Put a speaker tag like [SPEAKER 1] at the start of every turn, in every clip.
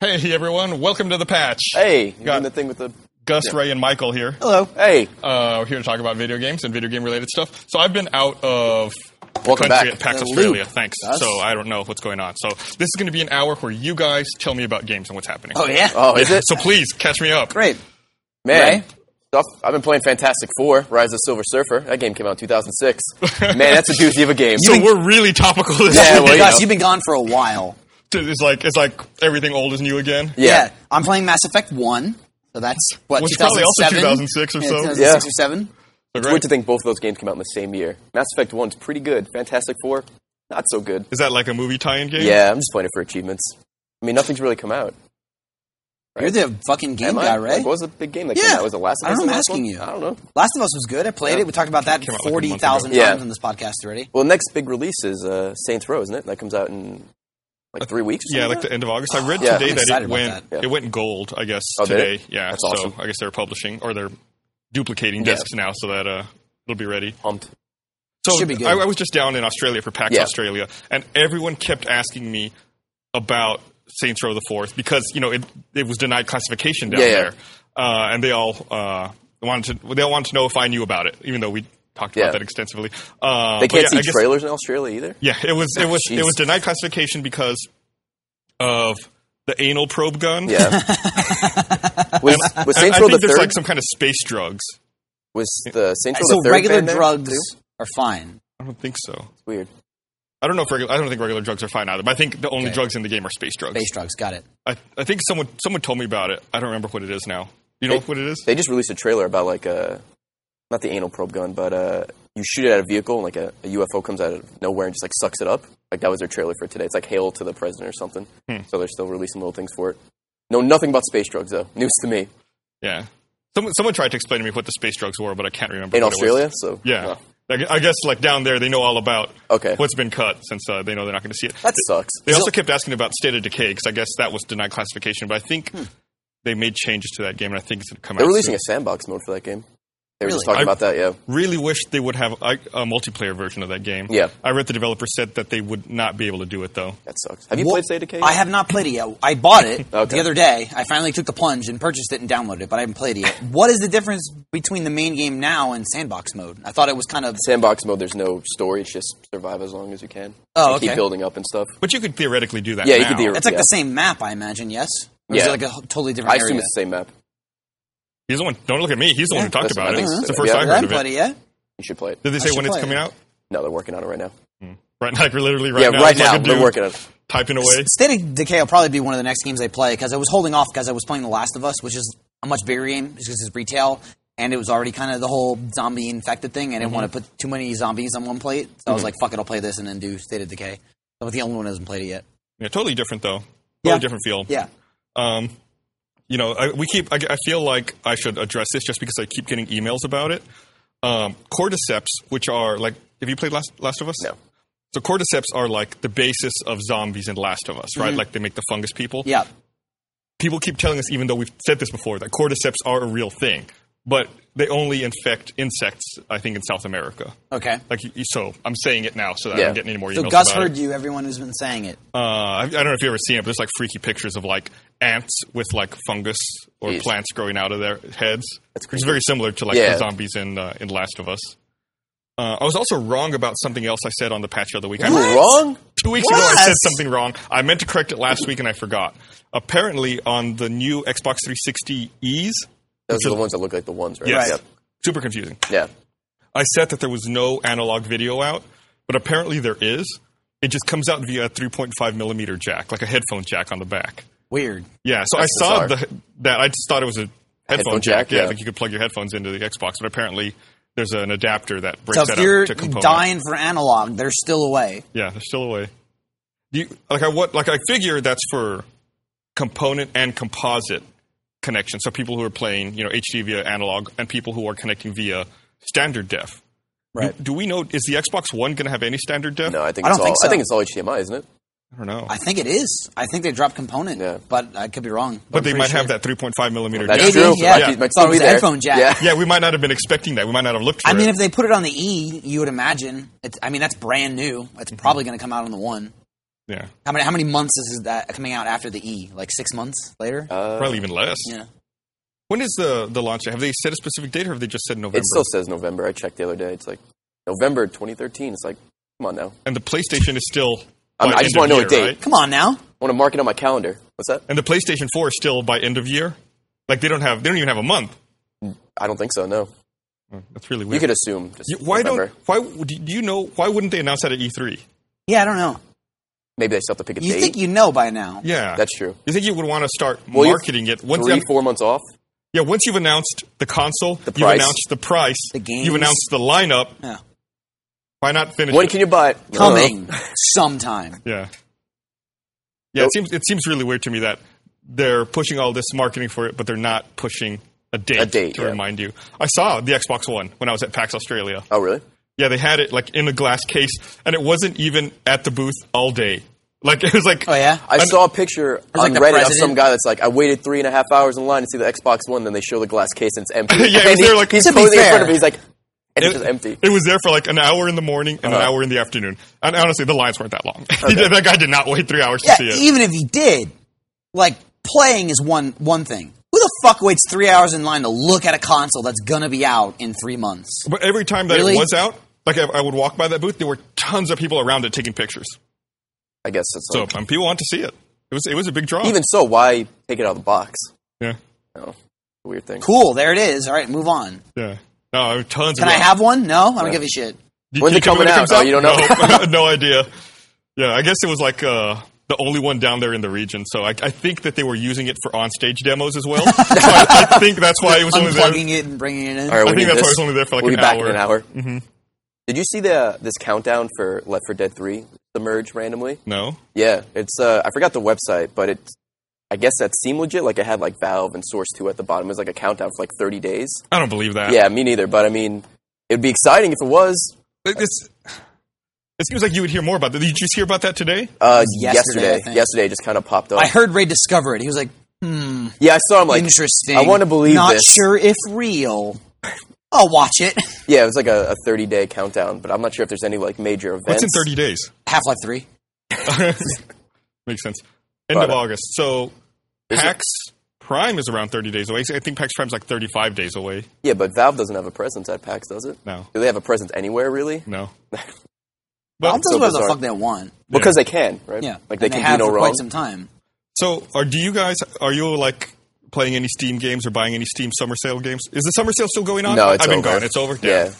[SPEAKER 1] Hey everyone, welcome to the patch.
[SPEAKER 2] Hey, you
[SPEAKER 1] Got-
[SPEAKER 2] doing the thing with the
[SPEAKER 1] Gus, Ray, and Michael here.
[SPEAKER 2] hello. Hey,
[SPEAKER 1] Uh, we're here to talk about video games and video game related stuff. So I've been out of the
[SPEAKER 2] Welcome
[SPEAKER 1] country
[SPEAKER 2] back.
[SPEAKER 1] at PAX
[SPEAKER 2] The
[SPEAKER 1] Australia.
[SPEAKER 2] loop,
[SPEAKER 1] Thanks.
[SPEAKER 2] Gus.
[SPEAKER 1] So I don't know what's going on. So this is going to be an hour where you guys tell me about games and what's happening.
[SPEAKER 3] Oh yeah.
[SPEAKER 2] oh, is it
[SPEAKER 1] So please catch me up.
[SPEAKER 3] Great.
[SPEAKER 2] man?
[SPEAKER 3] Ray?
[SPEAKER 2] Stuff. I've been playing Fantastic Four: Rise of the Silver Surfer. That game came out in 2006. man, that's a doozy of a game.
[SPEAKER 1] So we're really topical this
[SPEAKER 2] Yeah,
[SPEAKER 1] week.
[SPEAKER 2] well, you
[SPEAKER 3] Gosh,
[SPEAKER 2] know.
[SPEAKER 3] you've been gone for a while.
[SPEAKER 1] It's like it's like everything old is new again.
[SPEAKER 2] yeah.
[SPEAKER 3] I'm playing Mass Effect One, so that's what
[SPEAKER 1] Which is
[SPEAKER 3] 2007?
[SPEAKER 1] probably also 2006 or so.
[SPEAKER 3] Yeah, 2006
[SPEAKER 2] Yeah.
[SPEAKER 3] or seven.
[SPEAKER 1] So
[SPEAKER 2] It's
[SPEAKER 1] great.
[SPEAKER 2] weird to think both of those games came out in the same year. Mass Effect One's pretty good. Fantastic Four, not so good.
[SPEAKER 1] Is that like a movie tie-in game?
[SPEAKER 2] Yeah, I'm just playing it for achievements. I mean, nothing's really come out.
[SPEAKER 3] You're the fucking game
[SPEAKER 2] Am I?
[SPEAKER 3] guy, right?
[SPEAKER 2] Like, what was the big game that
[SPEAKER 3] Yeah.
[SPEAKER 2] came out? Was it Last of
[SPEAKER 3] I
[SPEAKER 2] Us?
[SPEAKER 3] don't
[SPEAKER 2] the
[SPEAKER 3] know, I'm
[SPEAKER 2] last
[SPEAKER 3] asking
[SPEAKER 2] one?
[SPEAKER 3] you.
[SPEAKER 2] I don't know.
[SPEAKER 3] Last of Us was good. I played it. We talked about that
[SPEAKER 1] out like a month
[SPEAKER 3] forty thousand
[SPEAKER 2] ago.
[SPEAKER 3] times
[SPEAKER 2] Yeah.
[SPEAKER 3] on this podcast already.
[SPEAKER 2] Well, next big release is uh, Saints Row, isn't it? That comes out in like three weeks.
[SPEAKER 1] Uh,
[SPEAKER 2] Or
[SPEAKER 1] Yeah,
[SPEAKER 2] something
[SPEAKER 1] like the end of August. I read
[SPEAKER 2] Yeah.
[SPEAKER 1] today
[SPEAKER 2] I'm
[SPEAKER 1] that
[SPEAKER 3] excited
[SPEAKER 1] it
[SPEAKER 3] about
[SPEAKER 1] went
[SPEAKER 2] that. Yeah.
[SPEAKER 1] it went gold. I guess
[SPEAKER 2] Oh, did
[SPEAKER 1] today.
[SPEAKER 2] it?
[SPEAKER 1] Yeah,
[SPEAKER 2] That's
[SPEAKER 1] so
[SPEAKER 2] awesome.
[SPEAKER 1] I guess they're publishing or they're duplicating
[SPEAKER 2] Yeah.
[SPEAKER 1] discs now, so that uh, it'll be ready.
[SPEAKER 2] pumped.
[SPEAKER 1] So
[SPEAKER 3] Should be good.
[SPEAKER 1] I, I was just down in Australia for PAX
[SPEAKER 2] Yeah.
[SPEAKER 1] Australia, and everyone kept asking me about Saints Row the Fourth because you know it it was denied classification down
[SPEAKER 2] Yeah, yeah.
[SPEAKER 1] there, Uh, and they all uh, wanted to they all wanted to know if I knew about it, even though we talked about
[SPEAKER 2] Yeah.
[SPEAKER 1] that extensively. Uh,
[SPEAKER 2] They
[SPEAKER 1] but
[SPEAKER 2] can't
[SPEAKER 1] yeah,
[SPEAKER 2] see
[SPEAKER 1] I guess-
[SPEAKER 2] trailers in Australia either.
[SPEAKER 1] yeah, it was it was it
[SPEAKER 2] Ah, jeez.
[SPEAKER 1] was denied classification because of the anal probe gun.
[SPEAKER 2] Yeah. was was
[SPEAKER 1] I, I
[SPEAKER 2] Saints Row
[SPEAKER 1] think
[SPEAKER 2] the
[SPEAKER 1] there's
[SPEAKER 2] third?
[SPEAKER 1] like some kind of space drugs.
[SPEAKER 2] was the Saints Row
[SPEAKER 3] So
[SPEAKER 2] the third?
[SPEAKER 3] regular
[SPEAKER 2] band name?
[SPEAKER 3] drugs
[SPEAKER 2] It's
[SPEAKER 3] are fine.
[SPEAKER 1] I don't think so.
[SPEAKER 2] weird.
[SPEAKER 1] I don't know if regular, I don't think regular drugs are fine either. But I think the only
[SPEAKER 3] Okay.
[SPEAKER 1] drugs in the game are space drugs.
[SPEAKER 3] Base drugs, got it.
[SPEAKER 1] I, I think someone someone told me about it. I don't remember what it is now. You know
[SPEAKER 2] They-
[SPEAKER 1] what it is?
[SPEAKER 2] They just released a trailer about like a not the anal probe gun, but uh, you shoot it at a vehicle and like a, a UFO comes out of nowhere and just like sucks it up. Like that was their trailer for today. It's like hail to the president or something.
[SPEAKER 1] Hmm.
[SPEAKER 2] So they're still releasing little things for it. No, nothing about space drugs though. News to me
[SPEAKER 1] yeah. Someone someone tried to explain to me what the space drugs were, but I can't remember.
[SPEAKER 2] in
[SPEAKER 1] what it was.
[SPEAKER 2] Australia. So
[SPEAKER 1] Yeah.
[SPEAKER 2] Oh,
[SPEAKER 1] Like, I guess like down there they know all about
[SPEAKER 2] Okay.
[SPEAKER 1] what's been cut since uh, they know they're not going to see it.
[SPEAKER 2] that sucks.
[SPEAKER 1] They also kept asking about State of Decay because I guess that was denied classification, but I think they made changes to that game, and I think it's going to come
[SPEAKER 2] Hmm. They're
[SPEAKER 1] out.
[SPEAKER 2] releasing
[SPEAKER 1] soon.
[SPEAKER 2] a sandbox mode for that game. They were just
[SPEAKER 3] Really?
[SPEAKER 2] talking
[SPEAKER 1] I-
[SPEAKER 2] about that. Yeah.
[SPEAKER 1] Really wish they would have a, a multiplayer version of that game.
[SPEAKER 2] Yeah.
[SPEAKER 1] I read the developer said that they would not be able to do it though.
[SPEAKER 2] That sucks. Have you
[SPEAKER 3] Well,
[SPEAKER 2] played State of Decay?
[SPEAKER 3] I have not played it yet. I bought it
[SPEAKER 2] Okay.
[SPEAKER 3] the other day. I finally took the plunge and purchased it and downloaded it, but I haven't played it yet. What is the difference between the main game now and sandbox mode? I thought it was kind of
[SPEAKER 2] sandbox mode. There's no story. It's just survive as long as you can.
[SPEAKER 3] Oh,
[SPEAKER 2] And Keep
[SPEAKER 3] okay.
[SPEAKER 2] building up and stuff.
[SPEAKER 1] But you could theoretically do that.
[SPEAKER 2] Yeah, you
[SPEAKER 1] now.
[SPEAKER 2] could theoretically-
[SPEAKER 3] It's like
[SPEAKER 2] Yeah.
[SPEAKER 3] the same map, I imagine. Yes. Or is
[SPEAKER 2] Yeah.
[SPEAKER 3] it like a h- totally different
[SPEAKER 2] I
[SPEAKER 3] area?
[SPEAKER 2] assume it's the same map.
[SPEAKER 1] He's the one. Don't look at me. He's the one who talked
[SPEAKER 2] Listen,
[SPEAKER 1] about
[SPEAKER 2] I
[SPEAKER 1] it.
[SPEAKER 2] think so.
[SPEAKER 1] It's the first
[SPEAKER 2] Yeah.
[SPEAKER 1] I
[SPEAKER 3] I
[SPEAKER 1] heard
[SPEAKER 3] haven't
[SPEAKER 1] of
[SPEAKER 3] played
[SPEAKER 1] it.
[SPEAKER 3] it yet.
[SPEAKER 2] You should play it.
[SPEAKER 1] Did they say
[SPEAKER 3] should
[SPEAKER 1] when it's
[SPEAKER 3] play
[SPEAKER 1] coming
[SPEAKER 3] it.
[SPEAKER 1] out?
[SPEAKER 2] No, they're working on it right now.
[SPEAKER 1] Right, like literally right
[SPEAKER 2] yeah,
[SPEAKER 1] now.
[SPEAKER 2] right
[SPEAKER 1] It's like
[SPEAKER 2] now
[SPEAKER 1] a
[SPEAKER 2] they're
[SPEAKER 1] dude
[SPEAKER 2] working on it.
[SPEAKER 1] Typing away.
[SPEAKER 3] State of Decay will probably be one of the next games I play because I was holding off because I was playing The Last of Us, which is a much bigger game because it's retail and it was already kind of the whole zombie infected thing. I
[SPEAKER 2] Mm-hmm.
[SPEAKER 3] didn't want to put too many zombies on one plate, so I was like, "Fuck it, I'll play this and then do State of Decay." I was the only one who hasn't played it yet.
[SPEAKER 1] Yeah, totally different though. Totally
[SPEAKER 3] Yeah.
[SPEAKER 1] different feel.
[SPEAKER 3] Yeah,
[SPEAKER 1] um, you know, I, we keep. I, I feel like I should address this just because I keep getting emails about it. Um, cordyceps, which are like, have you played Last Last of Us?
[SPEAKER 2] No.
[SPEAKER 1] So cordyceps are like the basis of zombies in Last of Us, right? Like they make the fungus people.
[SPEAKER 3] Mm-hmm. yeah.
[SPEAKER 1] People keep telling us, even though we've said this before, that cordyceps are a real thing, but they only infect insects. I think in South America.
[SPEAKER 3] Okay.
[SPEAKER 1] Like you- so, I'm saying it now so that I
[SPEAKER 2] Yeah.
[SPEAKER 1] don't get any more emails.
[SPEAKER 3] So Gus
[SPEAKER 1] about it.
[SPEAKER 3] heard you. Everyone who's been saying it.
[SPEAKER 1] Uh, I, I don't know if you ever seen it, but there's like freaky pictures of like ants with like fungus or
[SPEAKER 2] Jeez.
[SPEAKER 1] plants growing out of their heads.
[SPEAKER 2] That's
[SPEAKER 1] It's
[SPEAKER 2] creepy.
[SPEAKER 1] very similar to like
[SPEAKER 2] Yeah.
[SPEAKER 1] the zombies in uh, in Last of Us. Uh, I was also wrong about something else I said on the patch the other week. I
[SPEAKER 2] You were wrong?
[SPEAKER 1] Two weeks ago, I said
[SPEAKER 3] What?
[SPEAKER 1] something wrong. I meant to correct it last week and I forgot. Apparently, on the new Xbox 360Es,
[SPEAKER 2] Those are the ones that look like the ones, right?
[SPEAKER 1] yes,
[SPEAKER 2] Yep.
[SPEAKER 1] super confusing.
[SPEAKER 2] Yeah.
[SPEAKER 1] I said that there was no analog video out, but apparently there is. It just comes out via a 3.5 millimeter jack, like a headphone jack on the back.
[SPEAKER 3] Weird.
[SPEAKER 1] Yeah, so I saw the, that. I just thought it was a headphone
[SPEAKER 2] Headphone
[SPEAKER 1] jack.
[SPEAKER 2] jack,
[SPEAKER 1] Yeah,
[SPEAKER 2] yeah.
[SPEAKER 1] like you could plug your headphones into the Xbox, but apparently there's an adapter that breaks
[SPEAKER 3] So
[SPEAKER 1] that
[SPEAKER 3] if you're
[SPEAKER 1] up to component.
[SPEAKER 3] dying for analog, there's still a way.
[SPEAKER 1] Yeah, they're still away. Do you, like I what like I figure that's for component and composite connection. So people who are playing you know HD via analog and people who are connecting via standard def.
[SPEAKER 3] Right.
[SPEAKER 1] Do we know is the Xbox One going to have any standard def?
[SPEAKER 2] No, I think
[SPEAKER 3] I
[SPEAKER 2] it's
[SPEAKER 3] don't
[SPEAKER 2] all.
[SPEAKER 3] think so.
[SPEAKER 2] I think it's all HDMI, isn't it?
[SPEAKER 1] I don't know.
[SPEAKER 3] I think it is. I think they dropped component,
[SPEAKER 2] Yeah.
[SPEAKER 3] but I could be wrong.
[SPEAKER 1] but they
[SPEAKER 3] I'm
[SPEAKER 1] might
[SPEAKER 3] pretty
[SPEAKER 1] have
[SPEAKER 3] sure.
[SPEAKER 1] that 3.5 millimeter
[SPEAKER 2] That's
[SPEAKER 1] jack.
[SPEAKER 3] Maybe,
[SPEAKER 2] true.
[SPEAKER 3] yeah.
[SPEAKER 2] Might be- might
[SPEAKER 3] Thought it
[SPEAKER 2] still be
[SPEAKER 3] was a
[SPEAKER 2] there.
[SPEAKER 3] headphone jack.
[SPEAKER 2] Yeah.
[SPEAKER 1] Yeah, we might not have been expecting that. We might not have looked for
[SPEAKER 3] I mean,
[SPEAKER 1] it.
[SPEAKER 3] if they put it on the E, you would imagine. It's, I mean, that's brand new. It's probably going to come out on the one.
[SPEAKER 1] Yeah.
[SPEAKER 3] How many how many months is that coming out after the E? Like six months later?
[SPEAKER 2] Uh,
[SPEAKER 1] Probably even less.
[SPEAKER 3] yeah.
[SPEAKER 1] When is the, the launch? Have they set a specific date or have they just said November?
[SPEAKER 2] it still says November. I checked the other day. It's like November 2013. It's like, come on now.
[SPEAKER 1] and the PlayStation is still.
[SPEAKER 2] I mean,
[SPEAKER 1] by
[SPEAKER 2] I
[SPEAKER 1] end
[SPEAKER 2] just
[SPEAKER 1] of
[SPEAKER 2] wanna know a
[SPEAKER 1] year,
[SPEAKER 2] date.
[SPEAKER 1] right?
[SPEAKER 3] Come on now.
[SPEAKER 2] I want to mark it on my calendar. What's that?
[SPEAKER 1] And the PlayStation 4 is still by end of year? Like they don't have they don't even have a month.
[SPEAKER 2] I don't think so. No,
[SPEAKER 1] That's really
[SPEAKER 2] you
[SPEAKER 1] weird.
[SPEAKER 2] could assume. Just
[SPEAKER 1] You- why
[SPEAKER 2] November.
[SPEAKER 1] don't why would- do you know why wouldn't they announce that at E E3?
[SPEAKER 3] Yeah, I don't know.
[SPEAKER 2] Maybe they still have to pick a
[SPEAKER 3] You
[SPEAKER 2] date.
[SPEAKER 3] think you know by now.
[SPEAKER 1] Yeah.
[SPEAKER 2] That's true.
[SPEAKER 1] you think you would want to start
[SPEAKER 2] Well, you-
[SPEAKER 1] marketing it once
[SPEAKER 2] Three,
[SPEAKER 1] that-
[SPEAKER 2] four months off.
[SPEAKER 1] yeah, once you've announced the console, you've
[SPEAKER 2] price.
[SPEAKER 1] announced the price,
[SPEAKER 3] The games.
[SPEAKER 1] you've announced the lineup,
[SPEAKER 3] Yeah.
[SPEAKER 1] why not finish
[SPEAKER 2] When
[SPEAKER 1] it?
[SPEAKER 2] can you buy it? I don't know.
[SPEAKER 3] Coming sometime.
[SPEAKER 1] Yeah. Yeah,
[SPEAKER 2] Nope.
[SPEAKER 1] it seems it seems really weird to me that they're pushing all this marketing for it, but they're not pushing a date,
[SPEAKER 2] A date,
[SPEAKER 1] to
[SPEAKER 2] yeah.
[SPEAKER 1] remind you. I saw the Xbox One when I was at PAX Australia.
[SPEAKER 2] Oh, really?
[SPEAKER 1] Yeah, they had it like in a glass case, and it wasn't even at the booth all day. Like it was like
[SPEAKER 3] Oh yeah?
[SPEAKER 2] I saw a picture
[SPEAKER 3] like
[SPEAKER 2] on
[SPEAKER 3] the
[SPEAKER 2] Reddit of
[SPEAKER 3] president.
[SPEAKER 2] some guy that's like, I waited three and a half hours in line to see the Xbox One, then they show the glass case and it's empty.
[SPEAKER 1] Yeah, it was
[SPEAKER 2] and he-
[SPEAKER 1] there, like-
[SPEAKER 2] he's
[SPEAKER 1] To
[SPEAKER 3] be
[SPEAKER 2] posing in
[SPEAKER 3] fair.
[SPEAKER 2] front of me. He's like, and it's
[SPEAKER 1] it,
[SPEAKER 2] just empty.
[SPEAKER 1] It was there for like an hour in the morning and an
[SPEAKER 2] Uh-huh.
[SPEAKER 1] hour in the afternoon. And honestly, the lines weren't that long. He did- that guy did not wait three hours
[SPEAKER 3] Yeah,
[SPEAKER 1] to see it.
[SPEAKER 2] e-
[SPEAKER 3] even if he did, like playing is one one thing. Who the fuck waits three hours in line to look at a console that's gonna be out in three months?
[SPEAKER 1] But every time that
[SPEAKER 3] Really?
[SPEAKER 1] it was out, like I, I would walk by that booth, there were tons of people around it taking pictures.
[SPEAKER 2] I guess it's
[SPEAKER 1] So
[SPEAKER 2] like,
[SPEAKER 1] um, people want to see it. It was it was a big draw.
[SPEAKER 2] even so, why take it out of the box?
[SPEAKER 1] yeah,
[SPEAKER 2] No, weird thing.
[SPEAKER 3] Cool, there it is. All right, move on.
[SPEAKER 1] yeah. No, I mean, tons.
[SPEAKER 3] Can
[SPEAKER 1] of
[SPEAKER 3] I have one? No, I don't
[SPEAKER 2] Yeah.
[SPEAKER 3] give a shit.
[SPEAKER 1] Do-
[SPEAKER 2] When's
[SPEAKER 1] do
[SPEAKER 2] it
[SPEAKER 1] you know when
[SPEAKER 2] coming out?
[SPEAKER 1] comes
[SPEAKER 2] Oh, you don't know?
[SPEAKER 1] No, no idea. Yeah, I guess it was like uh, the only one down there in the region. So I, I think that they were using it for on-stage demos as well. so I, I think that's why it was only there.
[SPEAKER 3] Unplugging it and bringing it in.
[SPEAKER 2] All right, we
[SPEAKER 1] think
[SPEAKER 2] need
[SPEAKER 1] that's why
[SPEAKER 2] this.
[SPEAKER 1] it's only there for like
[SPEAKER 2] we'll
[SPEAKER 1] an
[SPEAKER 2] be back
[SPEAKER 1] hour. Mm-hmm.
[SPEAKER 2] in an hour. Did you see the this countdown for Left 4 Dead 3 the merge randomly?
[SPEAKER 1] No.
[SPEAKER 2] Yeah, it's uh, I forgot the website, but it's I guess that seemed legit. Like it had like Valve and Source 2 at the bottom. It was like a countdown for like 30 days.
[SPEAKER 1] I don't believe that.
[SPEAKER 2] Yeah, me neither. But I mean, it'd be exciting if it was.
[SPEAKER 1] It- It's, it seems like you would hear more about that. Did you just hear about that today?
[SPEAKER 2] Uh,
[SPEAKER 3] was yesterday,
[SPEAKER 2] yesterday,
[SPEAKER 3] I think.
[SPEAKER 2] yesterday, it just kind of popped up.
[SPEAKER 3] I heard Ray discover it. He was like, hmm,
[SPEAKER 2] yeah, I saw him like.
[SPEAKER 3] interesting.
[SPEAKER 2] I wanna believe
[SPEAKER 3] Not
[SPEAKER 2] this.
[SPEAKER 3] sure if real. I'll watch it.
[SPEAKER 2] Yeah, it was like a, a 30 day countdown, but I'm not sure if there's any like major
[SPEAKER 1] What's
[SPEAKER 2] events.
[SPEAKER 1] in 30 days?
[SPEAKER 3] Half Life 3.
[SPEAKER 1] Makes sense. End
[SPEAKER 2] But,
[SPEAKER 1] of
[SPEAKER 2] uh,
[SPEAKER 1] August. So
[SPEAKER 2] is it-
[SPEAKER 1] PAX Prime is around 30 days away. I think PAX Prime's like 35 days away
[SPEAKER 2] Yeah, but Valve doesn't have a presence at PAX, does it?
[SPEAKER 1] now.
[SPEAKER 2] Do they have a presence anywhere really?
[SPEAKER 1] No.
[SPEAKER 3] I'll
[SPEAKER 1] But
[SPEAKER 3] tell
[SPEAKER 2] so
[SPEAKER 3] you whatever the
[SPEAKER 2] bizarre.
[SPEAKER 3] fuck they want.
[SPEAKER 2] Because they can, right?
[SPEAKER 3] Yeah.
[SPEAKER 2] Like they
[SPEAKER 3] And
[SPEAKER 2] can
[SPEAKER 3] have
[SPEAKER 2] do no
[SPEAKER 3] for
[SPEAKER 2] wrong.
[SPEAKER 3] quite some time.
[SPEAKER 1] so, are do you guys are you like playing any Steam games or buying any Steam summer sale games? Is the summer sale still going on?
[SPEAKER 2] No, it's
[SPEAKER 1] I've been
[SPEAKER 2] over.
[SPEAKER 1] gone. It's over.
[SPEAKER 2] Yeah.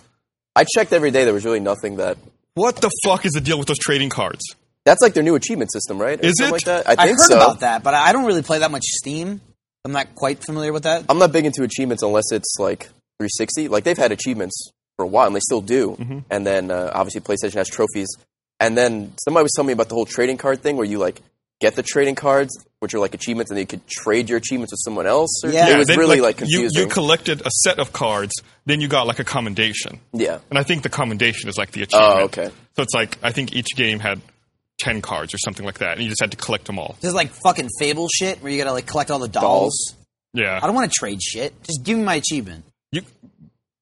[SPEAKER 2] I checked every day. There was really nothing that.
[SPEAKER 1] What the fuck is the deal with those trading cards?
[SPEAKER 2] That's like their new achievement system, right? Or
[SPEAKER 1] Is
[SPEAKER 2] something
[SPEAKER 1] it?
[SPEAKER 2] Like that? I think
[SPEAKER 3] I've heard
[SPEAKER 2] so.
[SPEAKER 3] about that, but I don't really play that much Steam. I'm not quite familiar with that.
[SPEAKER 2] I'm not big into achievements unless it's like 360. Like they've had achievements for a while, and they still do.
[SPEAKER 1] Mm-hmm.
[SPEAKER 2] And then uh, obviously PlayStation has trophies. And then somebody was telling me about the whole trading card thing, where you like get the trading cards, which are like achievements, and then you could trade your achievements with someone else. Or,
[SPEAKER 3] Yeah.
[SPEAKER 2] it was
[SPEAKER 1] they-
[SPEAKER 2] really like,
[SPEAKER 1] you,
[SPEAKER 2] confusing.
[SPEAKER 1] you collected a set of cards, then you got like a commendation,
[SPEAKER 2] yeah,
[SPEAKER 1] and I think the commendation is like the achievement.
[SPEAKER 2] Oh, okay.
[SPEAKER 1] So it's like I think each game had ten cards or something like that, and you just had to collect them all.
[SPEAKER 3] This is like fucking Fable shit where you gotta like collect all the dolls.
[SPEAKER 1] Yeah.
[SPEAKER 3] I don't want to trade shit. Just give me my achievement.
[SPEAKER 1] you,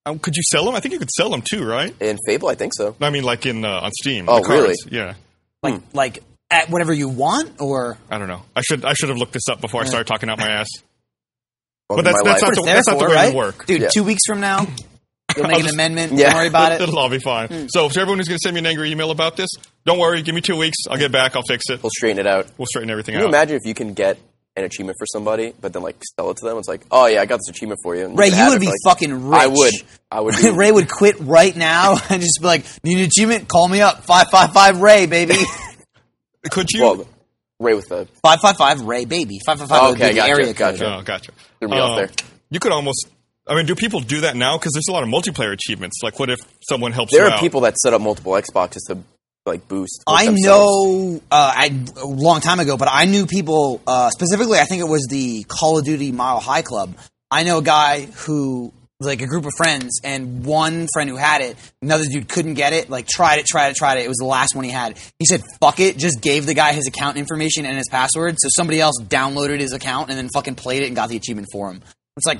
[SPEAKER 1] um, could you sell them? I think you could sell them too, right?
[SPEAKER 2] In Fable, I think so.
[SPEAKER 1] I mean, like in uh, on Steam.
[SPEAKER 2] Oh,
[SPEAKER 1] the cards.
[SPEAKER 2] really?
[SPEAKER 1] Yeah.
[SPEAKER 3] Like
[SPEAKER 2] Hmm.
[SPEAKER 3] like at whatever you want or
[SPEAKER 1] I don't know. I should I should have looked this up before I started talking out my ass.
[SPEAKER 2] Welcome
[SPEAKER 1] that's-
[SPEAKER 2] to my
[SPEAKER 1] that's
[SPEAKER 2] life.
[SPEAKER 1] not the-
[SPEAKER 3] there
[SPEAKER 1] that's not
[SPEAKER 3] for,
[SPEAKER 1] way
[SPEAKER 3] right?
[SPEAKER 1] it'll work.
[SPEAKER 3] Dude,
[SPEAKER 2] Yeah.
[SPEAKER 3] two weeks from now, you'll make an
[SPEAKER 1] just-
[SPEAKER 3] amendment.
[SPEAKER 2] Yeah.
[SPEAKER 3] Don't worry about it.
[SPEAKER 1] It'll all be fine.
[SPEAKER 2] Hmm.
[SPEAKER 1] So, if everyone who's going to send me an angry email about this, don't worry. Give me two weeks. I'll get back. I'll fix it.
[SPEAKER 2] We'll straighten it out.
[SPEAKER 1] We'll straighten everything
[SPEAKER 2] Can you
[SPEAKER 1] out.
[SPEAKER 2] imagine if you can get an achievement for somebody, but then like sell it to them? It's like, oh yeah, I got this achievement for you. and
[SPEAKER 3] Ray,
[SPEAKER 2] can
[SPEAKER 3] you
[SPEAKER 2] have
[SPEAKER 3] would
[SPEAKER 2] it
[SPEAKER 3] be
[SPEAKER 2] for, like-
[SPEAKER 3] fucking rich.
[SPEAKER 2] I would. I would. Be,
[SPEAKER 3] Ray would quit right now and just be like, "Need an achievement? Call me up. Five five five Ray baby.
[SPEAKER 1] Could you? Oh,
[SPEAKER 2] well, Ray with the
[SPEAKER 3] five five five Ray baby. Five five five.
[SPEAKER 2] Oh,
[SPEAKER 3] would be
[SPEAKER 2] okay,
[SPEAKER 3] the
[SPEAKER 2] gotcha,
[SPEAKER 3] area code.
[SPEAKER 2] gotcha.
[SPEAKER 1] oh, gotcha.
[SPEAKER 2] Threw me off
[SPEAKER 1] Um,
[SPEAKER 2] there.
[SPEAKER 1] You could almost. I mean, do people do that now? Because there's a lot of multiplayer achievements. Like, what if someone helps
[SPEAKER 2] There
[SPEAKER 1] you
[SPEAKER 2] are
[SPEAKER 1] out?
[SPEAKER 2] people that set up multiple Xboxes to like boost. like,
[SPEAKER 3] I
[SPEAKER 2] themselves.
[SPEAKER 3] know uh, I, a long time ago, but I knew people uh, specifically. I think it was the Call of Duty Mile High Club. I know a guy who was like a group of friends, and one friend who had it, another dude couldn't get it. Like tried it, tried it, tried it. It was the last one he had. He said, "Fuck it," just gave the guy his account information and his password. So somebody else downloaded his account and then fucking played it and got the achievement for him. It's like.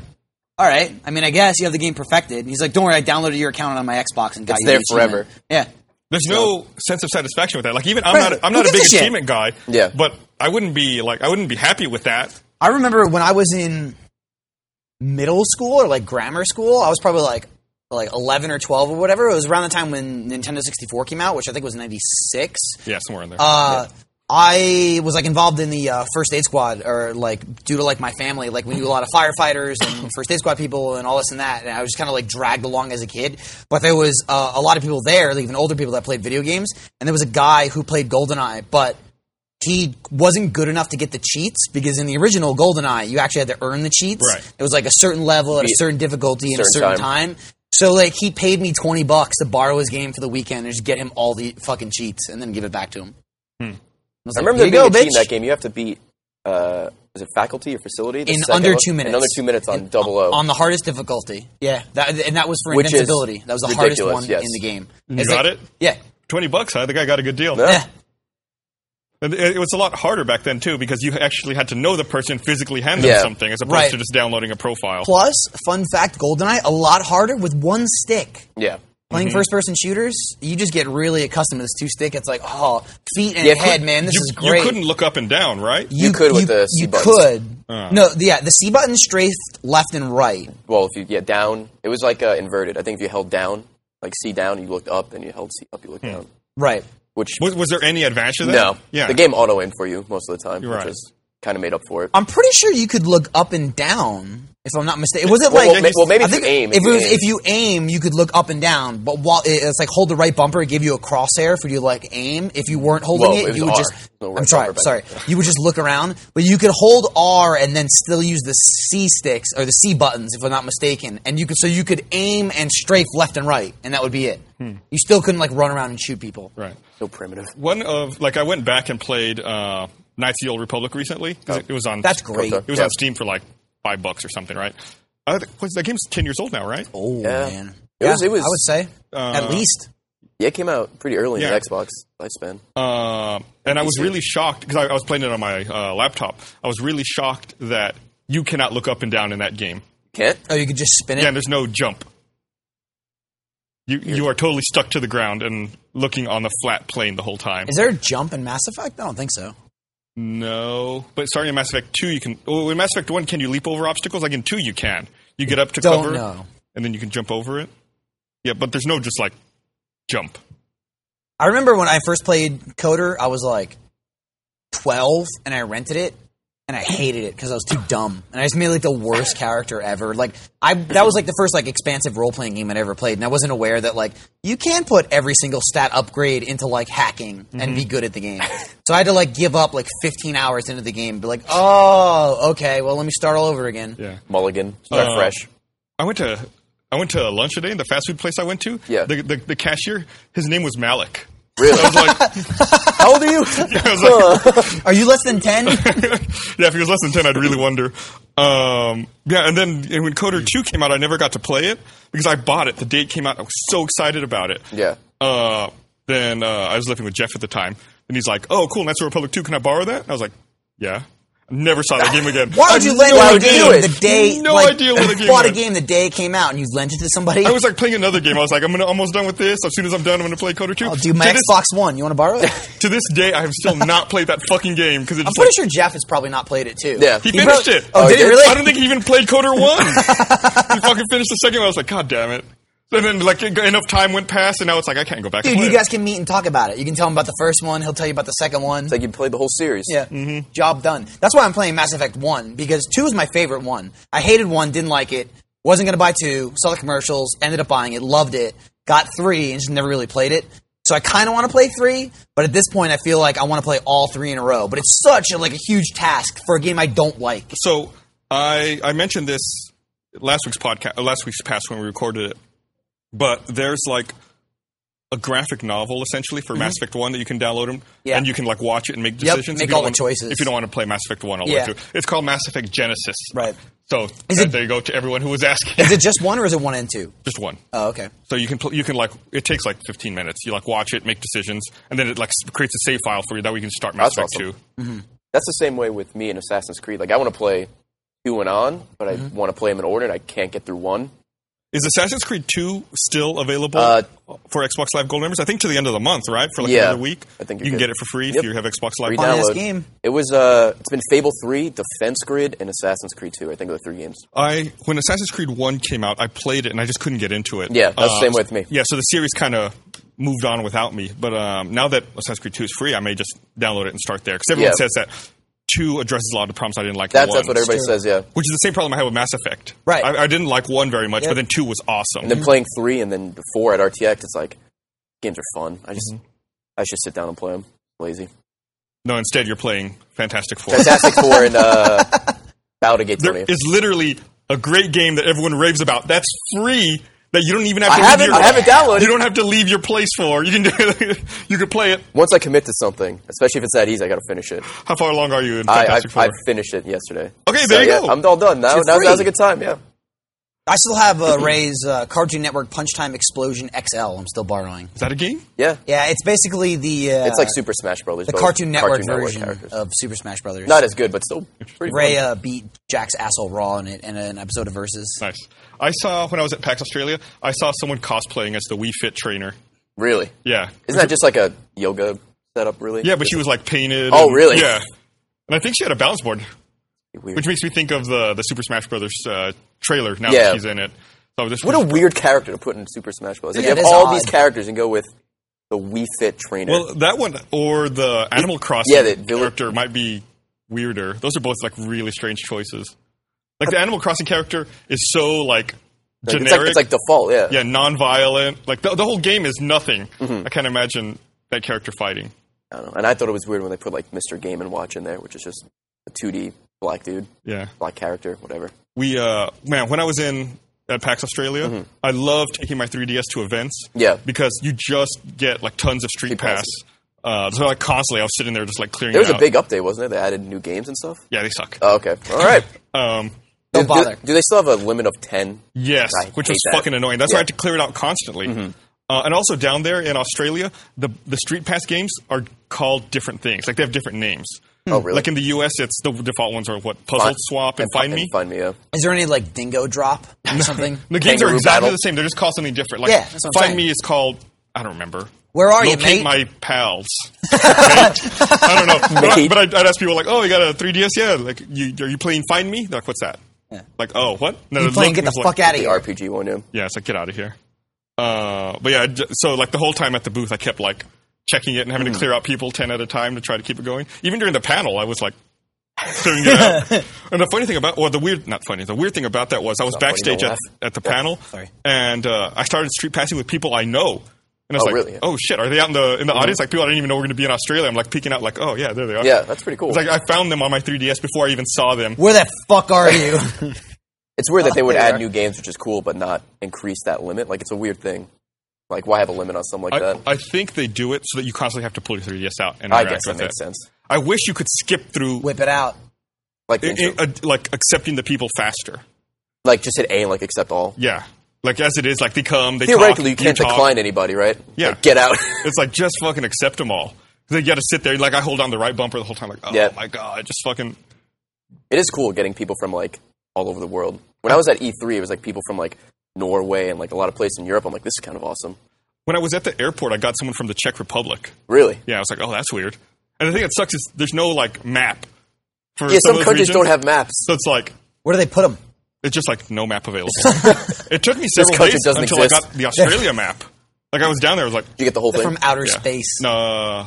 [SPEAKER 3] All right. I mean, I guess you have the game perfected. And he's like, "Don't worry, I downloaded your account on my Xbox and got
[SPEAKER 2] It's
[SPEAKER 3] you
[SPEAKER 2] there
[SPEAKER 3] the
[SPEAKER 2] forever.
[SPEAKER 3] achievement." Yeah,
[SPEAKER 1] There's no sense of satisfaction with that. Like even I'm
[SPEAKER 3] Right.
[SPEAKER 1] not I'm
[SPEAKER 3] Who
[SPEAKER 1] not a
[SPEAKER 3] gives
[SPEAKER 1] big
[SPEAKER 3] a shit?
[SPEAKER 1] achievement guy.
[SPEAKER 2] Yeah.
[SPEAKER 1] But I wouldn't be like I wouldn't be happy with that.
[SPEAKER 3] I remember when I was in middle school or like grammar school, I was probably like like 11 or 12 or whatever. It was around the time when Nintendo 64 came out, which I think was 96.
[SPEAKER 1] Yeah, somewhere in there.
[SPEAKER 3] Uh, I was like involved in the uh, first aid squad, or like due to like my family, like we knew a lot of firefighters and first aid squad people and all this and that. And I was kind of like dragged along as a kid. But there was uh, a lot of people there, like, even older people that played video games. And there was a guy who played GoldenEye, but he wasn't good enough to get the cheats because in the original GoldenEye, you actually had to earn the cheats.
[SPEAKER 1] Right.
[SPEAKER 3] It was like a certain level at a
[SPEAKER 2] Be-
[SPEAKER 3] certain difficulty in a
[SPEAKER 2] certain
[SPEAKER 3] certain time. So like he paid me twenty bucks to borrow his game for the weekend and just get him all the fucking cheats and then give it back to him. I, was
[SPEAKER 2] I
[SPEAKER 3] like,
[SPEAKER 2] remember
[SPEAKER 3] "Here
[SPEAKER 2] there
[SPEAKER 3] you
[SPEAKER 2] being
[SPEAKER 3] go,
[SPEAKER 2] a team
[SPEAKER 3] bitch."
[SPEAKER 2] that game. You have to beat. Uh, is it faculty or facility? The
[SPEAKER 3] In
[SPEAKER 2] second
[SPEAKER 3] under
[SPEAKER 2] one-
[SPEAKER 3] two minutes.
[SPEAKER 2] In under two minutes on double O.
[SPEAKER 3] on the hardest difficulty. Yeah, that, and that was for
[SPEAKER 2] Which is
[SPEAKER 3] invincibility. That was the hardest
[SPEAKER 2] ridiculous,
[SPEAKER 3] one
[SPEAKER 2] yes.
[SPEAKER 3] in the game.
[SPEAKER 1] you got it?
[SPEAKER 3] Yeah. Uh,
[SPEAKER 1] Twenty bucks, huh? The guy got a good deal.
[SPEAKER 2] Yeah.
[SPEAKER 3] Yeah.
[SPEAKER 1] And it it was a lot harder back then too, because you actually had to know the person, physically hand them
[SPEAKER 2] Yeah.
[SPEAKER 1] something, as opposed
[SPEAKER 3] Right.
[SPEAKER 1] to just downloading a profile.
[SPEAKER 3] Plus, fun fact, GoldenEye a lot harder with one stick.
[SPEAKER 2] yeah.
[SPEAKER 3] Playing
[SPEAKER 1] Mm-hmm.
[SPEAKER 3] first-person shooters, you just get really accustomed to this two-stick. It's like, oh, feet and
[SPEAKER 2] Yeah,
[SPEAKER 3] head,
[SPEAKER 2] couldn't-
[SPEAKER 3] man, this
[SPEAKER 1] you,
[SPEAKER 3] is
[SPEAKER 1] you
[SPEAKER 3] great.
[SPEAKER 1] couldn't look up and down, right?
[SPEAKER 2] You could with the C
[SPEAKER 3] you
[SPEAKER 2] buttons.
[SPEAKER 3] could.
[SPEAKER 1] Uh.
[SPEAKER 3] No, the- yeah, the C button strafed left and right.
[SPEAKER 2] Well, if you yeah down, it was like uh, inverted. I think if you held down, like C down, you looked up, and you held C up, you looked down.
[SPEAKER 3] Right.
[SPEAKER 2] Which
[SPEAKER 1] Was, was there any advantage to Hmm. that?
[SPEAKER 2] no,
[SPEAKER 1] Yeah.
[SPEAKER 2] the game auto aimed for you most of the time,
[SPEAKER 1] You're
[SPEAKER 2] which
[SPEAKER 1] right.
[SPEAKER 2] is kind of made up for it.
[SPEAKER 3] I'm pretty sure you could look up and down. If I'm not mistaken, was it
[SPEAKER 2] well,
[SPEAKER 3] like
[SPEAKER 2] well, ma- well, maybe
[SPEAKER 3] I
[SPEAKER 2] if you
[SPEAKER 3] think
[SPEAKER 2] aim,
[SPEAKER 3] If,
[SPEAKER 2] if you
[SPEAKER 3] it was,
[SPEAKER 2] aim.
[SPEAKER 3] if you aim, you could look up and down. But while it- it's like hold the right bumper, it gave you a crosshair for you to like aim. If you weren't holding
[SPEAKER 2] Whoa,
[SPEAKER 3] it,
[SPEAKER 2] it was
[SPEAKER 3] you would
[SPEAKER 2] R.
[SPEAKER 3] just.
[SPEAKER 2] No
[SPEAKER 3] I'm
[SPEAKER 2] right
[SPEAKER 3] sorry,
[SPEAKER 2] bumper back
[SPEAKER 3] sorry. You would just look around, but you could hold R and then still use the C sticks or the C buttons, if I'm not mistaken. And you could so you could aim and strafe left and right, and that would be it. You still couldn't like run around and shoot people.
[SPEAKER 1] Hmm. Right.
[SPEAKER 2] so primitive.
[SPEAKER 1] One of like I went back and played uh, Knights of the Old Republic recently. 'cause It was on.
[SPEAKER 3] That's great.
[SPEAKER 1] It was
[SPEAKER 2] Yeah.
[SPEAKER 1] on Steam for like five bucks or something, right? I th- was- that game's ten years old now, right?
[SPEAKER 3] Oh
[SPEAKER 2] Yeah.
[SPEAKER 3] man,
[SPEAKER 2] It was-
[SPEAKER 3] Yeah,
[SPEAKER 2] it was-
[SPEAKER 3] I would say
[SPEAKER 1] Uh,
[SPEAKER 3] at least.
[SPEAKER 2] Yeah, it came out pretty early in
[SPEAKER 1] Yeah.
[SPEAKER 2] the Xbox lifespan.
[SPEAKER 1] Um, and I was really shocked because I, I was playing it on my uh, laptop. I was really shocked that you cannot look up and down in that game.
[SPEAKER 2] Can't
[SPEAKER 3] Oh, you could just spin it.
[SPEAKER 1] Yeah, and there's no jump. You you are totally stuck to the ground and looking on the flat plane the whole time.
[SPEAKER 3] Is there a jump in Mass Effect? I don't think so.
[SPEAKER 1] No, but starting in Mass Effect Two, you can. Well, in Mass Effect One, can you leap over obstacles? Like in Two, you can. You get up to
[SPEAKER 3] Don't
[SPEAKER 1] cover,
[SPEAKER 3] know.
[SPEAKER 1] and then you can jump over it. Yeah, but there's no just like jump.
[SPEAKER 3] I remember when I first played Coder, I was like 12 and I rented it and I hated it because I was too dumb. And I just made like the worst character ever. Like I that was like the first like expansive role playing game I'd ever played and I wasn't aware that like you can put every single stat upgrade into like hacking and be good at the game. so I had to like give up like 15 hours into the game and be like, "Oh, okay, well let me start all over again."
[SPEAKER 1] Yeah.
[SPEAKER 2] Mulligan start
[SPEAKER 1] Uh,
[SPEAKER 2] fresh.
[SPEAKER 1] I went to I went to lunch today in the fast food place I went to.
[SPEAKER 2] Yeah.
[SPEAKER 1] The the, the cashier, his name was Malik.
[SPEAKER 2] Really?
[SPEAKER 1] I was like,
[SPEAKER 2] How old are you?
[SPEAKER 1] I was like
[SPEAKER 3] Are you less than 10?
[SPEAKER 1] yeah, if he was less than ten, I'd really wonder. Um, yeah, and then and when Coder Two came out, I never got to play it because I bought it the day it came out. I was so excited about it.
[SPEAKER 2] Yeah.
[SPEAKER 1] Uh, then uh, I was living with Jeff at the time, and he's like, "Oh, cool, Knights of the Republic Two. Can I borrow that?" And I was like, "Yeah." I never saw that game again.
[SPEAKER 3] Why would
[SPEAKER 1] I
[SPEAKER 3] you
[SPEAKER 1] had
[SPEAKER 3] lend
[SPEAKER 1] no
[SPEAKER 3] out a
[SPEAKER 1] idea.
[SPEAKER 3] game
[SPEAKER 2] it.
[SPEAKER 3] the day?
[SPEAKER 1] No
[SPEAKER 3] like,
[SPEAKER 1] idea what the game
[SPEAKER 3] Bought a
[SPEAKER 1] was.
[SPEAKER 3] game the day it came out, and you lent it to somebody.
[SPEAKER 1] I was like playing another game. I was like, "I'm gonna almost done with this. As soon as I'm done, I'm gonna play Coder 2.
[SPEAKER 3] oh, dude, my
[SPEAKER 1] to, this,
[SPEAKER 3] Xbox One. You want to borrow it? I'm
[SPEAKER 1] to this day, I have still not played that fucking game because it just
[SPEAKER 3] pretty
[SPEAKER 1] like,
[SPEAKER 3] sure Jeff has probably not played it too.
[SPEAKER 2] Yeah.
[SPEAKER 1] he
[SPEAKER 2] He
[SPEAKER 1] finished
[SPEAKER 3] probably-
[SPEAKER 1] it.
[SPEAKER 3] Oh,
[SPEAKER 2] Oh,
[SPEAKER 3] did
[SPEAKER 2] he
[SPEAKER 3] he
[SPEAKER 2] did?
[SPEAKER 3] really?
[SPEAKER 1] I don't think he even played Coder One. he fucking finished the second one. I was like, God damn it! And then like enough time went past, and now it's like I can't go back. and
[SPEAKER 3] Dude,
[SPEAKER 1] play
[SPEAKER 3] you
[SPEAKER 1] it.
[SPEAKER 3] guys can meet and talk about it. You can tell him about the first one. He'll tell you about the second one.
[SPEAKER 2] It's like you played the whole series.
[SPEAKER 3] yeah, job done. That's why I'm playing Mass Effect One because two is my favorite one. I hated one, didn't like it, wasn't gonna buy two, saw the commercials, ended up buying it, loved it, got three, and just never really played it. So I kind of want to play three, but at this point, I feel like I want to play all three in a row. But it's such a, like a huge task for a game I don't like.
[SPEAKER 1] So I I mentioned this last week's podcast, last week's past when we recorded it, but there's like a graphic novel essentially for Mass Effect One that you can download 'em,
[SPEAKER 3] Mm-hmm. Yeah.
[SPEAKER 1] and you can like watch it and make decisions. if
[SPEAKER 3] make
[SPEAKER 1] you
[SPEAKER 3] all
[SPEAKER 1] don't
[SPEAKER 3] the
[SPEAKER 1] want-
[SPEAKER 3] choices.
[SPEAKER 1] if you don't want to play Mass Effect One all
[SPEAKER 3] Yeah.
[SPEAKER 1] the way through. It's called Mass Effect Genesis.
[SPEAKER 3] Right.
[SPEAKER 1] So
[SPEAKER 3] Is
[SPEAKER 1] uh,
[SPEAKER 3] it-
[SPEAKER 1] there you go to everyone who was asking.
[SPEAKER 3] Is it just one or is it one and two?
[SPEAKER 1] Just one.
[SPEAKER 3] Oh, okay.
[SPEAKER 1] So you can pl- you can like it takes like 15 minutes. You like watch it, make decisions, and then it like s- creates a save file for you that way you can start Mass
[SPEAKER 2] That's
[SPEAKER 1] Effect
[SPEAKER 2] awesome. That's the same way with me and Assassin's Creed. Like I want to play two and on, but I want to play them in order, and I can't get through one.
[SPEAKER 1] Is Assassin's Creed 2 still available
[SPEAKER 2] Uh,
[SPEAKER 1] for Xbox Live Gold members? I think to the end of the month, right? For like
[SPEAKER 2] Yeah,
[SPEAKER 1] another week.
[SPEAKER 2] I think
[SPEAKER 1] you
[SPEAKER 2] you
[SPEAKER 1] can
[SPEAKER 2] could.
[SPEAKER 1] get it for free if
[SPEAKER 2] Yep.
[SPEAKER 1] you have Xbox Live.
[SPEAKER 2] Free
[SPEAKER 1] Gold.
[SPEAKER 4] down- Fun-ass
[SPEAKER 2] download.
[SPEAKER 4] game.
[SPEAKER 2] It was uh, it's been Fable three, Defense Grid, and Assassin's Creed two. I think are the three games.
[SPEAKER 1] I when Assassin's Creed 1 came out, I played it and I just couldn't get into it. Um,
[SPEAKER 2] Yeah, that's the same with me.
[SPEAKER 1] Yeah, so the series kind of moved on without me. But um, now that Assassin's Creed 2 is free, I may just download it and start there because everyone
[SPEAKER 2] Yeah.
[SPEAKER 1] says that 2 addresses a lot of problems I didn't like. in
[SPEAKER 2] That's that's
[SPEAKER 1] one.
[SPEAKER 2] what everybody says. Yeah.
[SPEAKER 1] Which is the same problem I had with Mass Effect.
[SPEAKER 4] Right.
[SPEAKER 1] I, I didn't like 1 very much, but then 2 was awesome.
[SPEAKER 2] And then playing three and then four at RTX, it's like games are fun. I just I should sit down and play them. Lazy.
[SPEAKER 1] no, instead you're playing Fantastic Four.
[SPEAKER 2] Fantastic Four and uh, Battle to Gate
[SPEAKER 1] there
[SPEAKER 2] Twenty.
[SPEAKER 1] is literally a great game that everyone raves about that's free that you don't even have
[SPEAKER 2] I
[SPEAKER 1] to
[SPEAKER 2] have
[SPEAKER 1] leave
[SPEAKER 2] it-
[SPEAKER 1] your,
[SPEAKER 2] I have it downloaded.
[SPEAKER 1] You don't have to leave your place for. You can do, you can play it.
[SPEAKER 2] Once I commit to something, especially if it's that easy, I got to finish it.
[SPEAKER 1] How far along are you in
[SPEAKER 2] I, I
[SPEAKER 1] Fantastic
[SPEAKER 2] I
[SPEAKER 1] Four?
[SPEAKER 2] finished it yesterday.
[SPEAKER 1] Okay, there you
[SPEAKER 2] yeah,
[SPEAKER 1] go.
[SPEAKER 2] I'm all done. Now,
[SPEAKER 4] You're
[SPEAKER 2] now now's
[SPEAKER 4] free.
[SPEAKER 2] a good time. Yeah.
[SPEAKER 4] I still have uh, Ray's uh, Cartoon Network Punch Time Explosion XL. I'm still borrowing.
[SPEAKER 1] is that a game?
[SPEAKER 2] Yeah.
[SPEAKER 4] Yeah, it's basically the uh,
[SPEAKER 2] It's like Super Smash Brothers.
[SPEAKER 4] the
[SPEAKER 2] but with
[SPEAKER 4] Cartoon Network version
[SPEAKER 2] characters.
[SPEAKER 4] of Super Smash Brothers.
[SPEAKER 2] Not as good, but still pretty
[SPEAKER 4] Ray
[SPEAKER 2] fun.
[SPEAKER 4] uh, beat Jack's asshole raw in, it, in an episode of Versus.
[SPEAKER 1] Nice. I saw when I was at PAX Australia, I saw someone cosplaying as the Wii Fit trainer.
[SPEAKER 2] Really?
[SPEAKER 1] Yeah,
[SPEAKER 2] Isn't that just like a yoga setup? Really?
[SPEAKER 1] yeah, but she was like painted.
[SPEAKER 2] Oh,
[SPEAKER 1] and-
[SPEAKER 2] really?
[SPEAKER 1] Yeah, and I think she had a balance board,
[SPEAKER 2] Weird.
[SPEAKER 1] which makes me think of the the Super Smash Brothers uh, trailer. Now
[SPEAKER 2] Yeah.
[SPEAKER 1] that she's in it, so this
[SPEAKER 2] What a weird character to put in Super Smash Bros. Like
[SPEAKER 4] Yeah,
[SPEAKER 2] you
[SPEAKER 4] it
[SPEAKER 2] have
[SPEAKER 4] is
[SPEAKER 2] all
[SPEAKER 4] odd.
[SPEAKER 2] these characters and go with the Wii Fit trainer.
[SPEAKER 1] Well, that one or the Animal Crossing
[SPEAKER 2] yeah, the villain-
[SPEAKER 1] character might be weirder. Those are both like really strange choices. Like the Animal Crossing character is so like
[SPEAKER 2] Like,
[SPEAKER 1] generic,
[SPEAKER 2] it's, like, it's like default, yeah.
[SPEAKER 1] yeah, non-violent. Like the, the whole game is nothing.
[SPEAKER 2] Mm-hmm.
[SPEAKER 1] I can't imagine that character fighting.
[SPEAKER 2] I don't know. And I thought it was weird when they put like Mr. Game and Watch in there, which is just a 2D black dude,
[SPEAKER 1] Yeah,
[SPEAKER 2] black character, whatever.
[SPEAKER 1] we uh man, when I was in at PAX Australia, I loved taking my 3DS to events.
[SPEAKER 2] Mm-hmm. Yeah.
[SPEAKER 1] because you just get like tons of street
[SPEAKER 2] Street
[SPEAKER 1] pass.
[SPEAKER 2] passes.
[SPEAKER 1] Uh, so like constantly, I was sitting there just like clearing.
[SPEAKER 2] There was
[SPEAKER 1] it
[SPEAKER 2] a
[SPEAKER 1] out.
[SPEAKER 2] big update, wasn't there? They added new games and stuff.
[SPEAKER 1] yeah, they suck.
[SPEAKER 2] Oh, okay, all right.
[SPEAKER 1] Um,
[SPEAKER 4] Don't
[SPEAKER 2] do,
[SPEAKER 4] bother.
[SPEAKER 2] Do, do they still have a limit of ten?
[SPEAKER 1] Yes,
[SPEAKER 2] I
[SPEAKER 1] which
[SPEAKER 2] hate
[SPEAKER 1] was
[SPEAKER 2] that.
[SPEAKER 1] fucking annoying. That's why I
[SPEAKER 2] Yeah. Mm-hmm.
[SPEAKER 1] had to clear it out constantly. Uh, and also down there in Australia, the the Street Pass games are called different things. Like they have different names.
[SPEAKER 2] Oh, really?
[SPEAKER 1] Like in the U.S., it's the default ones are what Puzzle
[SPEAKER 2] Find-
[SPEAKER 1] Swap and,
[SPEAKER 2] fi-
[SPEAKER 1] Find Me.
[SPEAKER 2] Find me. Yeah.
[SPEAKER 4] Is there any like Dingo Drop or something?
[SPEAKER 1] The games are
[SPEAKER 2] Kangaroo
[SPEAKER 1] exactly
[SPEAKER 2] Battle.
[SPEAKER 1] the same. They're just called something different. Like
[SPEAKER 4] Yeah, that's what I'm
[SPEAKER 1] Find
[SPEAKER 4] saying.
[SPEAKER 1] Me is called I don't remember.
[SPEAKER 4] Where are you,
[SPEAKER 1] Locate
[SPEAKER 4] mate?
[SPEAKER 1] my pals. Mate. I don't know, but, I,
[SPEAKER 2] Mate.
[SPEAKER 1] but I'd, I'd ask people like, "Oh, you got a 3ds? Yeah, like, you, are you playing Find Me? They're like, what's that?
[SPEAKER 4] Yeah.
[SPEAKER 1] Like, oh, what? No,
[SPEAKER 4] You
[SPEAKER 1] the
[SPEAKER 4] playing
[SPEAKER 1] link
[SPEAKER 4] get the
[SPEAKER 1] was like-
[SPEAKER 4] fuck out of
[SPEAKER 2] The
[SPEAKER 4] here.
[SPEAKER 2] RPG one. Yeah.
[SPEAKER 1] yeah, it's like get out of here. Uh, but yeah, I j- so like the whole time at the booth, I kept like checking it and
[SPEAKER 2] Hmm.
[SPEAKER 1] having to clear out people ten at a time to try to keep it going. Even during the panel, I was like clearing it out. And the funny thing about, well, the weird, not funny, the weird thing about that was I was
[SPEAKER 2] funny,
[SPEAKER 1] backstage
[SPEAKER 2] don't
[SPEAKER 1] at,
[SPEAKER 2] laugh.
[SPEAKER 1] at the panel,
[SPEAKER 4] sorry.
[SPEAKER 1] and uh, I started street passing with people I know. And I was
[SPEAKER 2] Oh,
[SPEAKER 1] like,
[SPEAKER 2] really? Mm-hmm.
[SPEAKER 1] oh shit, are they out in the in the audience? Like people I didn't even know were going to be in Australia. I'm like peeking out, like, oh yeah, there they are.
[SPEAKER 2] Yeah, that's pretty cool.
[SPEAKER 1] It's like I found them on my 3ds before I even saw them.
[SPEAKER 4] Where the fuck are you?
[SPEAKER 2] It's weird that they would
[SPEAKER 4] There.
[SPEAKER 2] add new games, which is cool, but not increase that limit. Like it's a weird thing. Like why have a limit on something like that?
[SPEAKER 1] I, I think they do it so that you constantly have to pull your 3ds out and
[SPEAKER 2] I
[SPEAKER 1] interact
[SPEAKER 2] guess that
[SPEAKER 1] with
[SPEAKER 2] makes
[SPEAKER 1] it.
[SPEAKER 2] sense.
[SPEAKER 1] I wish you could skip through
[SPEAKER 4] Whip it out.
[SPEAKER 2] Like
[SPEAKER 1] it,
[SPEAKER 2] intro-
[SPEAKER 1] it, uh, like accepting the people faster.
[SPEAKER 2] like just hit A and like accept all.
[SPEAKER 1] Yeah, like as it is, like they come, they
[SPEAKER 2] Theoretically, you
[SPEAKER 1] talk,
[SPEAKER 2] can't
[SPEAKER 1] talk.
[SPEAKER 2] decline anybody, right?
[SPEAKER 1] Yeah.
[SPEAKER 2] Like, get out.
[SPEAKER 1] It's like just fucking accept them all. They got to sit there. Like I hold on the right bumper the whole time. Like oh
[SPEAKER 2] Yeah.
[SPEAKER 1] my god, just fucking
[SPEAKER 2] it is cool getting people from like all over the world. When I was at E3, it was like people from like Norway and like a lot of places in Europe. I'm like, this is kind of awesome.
[SPEAKER 1] when I was at the airport, I got someone from the Czech Republic.
[SPEAKER 2] Really?
[SPEAKER 1] Yeah, I was like, oh, that's weird. And the thing that sucks is there's no like map for
[SPEAKER 2] Yeah,
[SPEAKER 1] some,
[SPEAKER 2] some
[SPEAKER 1] of those
[SPEAKER 2] countries
[SPEAKER 1] regions.
[SPEAKER 2] don't have maps.
[SPEAKER 1] So it's like
[SPEAKER 4] Where do they put them?
[SPEAKER 1] it's just like no map available. it took me several
[SPEAKER 2] country
[SPEAKER 1] days
[SPEAKER 2] doesn't
[SPEAKER 1] until I
[SPEAKER 2] exist.
[SPEAKER 1] got the Australia map. Like I was down there, I was like,
[SPEAKER 2] You get the whole
[SPEAKER 4] They're
[SPEAKER 2] thing.
[SPEAKER 4] from outer
[SPEAKER 1] yeah.
[SPEAKER 4] space.
[SPEAKER 1] No, Uh,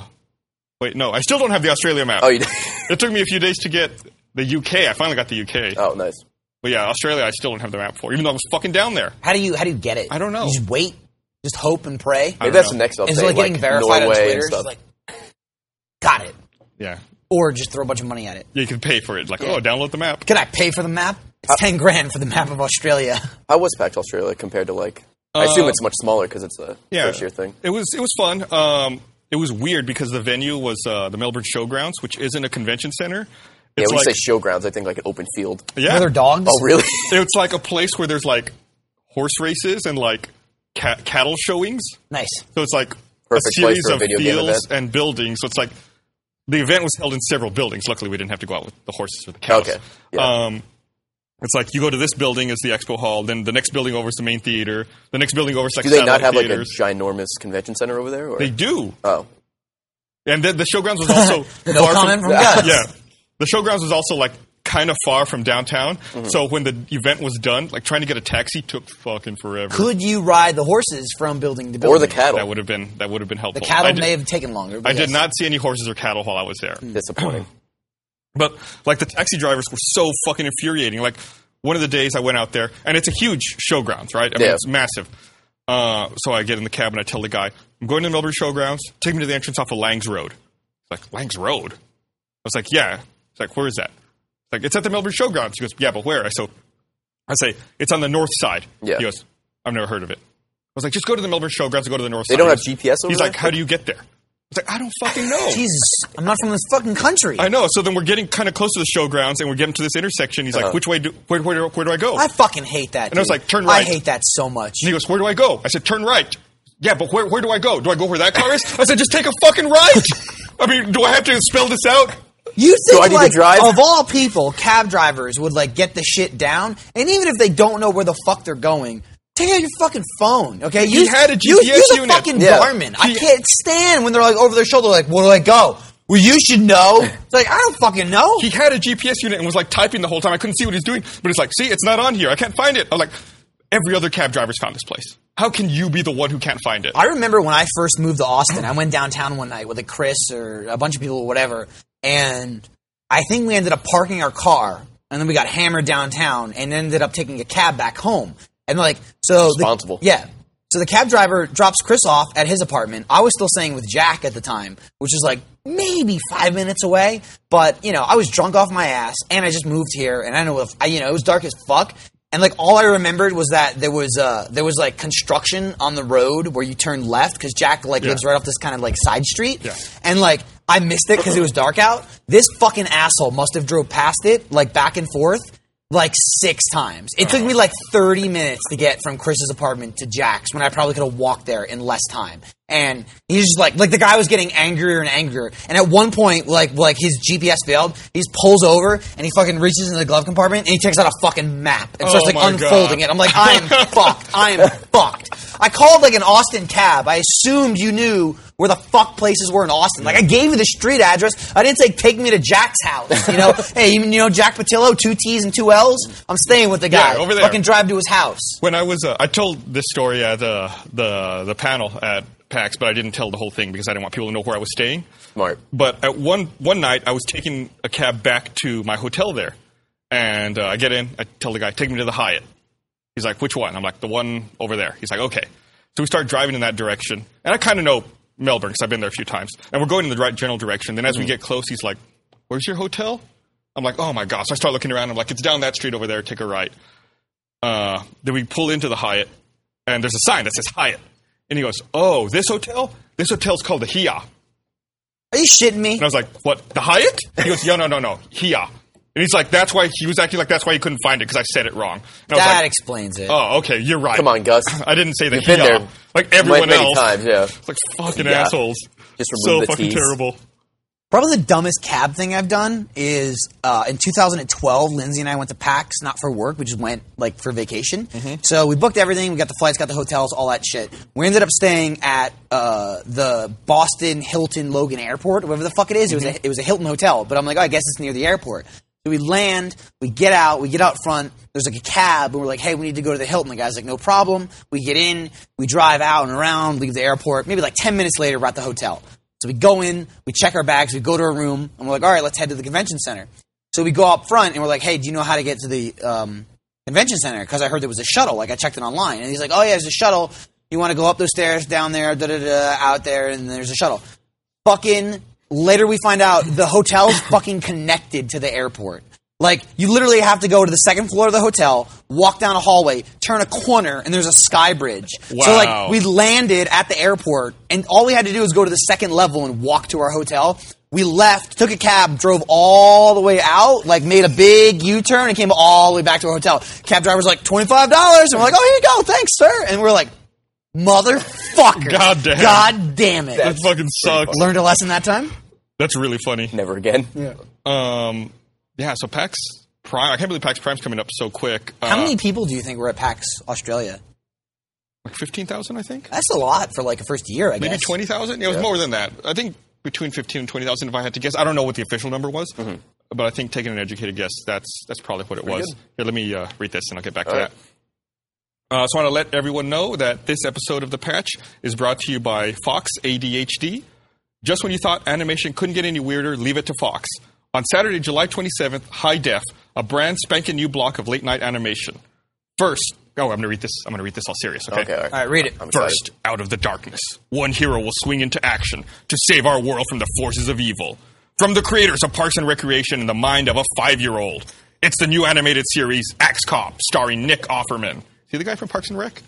[SPEAKER 1] wait, no, I still don't have the Australia map.
[SPEAKER 2] oh, you.
[SPEAKER 1] It took me a few days to get the UK. I finally got the UK.
[SPEAKER 2] oh, nice.
[SPEAKER 1] But yeah, Australia, I still don't have the map for, even though I was fucking down there.
[SPEAKER 4] How do you how do you get it?
[SPEAKER 1] I don't know.
[SPEAKER 4] You just wait, just hope and pray.
[SPEAKER 1] I
[SPEAKER 2] Maybe
[SPEAKER 1] don't
[SPEAKER 2] that's
[SPEAKER 1] know.
[SPEAKER 2] the next update.
[SPEAKER 4] Is it like getting verified
[SPEAKER 2] Norway
[SPEAKER 4] on
[SPEAKER 2] and
[SPEAKER 4] Twitter? It's
[SPEAKER 2] stuff.
[SPEAKER 4] like got it,
[SPEAKER 1] Yeah.
[SPEAKER 4] or just throw a bunch of money at it.
[SPEAKER 1] You can pay for it. Like, oh, download the map.
[SPEAKER 4] Can I pay for the map?
[SPEAKER 1] Uh,
[SPEAKER 4] It's ten grand for the map of Australia.
[SPEAKER 2] How was PAX Australia compared to like? I assume it's much smaller because it's a
[SPEAKER 1] Uh, Yeah.
[SPEAKER 2] first year thing.
[SPEAKER 1] It was, it was fun. Um, it was weird because the venue was uh, the Melbourne Showgrounds, which isn't a convention center.
[SPEAKER 2] Yeah,
[SPEAKER 1] It's
[SPEAKER 2] when
[SPEAKER 1] like,
[SPEAKER 2] you say showgrounds, I think like an open field.
[SPEAKER 1] yeah.
[SPEAKER 4] Are there dogs?
[SPEAKER 2] Oh, really?
[SPEAKER 1] It's like a place where there's like horse races and like ca- cattle showings.
[SPEAKER 4] Nice.
[SPEAKER 1] So it's like
[SPEAKER 2] Perfect
[SPEAKER 1] a
[SPEAKER 2] place
[SPEAKER 1] series
[SPEAKER 2] for a
[SPEAKER 1] of
[SPEAKER 2] video game
[SPEAKER 1] fields
[SPEAKER 2] event.
[SPEAKER 1] and buildings. So it's like the event was held in several buildings. Luckily, we didn't have to go out with the horses or the cows.
[SPEAKER 2] Okay, yeah.
[SPEAKER 1] Um, It's like you go to this building is the expo hall, then the next building over is the main theater, the next building over is like
[SPEAKER 2] Do they
[SPEAKER 1] satellite
[SPEAKER 2] not have like a
[SPEAKER 1] theaters.
[SPEAKER 2] ginormous convention center over there? Or?
[SPEAKER 1] They do,
[SPEAKER 2] oh,
[SPEAKER 1] and the, the showgrounds was also
[SPEAKER 4] No
[SPEAKER 1] far
[SPEAKER 4] comment from Gus.
[SPEAKER 1] yeah. The showgrounds was also like kind of far from downtown,
[SPEAKER 2] Mm-hmm.
[SPEAKER 1] so when the event was done, like trying to get a taxi took fucking forever.
[SPEAKER 3] Could you ride the horses from building to building?
[SPEAKER 2] or the cattle.
[SPEAKER 1] that would have been that would have been helpful.
[SPEAKER 3] The cattle
[SPEAKER 1] I did,
[SPEAKER 3] may have taken longer.
[SPEAKER 1] I
[SPEAKER 3] but
[SPEAKER 1] did
[SPEAKER 3] yes.
[SPEAKER 1] not see any horses or cattle while I was there.
[SPEAKER 2] Disappointing.
[SPEAKER 1] But like the taxi drivers were so fucking infuriating. Like one of the days I went out there, and it's a huge showgrounds, right? I mean,
[SPEAKER 2] Yeah.
[SPEAKER 1] it's massive. Uh, so I get in the cab and I tell the guy, "I'm going to the Melbourne Showgrounds. Take me to the entrance off of Langs Road." He's like Langs Road. I was like, "Yeah." He's like, "Where is that?" He's like, "It's at the Melbourne Showgrounds." He goes, "Yeah, but where?" I so I say, "It's on the north side."
[SPEAKER 2] Yeah.
[SPEAKER 1] He goes, "I've never heard of it." I was like, "Just go to the Melbourne Showgrounds and go to the north
[SPEAKER 2] They
[SPEAKER 1] side."
[SPEAKER 2] don't
[SPEAKER 1] He
[SPEAKER 2] have
[SPEAKER 1] goes-
[SPEAKER 2] GPS over
[SPEAKER 1] He's
[SPEAKER 2] there?
[SPEAKER 1] like, "How do you get there?" I was like, "I don't fucking know."
[SPEAKER 3] Jesus, I'm not from this fucking country.
[SPEAKER 1] I
[SPEAKER 3] I,
[SPEAKER 1] know. So then we're getting kind of close to the showgrounds, and we're getting to this intersection. He's like, "Which way? Do, where, where, do- where do I go?" and
[SPEAKER 3] fucking hate that.
[SPEAKER 1] And I was
[SPEAKER 3] dude.
[SPEAKER 1] like, turn right.
[SPEAKER 3] I hate that so much.
[SPEAKER 1] he goes, "Where do I go?" I said, "Turn right." Yeah, but where, where do I go? Do I go where that car is? I said, "Just take a fucking right." I mean, do I have to spell this out?
[SPEAKER 3] You
[SPEAKER 2] Do I
[SPEAKER 3] think
[SPEAKER 2] need to
[SPEAKER 3] like
[SPEAKER 2] drive?
[SPEAKER 3] of all people, cab drivers would like get the shit down, and even if they don't know where the fuck they're going, take out your fucking phone. Okay,
[SPEAKER 1] He had a
[SPEAKER 3] use,
[SPEAKER 1] GPS
[SPEAKER 3] use a
[SPEAKER 1] unit.
[SPEAKER 3] fucking
[SPEAKER 2] Yeah.
[SPEAKER 3] barman. I
[SPEAKER 1] He-
[SPEAKER 3] can't stand when they're like over their shoulder, like, "Where do I go?" Well, you should know. It's like I don't fucking know.
[SPEAKER 1] He had a GPS unit and was like typing the whole time. I couldn't see what he's doing, but it's like, "See, it's not on here. I can't find it." I'm like, "Every other cab driver's found this place. How can you be the one who can't find it?"
[SPEAKER 3] I remember when I first moved to Austin, I went downtown one night with a Chris or a bunch of people or whatever, and I think we ended up parking our car, and then we got hammered downtown, and ended up taking a cab back home. And like, so the-
[SPEAKER 2] Responsible.
[SPEAKER 3] yeah. So the cab driver drops Chris off at his apartment. I was still staying with Jack at the time, which is like maybe five minutes away. But you know, I was drunk off my ass, and I just moved here, and I know if I, you know, it was dark as fuck. And like all I remembered was that there was uh there was like construction on the road where you turn left because Jack like lives right off this kind of like side street.
[SPEAKER 1] Yeah.
[SPEAKER 3] And like I missed it because it was dark out. This fucking asshole must have drove past it like back and forth like six times. It took me like 30 minutes to get from Chris's apartment to Jack's when I probably could have walked there in less time. And he's just like, like the guy was getting angrier and angrier. And at one point, like, like his GPS failed. He just pulls over and he fucking reaches into the glove compartment and he takes out a fucking map and starts
[SPEAKER 1] Oh
[SPEAKER 3] like
[SPEAKER 1] my
[SPEAKER 3] unfolding
[SPEAKER 1] God.
[SPEAKER 3] it. I'm like, I am fucked. I am fucked. I called like an Austin cab. I assumed you knew where the fuck places were in Austin. Like I gave you the street address. I didn't say take me to Jack's house. You know, hey, you know Jack Patillo, two T's and two L's. I'm staying with the guy.
[SPEAKER 1] Yeah, over there.
[SPEAKER 3] Fucking drive to his house.
[SPEAKER 1] when I was, uh, I told this story at uh, the the panel at PAX, but I didn't tell the whole thing because I didn't want people to know where I was staying.
[SPEAKER 2] Smart.
[SPEAKER 1] But at one one night, I was taking a cab back to my hotel there, and uh, I get in. I tell the guy, "Take me to the Hyatt." He's like, "Which one?" I'm like, "The one over there." He's like, "Okay." So we start driving in that direction, and I kind of know Melbourne because I've been there a few times. And we're going in the right general direction. Then as we get close, he's like, "Where's your hotel?" I'm like, "Oh my gosh!" So I start looking around. I'm like, "It's down that street over there. Take a right." uh, then we pull into the Hyatt, and there's a sign that says Hyatt. And he goes, Oh, this hotel? This hotel's called the Hia. And
[SPEAKER 3] Are you shitting me?
[SPEAKER 1] I was like, What? The Hyatt? He goes, Yeah, no, no, no, Hia. And he's like, That's why he was acting like that's why he couldn't find it because I said it wrong. And I was
[SPEAKER 3] that
[SPEAKER 1] like,
[SPEAKER 3] explains it.
[SPEAKER 1] Oh, okay, you're right.
[SPEAKER 2] Come on, Gus.
[SPEAKER 1] I didn't say the
[SPEAKER 2] You've been
[SPEAKER 1] Hia.
[SPEAKER 2] there
[SPEAKER 1] Like everyone
[SPEAKER 2] many
[SPEAKER 1] else.
[SPEAKER 2] times, yeah.
[SPEAKER 1] It's like fucking
[SPEAKER 2] Yeah.
[SPEAKER 1] assholes.
[SPEAKER 2] Just
[SPEAKER 1] so
[SPEAKER 2] remove the
[SPEAKER 1] fucking
[SPEAKER 2] Ts.
[SPEAKER 1] terrible.
[SPEAKER 3] Probably the dumbest cab thing I've done is uh, in 2012. Lindsay and I went to PAX, not for work, we just went like for vacation. So we booked everything. We got the flights, got the hotels, all that shit. We ended up staying at uh, the Boston Hilton Logan Airport, whatever the fuck it is. It was a, it was a Hilton hotel, but I'm like, oh, I guess it's near the airport. So we land, we get out, we get out front. There's like a cab, and we're like, "Hey, we need to go to the Hilton." The guy's like, "No problem." We get in, we drive out and around, leave the airport. Maybe like ten minutes later, we're at the hotel. So we go in, we check our bags, we go to a room, and we're like, all right, let's head to the convention center. So we go up front and we're like, hey, do you know how to get to the um, convention center? Because I heard there was a shuttle. Like I checked it online, and he's like, oh yeah, there's a shuttle. You want to go up those stairs, down there, da da da, out there, and there's a shuttle. Fucking later, we find out the hotel's fucking connected to the airport. Like you literally have to go to the second floor of the hotel, walk down a hallway, turn a corner, and there's a sky bridge. So
[SPEAKER 1] Wow.
[SPEAKER 3] like we landed at the airport, and all we had to do was go to the second level and walk to our hotel. We left, took a cab, drove all the way out, like made a big U turn, and came all the way back to our hotel. Cab driver's like twenty five dollars, and we're like, "Oh, here you go, thanks, sir." And we're like, "Motherfucker,
[SPEAKER 1] God damn.
[SPEAKER 3] God damn it!"
[SPEAKER 1] That fucking sucks.
[SPEAKER 3] Learned a lesson that time.
[SPEAKER 1] That's really funny.
[SPEAKER 2] Never again.
[SPEAKER 1] Um, yeah, so PAX Prime. I can't believe PAX Prime's coming up so quick.
[SPEAKER 3] How
[SPEAKER 1] Uh,
[SPEAKER 3] many people do you think were at PAX Australia?
[SPEAKER 1] Like fifteen thousand, I think.
[SPEAKER 3] That's a lot for like a first year, I
[SPEAKER 1] Maybe
[SPEAKER 3] guess.
[SPEAKER 1] twenty thousand. It was more than that. I think between fifteen and twenty thousand, if I had to guess. I don't know what the official number was,
[SPEAKER 2] Mm-hmm.
[SPEAKER 1] but I think taking an educated guess, that's that's probably what it was.
[SPEAKER 2] good.
[SPEAKER 1] Here, let me uh, read this, and I'll get back to
[SPEAKER 2] All right.
[SPEAKER 1] that. Uh, so I want to let everyone know that this episode of The Patch is brought to you by Fox ADHD. Just when you thought animation couldn't get any weirder, leave it to Fox. On Saturday, July 27th, High Def, a brand spanking new block of late night animation. First, oh, I'm going to read this. I'm going to read this all serious. Okay.
[SPEAKER 2] Okay, all right.
[SPEAKER 3] All right, read it.
[SPEAKER 2] I'm excited.
[SPEAKER 1] First, out of the darkness, one hero will swing into action to save our world from the forces of evil. From the creators of Parks and Recreation in the mind of a five year old, it's the new animated series Axe Cop, starring Nick Offerman. See the guy from Parks and Rec? Nick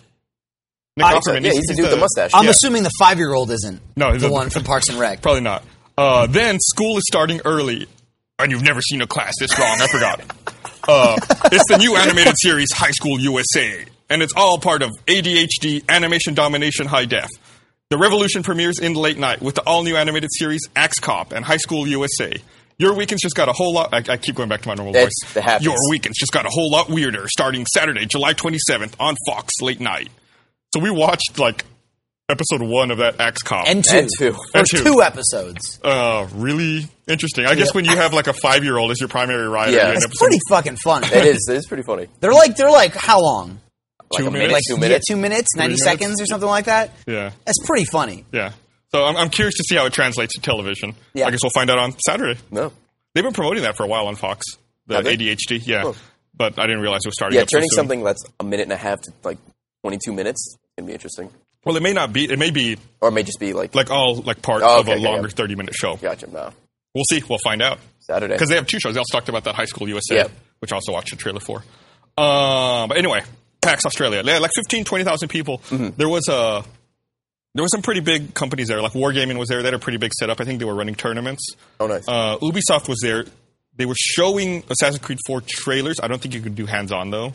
[SPEAKER 2] Yeah, Ah, he's the dude with the mustache.
[SPEAKER 3] I'm
[SPEAKER 1] Yeah.
[SPEAKER 3] assuming the five year old isn't
[SPEAKER 1] No, he's
[SPEAKER 3] the
[SPEAKER 1] not-
[SPEAKER 3] one from Parks and Rec.
[SPEAKER 1] Probably not. Uh, then school is starting early, and you've never seen a class this long. I forgot. Uh, it's the new animated series High School USA, and it's all part of ADHD Animation Domination High Def. The revolution premieres in late night with the all new animated series Axe Cop and High School USA. Your weekend's just got a whole lot. I, I keep going back to my normal
[SPEAKER 2] That's-
[SPEAKER 1] voice.
[SPEAKER 2] that happens.
[SPEAKER 1] Your weekend's just got a whole lot weirder. Starting Saturday, July twenty seventh on Fox late night. So we watched like episode one of that Axe Cop
[SPEAKER 3] And two.
[SPEAKER 2] And two.
[SPEAKER 3] There's
[SPEAKER 1] And two.
[SPEAKER 3] two episodes.
[SPEAKER 1] uh, really interesting. I guess when you have like a five year old as your primary rider,
[SPEAKER 2] Yeah.
[SPEAKER 1] you end
[SPEAKER 2] It's
[SPEAKER 1] up
[SPEAKER 3] It's pretty fucking fun.
[SPEAKER 2] It is. It is pretty funny.
[SPEAKER 3] They're like they're like how long?
[SPEAKER 2] Like
[SPEAKER 1] Two
[SPEAKER 2] a minute,
[SPEAKER 1] minutes?
[SPEAKER 2] two
[SPEAKER 3] Yeah,
[SPEAKER 2] minutes.
[SPEAKER 3] two minutes, ninety
[SPEAKER 1] minutes?
[SPEAKER 3] seconds, or something like that.
[SPEAKER 1] Yeah.
[SPEAKER 3] that's pretty funny.
[SPEAKER 1] yeah. So I'm, I'm curious to see how it translates to television.
[SPEAKER 3] Yeah.
[SPEAKER 1] I guess we'll find out on Saturday.
[SPEAKER 2] No.
[SPEAKER 1] They've been promoting that for a while on Fox, the
[SPEAKER 2] Have they?
[SPEAKER 1] ADHD. Yeah,
[SPEAKER 2] Oh.
[SPEAKER 1] but I didn't realize it was starting.
[SPEAKER 2] Yeah,
[SPEAKER 1] up so
[SPEAKER 2] turning
[SPEAKER 1] soon.
[SPEAKER 2] something that's a minute and a half to like 22 minutes can be interesting,
[SPEAKER 1] Well, it may not be. It may be
[SPEAKER 2] or it may just be like,
[SPEAKER 1] like all like part
[SPEAKER 2] Oh,
[SPEAKER 1] of
[SPEAKER 2] okay,
[SPEAKER 1] a
[SPEAKER 2] okay,
[SPEAKER 1] longer
[SPEAKER 2] yeah.
[SPEAKER 1] thirty minute show.
[SPEAKER 2] gotcha, no,
[SPEAKER 1] We'll see. We'll find out
[SPEAKER 2] Saturday.
[SPEAKER 1] because they have two shows. They also talked about that High School USA,
[SPEAKER 2] Yep.
[SPEAKER 1] which I also watched a trailer for. Uh, but anyway, PAX Australia, Yeah, like 15, 20,000 people. There was a there were some pretty big companies there. Like Wargaming was there. They had a pretty big setup. I think they were running tournaments.
[SPEAKER 2] Oh, nice.
[SPEAKER 1] Uh, Ubisoft was there. They were showing Assassin's Creed 4 trailers. I don't think you could do hands on though.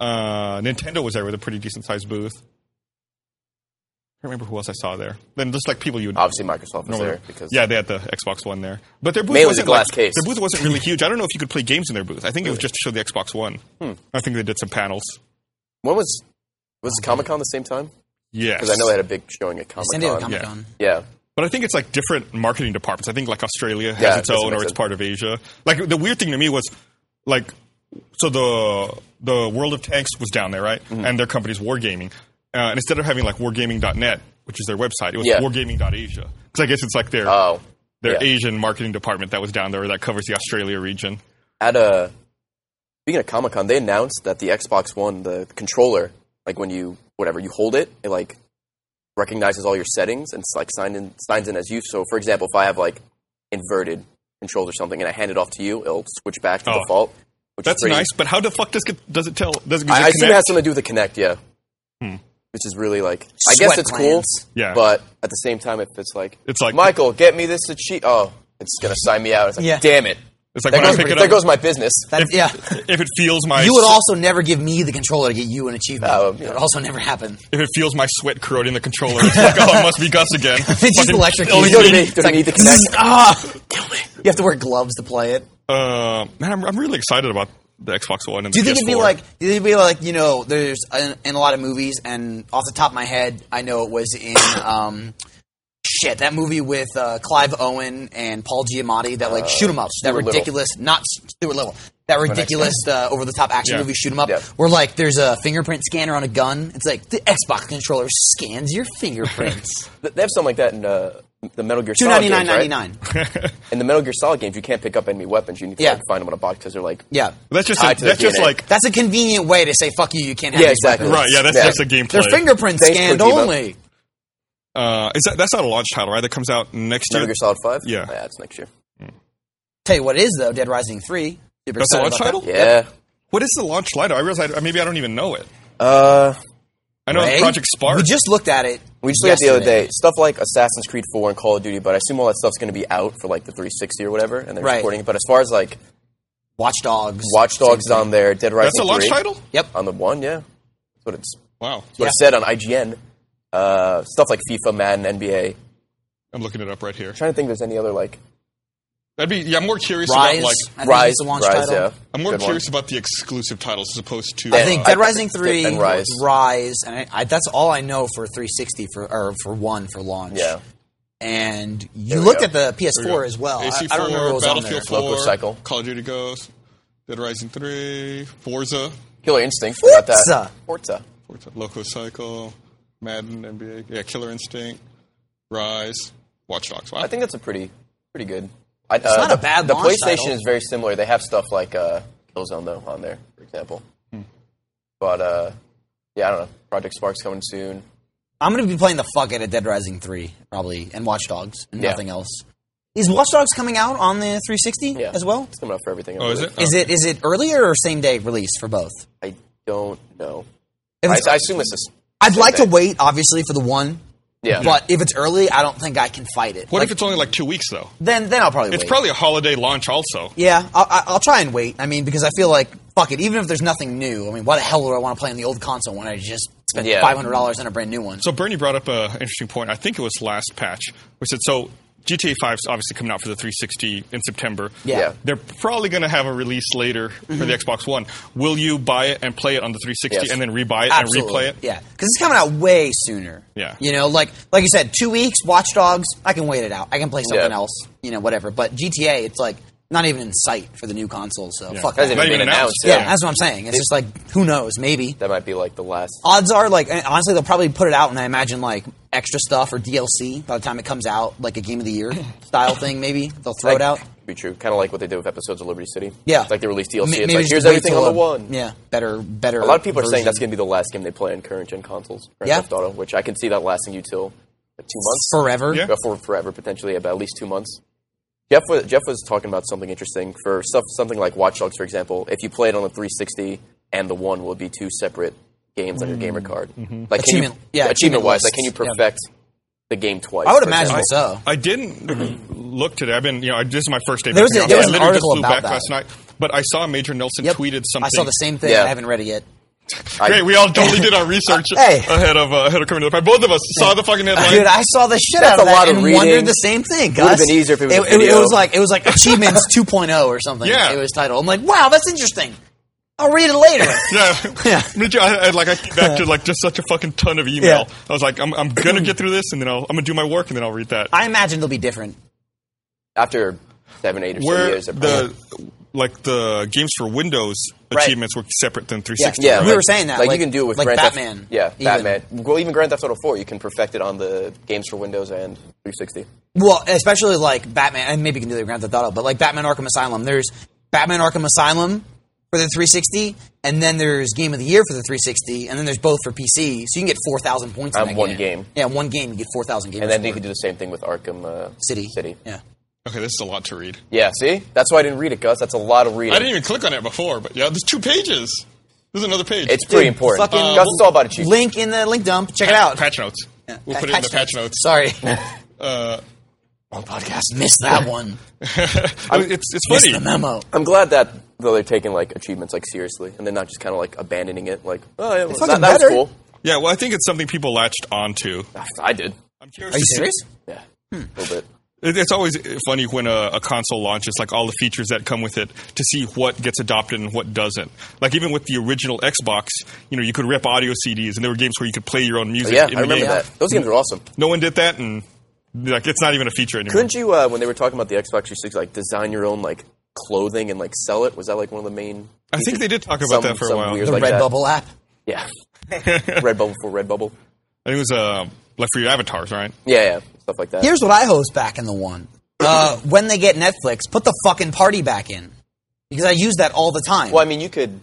[SPEAKER 1] Uh, Nintendo was there with a pretty decent sized booth. I can't remember who else I saw there. Then just like people you would
[SPEAKER 2] Obviously, Microsoft was
[SPEAKER 1] normally-
[SPEAKER 2] there because
[SPEAKER 1] yeah, they had the Xbox One there, but their booth
[SPEAKER 2] Mainly the
[SPEAKER 1] wasn't
[SPEAKER 2] glass
[SPEAKER 1] like-
[SPEAKER 2] case.
[SPEAKER 1] Their booth wasn't really huge. I don't know if you could play games in their booth. I think it was just to show the Xbox One.
[SPEAKER 2] Hmm.
[SPEAKER 1] I think they did some panels.
[SPEAKER 2] when was was Comic Con the same time?
[SPEAKER 1] Yes,
[SPEAKER 2] Because I know they had a big showing at Comic
[SPEAKER 3] San Diego
[SPEAKER 2] Con.
[SPEAKER 3] Comic
[SPEAKER 1] Yeah.
[SPEAKER 3] Con.
[SPEAKER 2] Yeah,
[SPEAKER 1] But I think it's like different marketing departments. I think like Australia has
[SPEAKER 2] Yeah,
[SPEAKER 1] its
[SPEAKER 2] it doesn't
[SPEAKER 1] own, or
[SPEAKER 2] make
[SPEAKER 1] it's
[SPEAKER 2] sense.
[SPEAKER 1] part of Asia. Like the weird thing to me was like so the the World of Tanks was down there, right?
[SPEAKER 2] Mm-hmm.
[SPEAKER 1] And their company's Wargaming, uh, and instead of having like Wargaming.net, which is their website, it was
[SPEAKER 2] Yeah.
[SPEAKER 1] Wargaming.asia because I guess it's like their
[SPEAKER 2] Oh,
[SPEAKER 1] their
[SPEAKER 2] yeah.
[SPEAKER 1] Asian marketing department that was down there that covers the Australia region.
[SPEAKER 2] at a speaking of Comic Con, they announced that the Xbox One, the controller, like when you whatever you hold it, it like recognizes all your settings and it's like sign in signs in as you. So, for example, if I have like inverted controls or something, and I hand it off to you, it'll switch back to
[SPEAKER 1] Oh.
[SPEAKER 2] default. Which
[SPEAKER 1] That's
[SPEAKER 2] is pretty,
[SPEAKER 1] nice, but how the fuck does it does it tell? Does it, does
[SPEAKER 2] I,
[SPEAKER 1] it
[SPEAKER 2] I assume it
[SPEAKER 1] connect?
[SPEAKER 2] has something to do with the Connect, yeah.
[SPEAKER 1] Hmm.
[SPEAKER 2] Which is really like I guess
[SPEAKER 3] Sweat
[SPEAKER 2] it's
[SPEAKER 3] glands.
[SPEAKER 2] cool,
[SPEAKER 1] Yeah.
[SPEAKER 2] But at the same time, if it's like
[SPEAKER 1] It's like-
[SPEAKER 2] Michael, get me this achieve. Oh, it's gonna sign me out. It's like
[SPEAKER 3] Yeah.
[SPEAKER 2] damn it.
[SPEAKER 1] It's like
[SPEAKER 2] There
[SPEAKER 1] when I
[SPEAKER 2] goes,
[SPEAKER 1] pick it
[SPEAKER 2] there
[SPEAKER 1] up.
[SPEAKER 2] goes my business.
[SPEAKER 3] That,
[SPEAKER 1] if,
[SPEAKER 3] yeah.
[SPEAKER 1] if it feels my
[SPEAKER 3] You would also never give me the controller to get you an achievement.
[SPEAKER 2] Oh,
[SPEAKER 3] It
[SPEAKER 2] yeah.
[SPEAKER 3] would also never happen.
[SPEAKER 1] if it feels my sweat corroding the controller, it's like oh, it must be Gus again.
[SPEAKER 3] It's just
[SPEAKER 1] Fucking- oh,
[SPEAKER 3] electric.
[SPEAKER 1] only
[SPEAKER 2] You don't
[SPEAKER 1] me.
[SPEAKER 2] need, don't need the Connect.
[SPEAKER 3] Ah, you have to wear gloves to play it.
[SPEAKER 1] Uh, man, I'm, I'm really excited about the Xbox One. And
[SPEAKER 3] Do you
[SPEAKER 1] the
[SPEAKER 3] think it'd be
[SPEAKER 1] PS4.
[SPEAKER 3] like? Do you think it'd be like? You know, there's in, in a lot of movies, and off the top of my head, I know it was in um, shit that movie with uh, Clive Owen and Paul Giamatti that like shoot 'em up. That
[SPEAKER 2] Uh, Little.
[SPEAKER 3] ridiculous, not Stuart Little. That ridiculous uh, over the top action
[SPEAKER 1] Yeah.
[SPEAKER 3] movie shoot 'em up,
[SPEAKER 2] Yeah.
[SPEAKER 3] where like there's a fingerprint scanner on a gun. It's like the Xbox controller scans your fingerprints.
[SPEAKER 2] Th- They have something like that in uh, the Metal Gear
[SPEAKER 3] Two
[SPEAKER 2] Solid
[SPEAKER 3] ninety
[SPEAKER 2] games,
[SPEAKER 3] nine ninety
[SPEAKER 2] right?
[SPEAKER 3] nine.
[SPEAKER 2] In the Metal Gear Solid games, you can't pick up enemy weapons. You need to
[SPEAKER 3] Yeah.
[SPEAKER 2] like, find them on a box because they're like
[SPEAKER 3] Yeah,
[SPEAKER 1] that's just
[SPEAKER 2] tied
[SPEAKER 1] a,
[SPEAKER 2] to the
[SPEAKER 1] that's just
[SPEAKER 2] DNA.
[SPEAKER 1] like
[SPEAKER 3] that's a convenient way to say fuck you. You can't have
[SPEAKER 2] yeah,
[SPEAKER 3] these
[SPEAKER 2] exactly.
[SPEAKER 3] weapons.
[SPEAKER 1] right. Yeah, that's
[SPEAKER 2] Yeah.
[SPEAKER 1] just a gameplay.
[SPEAKER 3] They're fingerprint
[SPEAKER 2] Thanks,
[SPEAKER 3] scanned
[SPEAKER 2] Kojima.
[SPEAKER 3] only.
[SPEAKER 1] Uh, is that that's not a launch title, right? That comes out next
[SPEAKER 2] Metal
[SPEAKER 1] year.
[SPEAKER 2] Gear Solid Five. Oh,
[SPEAKER 1] Yeah.
[SPEAKER 2] yeah, it's next year.
[SPEAKER 3] Tell you what is though, Dead Rising three. Super
[SPEAKER 1] That's the launch
[SPEAKER 3] excited about that.
[SPEAKER 1] title.
[SPEAKER 2] Yeah,
[SPEAKER 1] What is the launch title? I realize I, maybe I don't even know it.
[SPEAKER 2] uh,
[SPEAKER 1] I know
[SPEAKER 3] Ray?
[SPEAKER 1] Project Spark.
[SPEAKER 3] We just looked at it.
[SPEAKER 2] we just looked at the other
[SPEAKER 3] yesterday.
[SPEAKER 2] day stuff like Assassin's Creed Four and Call of Duty, but I assume all that stuff's going to be out for like the 360 or whatever, and they're
[SPEAKER 3] Right.
[SPEAKER 2] supporting it. But as far as like
[SPEAKER 3] Watch Dogs.
[SPEAKER 2] Watch Dogs is on there, Dead Rising
[SPEAKER 1] that's a launch
[SPEAKER 2] 3,
[SPEAKER 1] title.
[SPEAKER 3] Yep.
[SPEAKER 2] on the one, yeah. That's what it's
[SPEAKER 1] Wow,
[SPEAKER 2] what it said on IGN. Uh, stuff like FIFA, Madden, NBA.
[SPEAKER 1] I'm looking it up right here.
[SPEAKER 2] trying to think if there's any other like
[SPEAKER 1] That'd be. Yeah, I'm more curious
[SPEAKER 3] Rise,
[SPEAKER 1] about like.
[SPEAKER 3] I think
[SPEAKER 2] Rise,
[SPEAKER 3] it's the launch
[SPEAKER 2] Rise,
[SPEAKER 3] title.
[SPEAKER 2] yeah.
[SPEAKER 1] I'm more
[SPEAKER 2] Good one.
[SPEAKER 1] curious about the exclusive titles as opposed to.
[SPEAKER 3] I think
[SPEAKER 1] uh,
[SPEAKER 3] Dead
[SPEAKER 2] I-
[SPEAKER 3] Rising three,
[SPEAKER 2] and Rise.
[SPEAKER 3] Rise, and I, I, that's all I know for 360 for or for one for launch.
[SPEAKER 2] Yeah.
[SPEAKER 3] and
[SPEAKER 2] There
[SPEAKER 3] you
[SPEAKER 2] we
[SPEAKER 3] looked
[SPEAKER 2] go.
[SPEAKER 3] at the PS4
[SPEAKER 1] yeah.
[SPEAKER 3] as well. I-
[SPEAKER 1] AC4,
[SPEAKER 3] I, don't remember what was on there.
[SPEAKER 1] Battlefield 4,
[SPEAKER 2] Local Cycle.
[SPEAKER 1] Call of Duty Ghost, Dead Rising 3, Forza,
[SPEAKER 2] Killer Instinct. Forza.
[SPEAKER 3] Forza.
[SPEAKER 2] That. Forza.
[SPEAKER 1] Forza Loco Cycle, Madden, NBA, yeah, Killer Instinct, Rise, Watch Dogs. Wow.
[SPEAKER 2] I think that's a pretty pretty good. I, it's
[SPEAKER 3] not
[SPEAKER 2] the,
[SPEAKER 3] a bad
[SPEAKER 2] The
[SPEAKER 3] launch
[SPEAKER 2] PlayStation
[SPEAKER 3] title.
[SPEAKER 2] is very similar. They have stuff like uh, Killzone though on there, for example.
[SPEAKER 1] Hmm.
[SPEAKER 2] But uh, yeah, I don't know. Project Spark's coming soon.
[SPEAKER 3] I'm going to be playing the fuck out of Dead Rising three probably, and Watch Dogs, and
[SPEAKER 2] Yeah.
[SPEAKER 3] nothing else. Is Watch Dogs coming out on the 360
[SPEAKER 2] Yeah, Uh-huh.
[SPEAKER 3] as well?
[SPEAKER 2] It's coming out for everything. I
[SPEAKER 1] oh, is it?
[SPEAKER 2] believe.
[SPEAKER 1] Oh.
[SPEAKER 3] Is it is it earlier or same day release for both?
[SPEAKER 2] I don't know.
[SPEAKER 3] If
[SPEAKER 2] I,
[SPEAKER 3] it's-
[SPEAKER 2] I assume it's just.
[SPEAKER 3] I'd like to
[SPEAKER 2] day.
[SPEAKER 3] wait, obviously, for the one.
[SPEAKER 2] Yeah.
[SPEAKER 3] But if it's early, I don't think I can fight it.
[SPEAKER 1] What
[SPEAKER 3] Like,
[SPEAKER 1] if it's only like two weeks, though?
[SPEAKER 3] then? Then I'll probably
[SPEAKER 1] It's
[SPEAKER 3] wait.
[SPEAKER 1] probably a holiday launch, also.
[SPEAKER 3] yeah. I'll, I- I'll try and wait. I mean, because I feel like fuck it. Even if there's nothing new, I mean, why the hell would I want to play on the old console when I just spent
[SPEAKER 2] Yeah.
[SPEAKER 3] five hundred dollars on a brand new one?
[SPEAKER 1] So Bernie brought up an interesting point. I think it was last patch. We said so. GTA 5 is obviously coming out for the 360 in September.
[SPEAKER 3] Yeah. Mm-hmm.
[SPEAKER 2] Yeah.
[SPEAKER 1] They're probably going to have a release later for the Xbox One. Will you buy it and play it on the 360
[SPEAKER 2] Yes.
[SPEAKER 1] and then rebuy it
[SPEAKER 3] Absolutely.
[SPEAKER 1] and replay it?
[SPEAKER 3] Yeah, because it's coming out way sooner.
[SPEAKER 1] Yeah.
[SPEAKER 3] you know, like like you said, two weeks. Watch Dogs. I can wait it out. I can play something
[SPEAKER 2] Yeah.
[SPEAKER 3] else. You know, whatever. But GTA, it's like not even in sight for the new console. So fuck that.
[SPEAKER 2] Hasn't
[SPEAKER 1] Not
[SPEAKER 2] even
[SPEAKER 1] even
[SPEAKER 2] been announced.
[SPEAKER 1] announced,
[SPEAKER 3] yeah,
[SPEAKER 2] yeah.
[SPEAKER 3] that's what I'm saying. It's just like who knows? Maybe
[SPEAKER 2] that might be like the last.
[SPEAKER 3] odds are like and honestly they'll probably put it out and i imagine like extra stuff or dlc by the time it comes out like a game of the year style thing maybe they'll throw it out
[SPEAKER 2] Be true. Kind of like what they did with episodes of Liberty City.
[SPEAKER 3] Yeah.
[SPEAKER 2] It's like they released
[SPEAKER 3] Ma-
[SPEAKER 2] DLC. it's
[SPEAKER 3] maybe
[SPEAKER 2] like
[SPEAKER 3] just
[SPEAKER 2] here's
[SPEAKER 3] wait
[SPEAKER 2] everything
[SPEAKER 3] till
[SPEAKER 2] on the
[SPEAKER 3] a-
[SPEAKER 2] one.
[SPEAKER 3] yeah better better
[SPEAKER 2] A lot of people are saying
[SPEAKER 3] version.
[SPEAKER 2] that's going to be the last game they play in current gen consoles. Grand
[SPEAKER 3] Yeah.
[SPEAKER 2] Theft Auto, which I can see that lasting you till like, two months.
[SPEAKER 3] forever
[SPEAKER 1] Yeah.
[SPEAKER 2] Uh, for forever potentially, about at least two months. Jeff was, Jeff was talking about something interesting for stuff, something like Watch Dogs, for example. If you play it on the 360 and the one, will be two separate games on your gamer card. Like can
[SPEAKER 3] Achievement-
[SPEAKER 2] you,
[SPEAKER 3] yeah, achievement
[SPEAKER 2] wise,
[SPEAKER 3] lists.
[SPEAKER 2] like can you
[SPEAKER 3] Yeah.
[SPEAKER 2] perfect the game twice?
[SPEAKER 3] i would
[SPEAKER 2] for
[SPEAKER 3] imagine
[SPEAKER 2] example?
[SPEAKER 3] so
[SPEAKER 1] I didn't look today. I've been, you know, I, this is my first day.
[SPEAKER 3] There
[SPEAKER 1] back
[SPEAKER 3] was a-
[SPEAKER 1] in the
[SPEAKER 3] there
[SPEAKER 1] office.
[SPEAKER 3] was
[SPEAKER 1] I
[SPEAKER 3] an
[SPEAKER 1] literally just
[SPEAKER 3] article
[SPEAKER 1] flew
[SPEAKER 3] about
[SPEAKER 1] back
[SPEAKER 3] that.
[SPEAKER 1] last night, but I saw Major Nelson
[SPEAKER 3] Yep.
[SPEAKER 1] tweeted something.
[SPEAKER 3] i saw the same thing
[SPEAKER 2] Yeah.
[SPEAKER 3] i haven't read it yet
[SPEAKER 1] Great, we all totally did our research
[SPEAKER 3] Hey.
[SPEAKER 1] ahead of uh, ahead of coming to the pod. Both of us saw the fucking headline.
[SPEAKER 3] Dude, I saw the shit
[SPEAKER 2] That's
[SPEAKER 3] out of
[SPEAKER 2] a
[SPEAKER 3] that
[SPEAKER 2] lot of
[SPEAKER 3] and
[SPEAKER 2] reading.
[SPEAKER 3] wondered the same thing.
[SPEAKER 2] Would've
[SPEAKER 3] Gus.
[SPEAKER 2] been easier if it was a
[SPEAKER 3] it, it
[SPEAKER 2] video.
[SPEAKER 3] was like it was like achievements 2.0 or something.
[SPEAKER 1] Yeah.
[SPEAKER 3] it was titled. I'm like, wow, that's interesting. I'll read it later.
[SPEAKER 1] Yeah.
[SPEAKER 3] Yeah.
[SPEAKER 1] Me too. I, I, like I came back to like just such a fucking ton of email.
[SPEAKER 3] Yeah.
[SPEAKER 1] I was like, I'm, I'm gonna get through this, and then I'll, I'm gonna do my work, and then I'll read that.
[SPEAKER 3] I imagine they'll be different.
[SPEAKER 2] After seven, eight, or so
[SPEAKER 1] Where
[SPEAKER 2] years, they're probably-
[SPEAKER 1] the like the games for Windows
[SPEAKER 3] Right.
[SPEAKER 1] achievements were separate than 360.
[SPEAKER 2] yeah,
[SPEAKER 3] we
[SPEAKER 2] like-
[SPEAKER 3] were saying that,
[SPEAKER 2] Like,
[SPEAKER 3] like-
[SPEAKER 2] you can do it with
[SPEAKER 3] like
[SPEAKER 2] Grand Theft-
[SPEAKER 3] Batman,
[SPEAKER 2] yeah,
[SPEAKER 3] even.
[SPEAKER 2] Batman. Well, even Grand Theft Auto 4, you can perfect it on the games for Windows and 360.
[SPEAKER 3] Well, especially like Batman, and maybe you can do the Grand Theft Auto, but like Batman Arkham Asylum, there's Batman Arkham Asylum for the 360, and then there's Game of the Year for the 360, and then there's both for PC. So you can get 4,000 points in
[SPEAKER 2] On
[SPEAKER 3] that
[SPEAKER 2] one game.
[SPEAKER 3] Yeah, in one game, you get 4,000 games.
[SPEAKER 2] And then you can do the same thing with Arkham uh,
[SPEAKER 3] City.
[SPEAKER 2] City.
[SPEAKER 3] Yeah.
[SPEAKER 1] Okay, this is a lot to read.
[SPEAKER 2] Yeah, see? That's why I didn't read it, Gus. That's a lot of reading.
[SPEAKER 1] I didn't even click on it before, but yeah, there's two pages. There's another page.
[SPEAKER 2] It's pretty important.
[SPEAKER 3] fucking-
[SPEAKER 2] Gus, it's all about achievement.
[SPEAKER 3] Link in the link dump. Check it out.
[SPEAKER 1] Patch notes. We'll put it in the patch notes.
[SPEAKER 3] Sorry.
[SPEAKER 1] Uh,
[SPEAKER 3] Wrong podcast. Missed that one.
[SPEAKER 1] it's it's
[SPEAKER 3] Missed
[SPEAKER 1] funty.
[SPEAKER 3] the memo.
[SPEAKER 2] I'm glad that though they're taking like achievements like seriously, and they're not just kind of like abandoning it. Like, oh yeah, well, that,
[SPEAKER 3] fucking
[SPEAKER 2] that
[SPEAKER 3] better.
[SPEAKER 2] was cool.
[SPEAKER 1] Yeah, well, I think it's something people latched onto.
[SPEAKER 2] I did.
[SPEAKER 1] I'm curious.
[SPEAKER 3] Are you
[SPEAKER 1] to see-
[SPEAKER 3] serious?
[SPEAKER 2] Yeah,
[SPEAKER 3] Hmm.
[SPEAKER 2] a little bit.
[SPEAKER 1] It- It's always funny when a, a console launches, like all the features that come with it, to see what gets adopted and what doesn't. Like even with the original Xbox, you know, you could rip audio CDs, and there were games where you could play your own music.
[SPEAKER 2] yeah, I
[SPEAKER 1] in the game.
[SPEAKER 2] remember that. Those games were awesome.
[SPEAKER 1] No one did that, and like it's not even a feature anymore.
[SPEAKER 2] Couldn't you, uh, when they were talking about the Xbox 360, like design your own like clothing and like sell it? Was that like one of the main?
[SPEAKER 1] I think they did talk about
[SPEAKER 2] Some-
[SPEAKER 1] that for a
[SPEAKER 2] some
[SPEAKER 1] while.
[SPEAKER 2] weird-
[SPEAKER 3] The
[SPEAKER 2] Like that.
[SPEAKER 3] Redbubble app.
[SPEAKER 2] Yeah, Redbubble for Redbubble.
[SPEAKER 1] I think it was uh, like for your avatars, right?
[SPEAKER 2] Yeah, yeah, stuff like that.
[SPEAKER 3] Here's what I host back in the one. Uh, when they get Netflix, put the fucking party back in. Because I use that all the time.
[SPEAKER 2] Well, I mean, you could.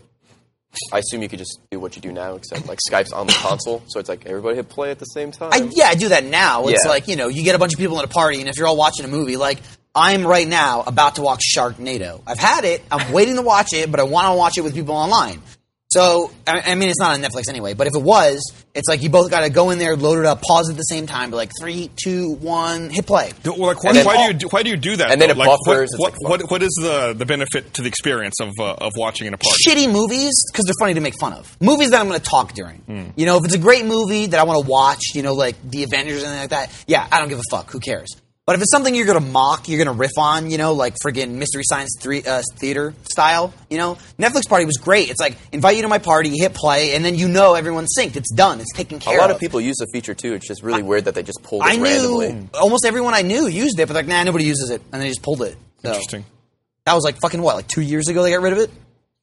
[SPEAKER 2] I assume you could just do what you do now, except like Skype's on the console, so it's like everybody hit play at the same time.
[SPEAKER 3] I, yeah, I do that now. It's
[SPEAKER 2] Yeah.
[SPEAKER 3] like, you know, you get a bunch of people at a party, and if you're all watching a movie, like, I'm right now about to watch Sharknado. I've had it, I'm waiting to watch it, but I want to watch it with people online. So, I, I mean, it's not on Netflix anyway, but if it was, it's like you both got to go in there, load it up, pause at the same time, be like, three, two, one, hit play.
[SPEAKER 1] Like, why,
[SPEAKER 2] And then-
[SPEAKER 1] why do you do, why do you do that?
[SPEAKER 2] And then
[SPEAKER 1] though?
[SPEAKER 2] it
[SPEAKER 1] Like, what-
[SPEAKER 2] buffers, it's
[SPEAKER 1] What,
[SPEAKER 2] like fun.
[SPEAKER 1] what, what is the the benefit to the experience of uh, of watching in a party?
[SPEAKER 3] shitty movies because they're funny to make fun of. Movies that I'm going to talk during.
[SPEAKER 2] Hmm.
[SPEAKER 3] You know, if it's a great movie that I want to watch, you know, like The Avengers and like that. Yeah, I don't give a fuck. Who cares? But if it's something you're gonna mock, you're gonna riff on, you know, like friggin' Mystery Science three, uh, Theater style, you know, Netflix Party was great. It's like invite you to my party, you hit play, and then you know everyone's synced. It's done. It's taken
[SPEAKER 2] A
[SPEAKER 3] care
[SPEAKER 2] lot of people use the feature too. It's just really weird that they just pulled it
[SPEAKER 3] I knew
[SPEAKER 2] randomly.
[SPEAKER 3] almost everyone I knew used it, but like, nah, nobody uses it, and they just pulled it. So
[SPEAKER 1] Interesting.
[SPEAKER 3] That was like fucking what, like two years ago they got rid of it.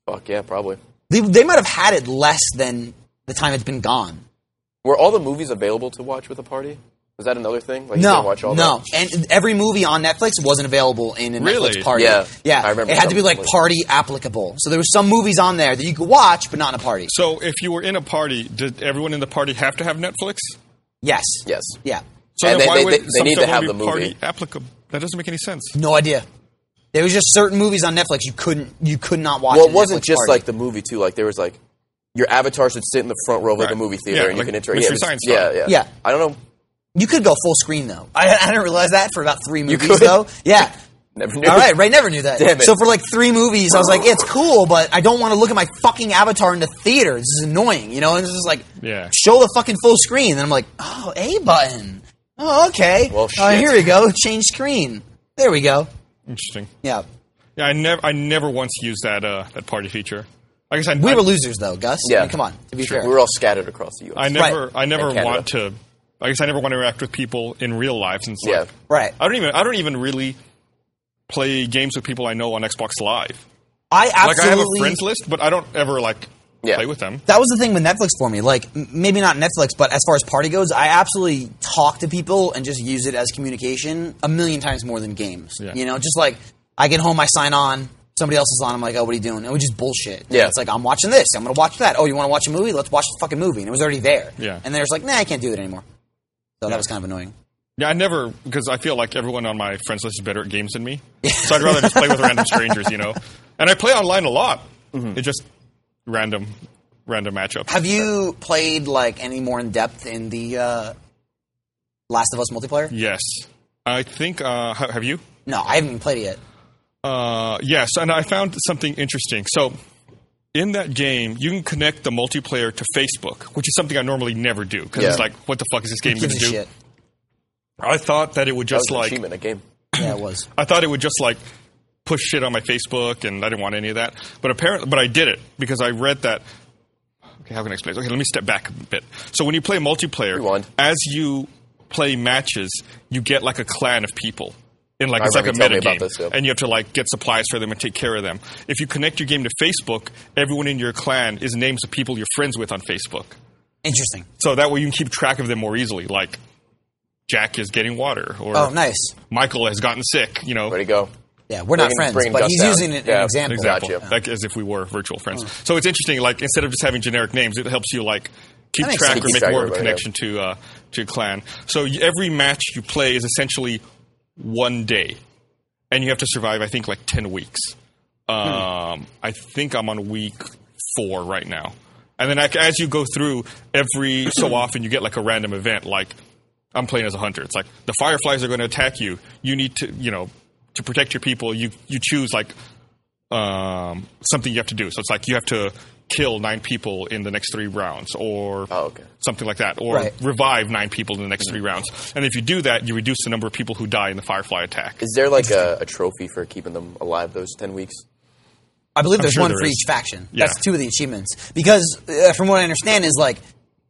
[SPEAKER 2] Fuck yeah, probably.
[SPEAKER 3] They, they might have had it less than the time it's been gone.
[SPEAKER 2] Were all the movies available to watch with a party? Was that another thing? Like you
[SPEAKER 3] No,
[SPEAKER 2] can watch all
[SPEAKER 3] no,
[SPEAKER 2] that?
[SPEAKER 3] and every movie on Netflix wasn't available in a
[SPEAKER 1] Really?
[SPEAKER 3] Netflix party.
[SPEAKER 2] Yeah,
[SPEAKER 3] yeah,
[SPEAKER 2] I remember
[SPEAKER 3] it had to be
[SPEAKER 2] some
[SPEAKER 3] like
[SPEAKER 2] movies.
[SPEAKER 3] party applicable. So there were some movies on there that you could watch, but not in a party.
[SPEAKER 1] So if you were in a party, did everyone in the party have to have Netflix?
[SPEAKER 3] Yes,
[SPEAKER 2] Yes.
[SPEAKER 3] yeah,
[SPEAKER 1] So then
[SPEAKER 2] And they-
[SPEAKER 1] why
[SPEAKER 2] they-
[SPEAKER 1] would
[SPEAKER 2] they- they
[SPEAKER 1] some
[SPEAKER 2] need to
[SPEAKER 1] stuff
[SPEAKER 2] have
[SPEAKER 1] be
[SPEAKER 2] the movie.
[SPEAKER 1] party applicable? That doesn't make any sense.
[SPEAKER 3] no idea. There was just certain movies on Netflix you couldn't, you could not watch.
[SPEAKER 2] Well,
[SPEAKER 3] in
[SPEAKER 2] it
[SPEAKER 3] a
[SPEAKER 2] wasn't
[SPEAKER 3] Netflix
[SPEAKER 2] just
[SPEAKER 3] party.
[SPEAKER 2] like the movie too. Like there was like your avatar should sit in the front row of like
[SPEAKER 1] Right.
[SPEAKER 2] a movie theater
[SPEAKER 1] Yeah,
[SPEAKER 2] and
[SPEAKER 1] like
[SPEAKER 2] you can interact.
[SPEAKER 1] Mystery
[SPEAKER 2] yeah, it was-
[SPEAKER 1] Science
[SPEAKER 2] yeah,
[SPEAKER 1] style.
[SPEAKER 2] yeah,
[SPEAKER 3] Yeah.
[SPEAKER 2] I don't know.
[SPEAKER 3] you could go full screen though. I, I didn't realize that for about three movies
[SPEAKER 2] could?
[SPEAKER 3] though. Yeah.
[SPEAKER 2] Never knew.
[SPEAKER 3] All right, Ray never knew that.
[SPEAKER 2] Damn it.
[SPEAKER 3] So for like three movies, I was like, it's cool, but I don't want to look at my fucking avatar in the theater. This is annoying, you know. And it's just like,
[SPEAKER 1] Yeah.
[SPEAKER 3] show the fucking full screen. And I'm like, oh, a button. Oh, okay.
[SPEAKER 2] Well,
[SPEAKER 3] Uh,
[SPEAKER 2] shit.
[SPEAKER 3] here we go. Change screen. There we go.
[SPEAKER 1] Interesting.
[SPEAKER 3] Yeah,
[SPEAKER 1] Yeah, I never, I never once used that uh, that party feature. I guess I,
[SPEAKER 3] we
[SPEAKER 1] I,
[SPEAKER 3] were losers though, Gus. I
[SPEAKER 2] Yeah.
[SPEAKER 3] mean, come on. To be fair,
[SPEAKER 2] We were all scattered across the U.S.
[SPEAKER 1] I never,
[SPEAKER 3] Right.
[SPEAKER 1] I never
[SPEAKER 2] And Canada.
[SPEAKER 1] want to. I guess I never want to interact with people in real life. Since like,
[SPEAKER 2] Yeah.
[SPEAKER 3] right.
[SPEAKER 1] I don't even, I don't even really play games with people I know on Xbox Live.
[SPEAKER 3] I absolutely
[SPEAKER 1] Like I have a friends list, but I don't ever like
[SPEAKER 2] Yeah.
[SPEAKER 1] play with them.
[SPEAKER 3] that was the thing with Netflix for me. Like, m- maybe not Netflix, but as far as party goes, I absolutely talk to people and just use it as communication a million times more than games.
[SPEAKER 1] Yeah.
[SPEAKER 3] You know, just like I get home, I sign on, somebody else is on, I'm like, oh, what are you doing? And we just bullshit.
[SPEAKER 2] Yeah.
[SPEAKER 3] It's like, I'm watching this, I'm going to watch that. Oh, you want to watch a movie? Let's watch the fucking movie. And it was already there.
[SPEAKER 1] Yeah.
[SPEAKER 3] And there's like, nah, I can't do it anymore. So that was kind of annoying.
[SPEAKER 1] Yeah, I never because I feel like everyone on my friends list is better at games than me, so I'd rather just play with random strangers, you know. And I play online a lot. It's just random, random matchups.
[SPEAKER 3] Mm-hmm. Have you played like any more in depth in the uh, Last of Us multiplayer?
[SPEAKER 1] yes, I think. Uh, ha- have you?
[SPEAKER 3] No, I haven't even played it yet.
[SPEAKER 1] Uh, yes, and I found something interesting. So, in that game, you can connect the multiplayer to Facebook, which is something I normally never do because it's
[SPEAKER 2] Yeah.
[SPEAKER 1] like, what the fuck is this game going
[SPEAKER 3] Gives
[SPEAKER 1] to
[SPEAKER 3] a
[SPEAKER 1] do?
[SPEAKER 3] shit.
[SPEAKER 1] I thought that it would
[SPEAKER 2] That was
[SPEAKER 1] just
[SPEAKER 2] an
[SPEAKER 1] like
[SPEAKER 2] achievement in a game.
[SPEAKER 3] Yeah, it was.
[SPEAKER 1] I thought it would just like push shit on my Facebook, and I didn't want any of that. But apparently, but I did it because I read that. Okay, how can I explain? this? Okay, let me step back a bit. So when you play multiplayer,
[SPEAKER 2] Rewind.
[SPEAKER 1] as you play matches, you get like a clan of people. In like
[SPEAKER 2] I
[SPEAKER 1] it's like a
[SPEAKER 2] remember
[SPEAKER 1] meta
[SPEAKER 2] you telling me
[SPEAKER 1] game,
[SPEAKER 2] about this, yeah.
[SPEAKER 1] and you have to like get supplies for them and take care of them. If you connect your game to Facebook, everyone in your clan is names of people you're friends with on Facebook.
[SPEAKER 3] Interesting.
[SPEAKER 1] So that way you can keep track of them more easily. Like Jack is getting water, or
[SPEAKER 3] Oh, nice.
[SPEAKER 1] Michael has gotten sick. You know,
[SPEAKER 2] Where to go?
[SPEAKER 3] Yeah, we're not
[SPEAKER 2] Bring-
[SPEAKER 3] friends,
[SPEAKER 2] bring
[SPEAKER 3] but
[SPEAKER 2] Gus
[SPEAKER 3] he's
[SPEAKER 2] down.
[SPEAKER 3] using it as an
[SPEAKER 2] Yeah,
[SPEAKER 3] example.
[SPEAKER 1] Exactly.
[SPEAKER 2] Gotcha.
[SPEAKER 1] Like as if we were virtual friends. So it's interesting. Like instead of just having generic names, it helps you like keep
[SPEAKER 3] That makes
[SPEAKER 1] track
[SPEAKER 3] sense.
[SPEAKER 1] or
[SPEAKER 2] Keep
[SPEAKER 1] make
[SPEAKER 2] track
[SPEAKER 1] more
[SPEAKER 2] of
[SPEAKER 1] of a
[SPEAKER 2] it, yeah.
[SPEAKER 1] connection to uh, to your clan. So y- every match you play is essentially one day, and you have to survive. I think like ten weeks. Um, I think I'm on week four right now. And then like, as you go through, every so often you get like a random event. Like I'm playing as a hunter. It's like the fireflies are going to attack you. You need to you know to protect your people. You you choose like um, something you have to do. So it's like you have to kill nine people in the next three rounds, or
[SPEAKER 2] Oh, okay.
[SPEAKER 1] something like that, or
[SPEAKER 3] Right.
[SPEAKER 1] revive nine people in the next three rounds. And if you do that, you reduce the number of people who die in the firefly attack.
[SPEAKER 2] Is there like a, a trophy for keeping them alive those ten weeks?
[SPEAKER 3] I believe there's
[SPEAKER 1] sure
[SPEAKER 3] one
[SPEAKER 1] there
[SPEAKER 3] for
[SPEAKER 1] is.
[SPEAKER 3] each faction.
[SPEAKER 1] Yeah.
[SPEAKER 3] That's two of the achievements. Because uh, from what I understand is like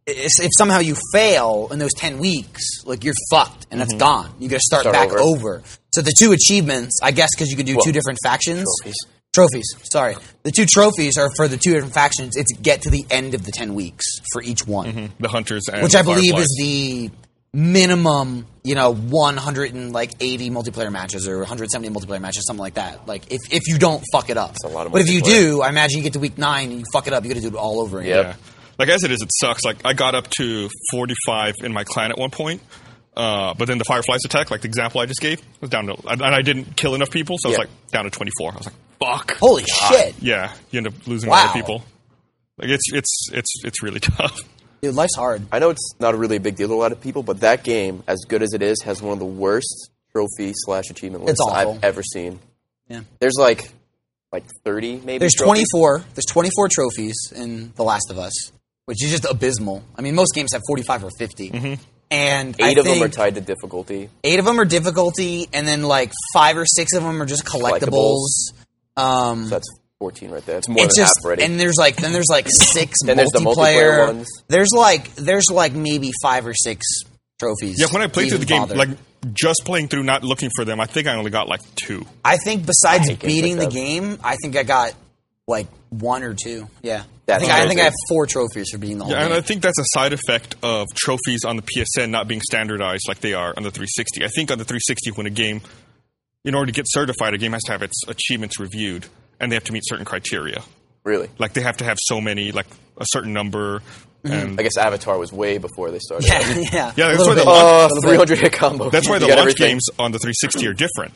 [SPEAKER 3] if if somehow you fail in those 10 weeks, like you're fucked and that's gone. You got to start,
[SPEAKER 2] Start
[SPEAKER 3] back over.
[SPEAKER 2] over.
[SPEAKER 3] So the two achievements, I guess cuz you can do two different factions.
[SPEAKER 2] trophies.
[SPEAKER 3] Trophies, sorry. The two trophies are for the two different factions. It's get to the end of the 10 weeks for each one.
[SPEAKER 1] The hunters, and
[SPEAKER 3] which
[SPEAKER 1] the
[SPEAKER 3] I believe
[SPEAKER 1] fireflies.
[SPEAKER 3] is the minimum, you know, 180 multiplayer matches or 170 multiplayer matches, something like that. Like if, if you don't fuck it up,
[SPEAKER 2] a lot of
[SPEAKER 3] but if you
[SPEAKER 2] multiplayer.
[SPEAKER 3] do, I imagine you get to week nine and you fuck it up, you got to do it all over again.
[SPEAKER 2] Yep.
[SPEAKER 1] Yeah. Like as it is, it sucks. Like I got up to 45 in my clan at one point, uh, but then the fireflies attack, like the example I just gave, was down to, and I didn't kill enough people, so it's
[SPEAKER 2] Yeah.
[SPEAKER 1] like down to 24. I was like, fuck.
[SPEAKER 3] Holy shit,
[SPEAKER 1] Yeah, you end up losing a lot
[SPEAKER 3] Oh. Wow.
[SPEAKER 1] of people. Like it's it's it's it's really tough.
[SPEAKER 3] dude, life's hard.
[SPEAKER 2] I know it's not a really big deal to a lot of people, but that game, as good as it is, has one of the worst trophy slash achievement
[SPEAKER 3] It's
[SPEAKER 2] lists
[SPEAKER 3] awful.
[SPEAKER 2] I've ever seen.
[SPEAKER 3] Yeah.
[SPEAKER 2] There's like like thirty maybe.
[SPEAKER 3] There's
[SPEAKER 2] trophies.
[SPEAKER 3] 24. There's 24 trophies in The Last of Us, which is just abysmal. I mean, most games have 45 or 50. And I
[SPEAKER 2] Mm-hmm. Eight of them are
[SPEAKER 3] think
[SPEAKER 2] tied to difficulty.
[SPEAKER 3] Eight of them are difficulty, and then like five or six of them are just collectibles. Um,
[SPEAKER 2] That's 14 right there. It's more
[SPEAKER 3] it's
[SPEAKER 2] than
[SPEAKER 3] just
[SPEAKER 2] half already.
[SPEAKER 3] and there's like then there's like six
[SPEAKER 2] Then there's the multiplayer ones.
[SPEAKER 3] There's like there's like maybe five or six trophies.
[SPEAKER 1] Yeah, when I played
[SPEAKER 3] to
[SPEAKER 1] through the game,
[SPEAKER 3] bother.
[SPEAKER 1] like just playing through, not looking for them, I think I only got like two.
[SPEAKER 3] I think besides
[SPEAKER 2] I hate games
[SPEAKER 3] beating
[SPEAKER 2] like
[SPEAKER 3] the
[SPEAKER 2] that.
[SPEAKER 3] game, I think I got like one or two. Yeah, I
[SPEAKER 2] That's
[SPEAKER 3] think I, I think
[SPEAKER 2] crazy.
[SPEAKER 3] I have four trophies for beating the whole
[SPEAKER 1] Yeah, and I
[SPEAKER 3] game.
[SPEAKER 1] think that's a side effect of trophies on the PSN not being standardized like they are on the 360. I think on the 360, when a game, in order to get certified, a game has to have its achievements reviewed, and they have to meet certain criteria.
[SPEAKER 2] really.
[SPEAKER 1] Like they have to have so many, like a certain number. And
[SPEAKER 2] I guess Avatar was way before they started.
[SPEAKER 3] Yeah, yeah,
[SPEAKER 1] yeah,
[SPEAKER 3] A
[SPEAKER 1] that's
[SPEAKER 3] little
[SPEAKER 1] why the
[SPEAKER 3] bit.
[SPEAKER 1] launch,
[SPEAKER 2] Uh, 300 hit combo.
[SPEAKER 1] that's why
[SPEAKER 2] You
[SPEAKER 1] the
[SPEAKER 2] got
[SPEAKER 1] launch
[SPEAKER 2] everything.
[SPEAKER 1] games on the 360 are different.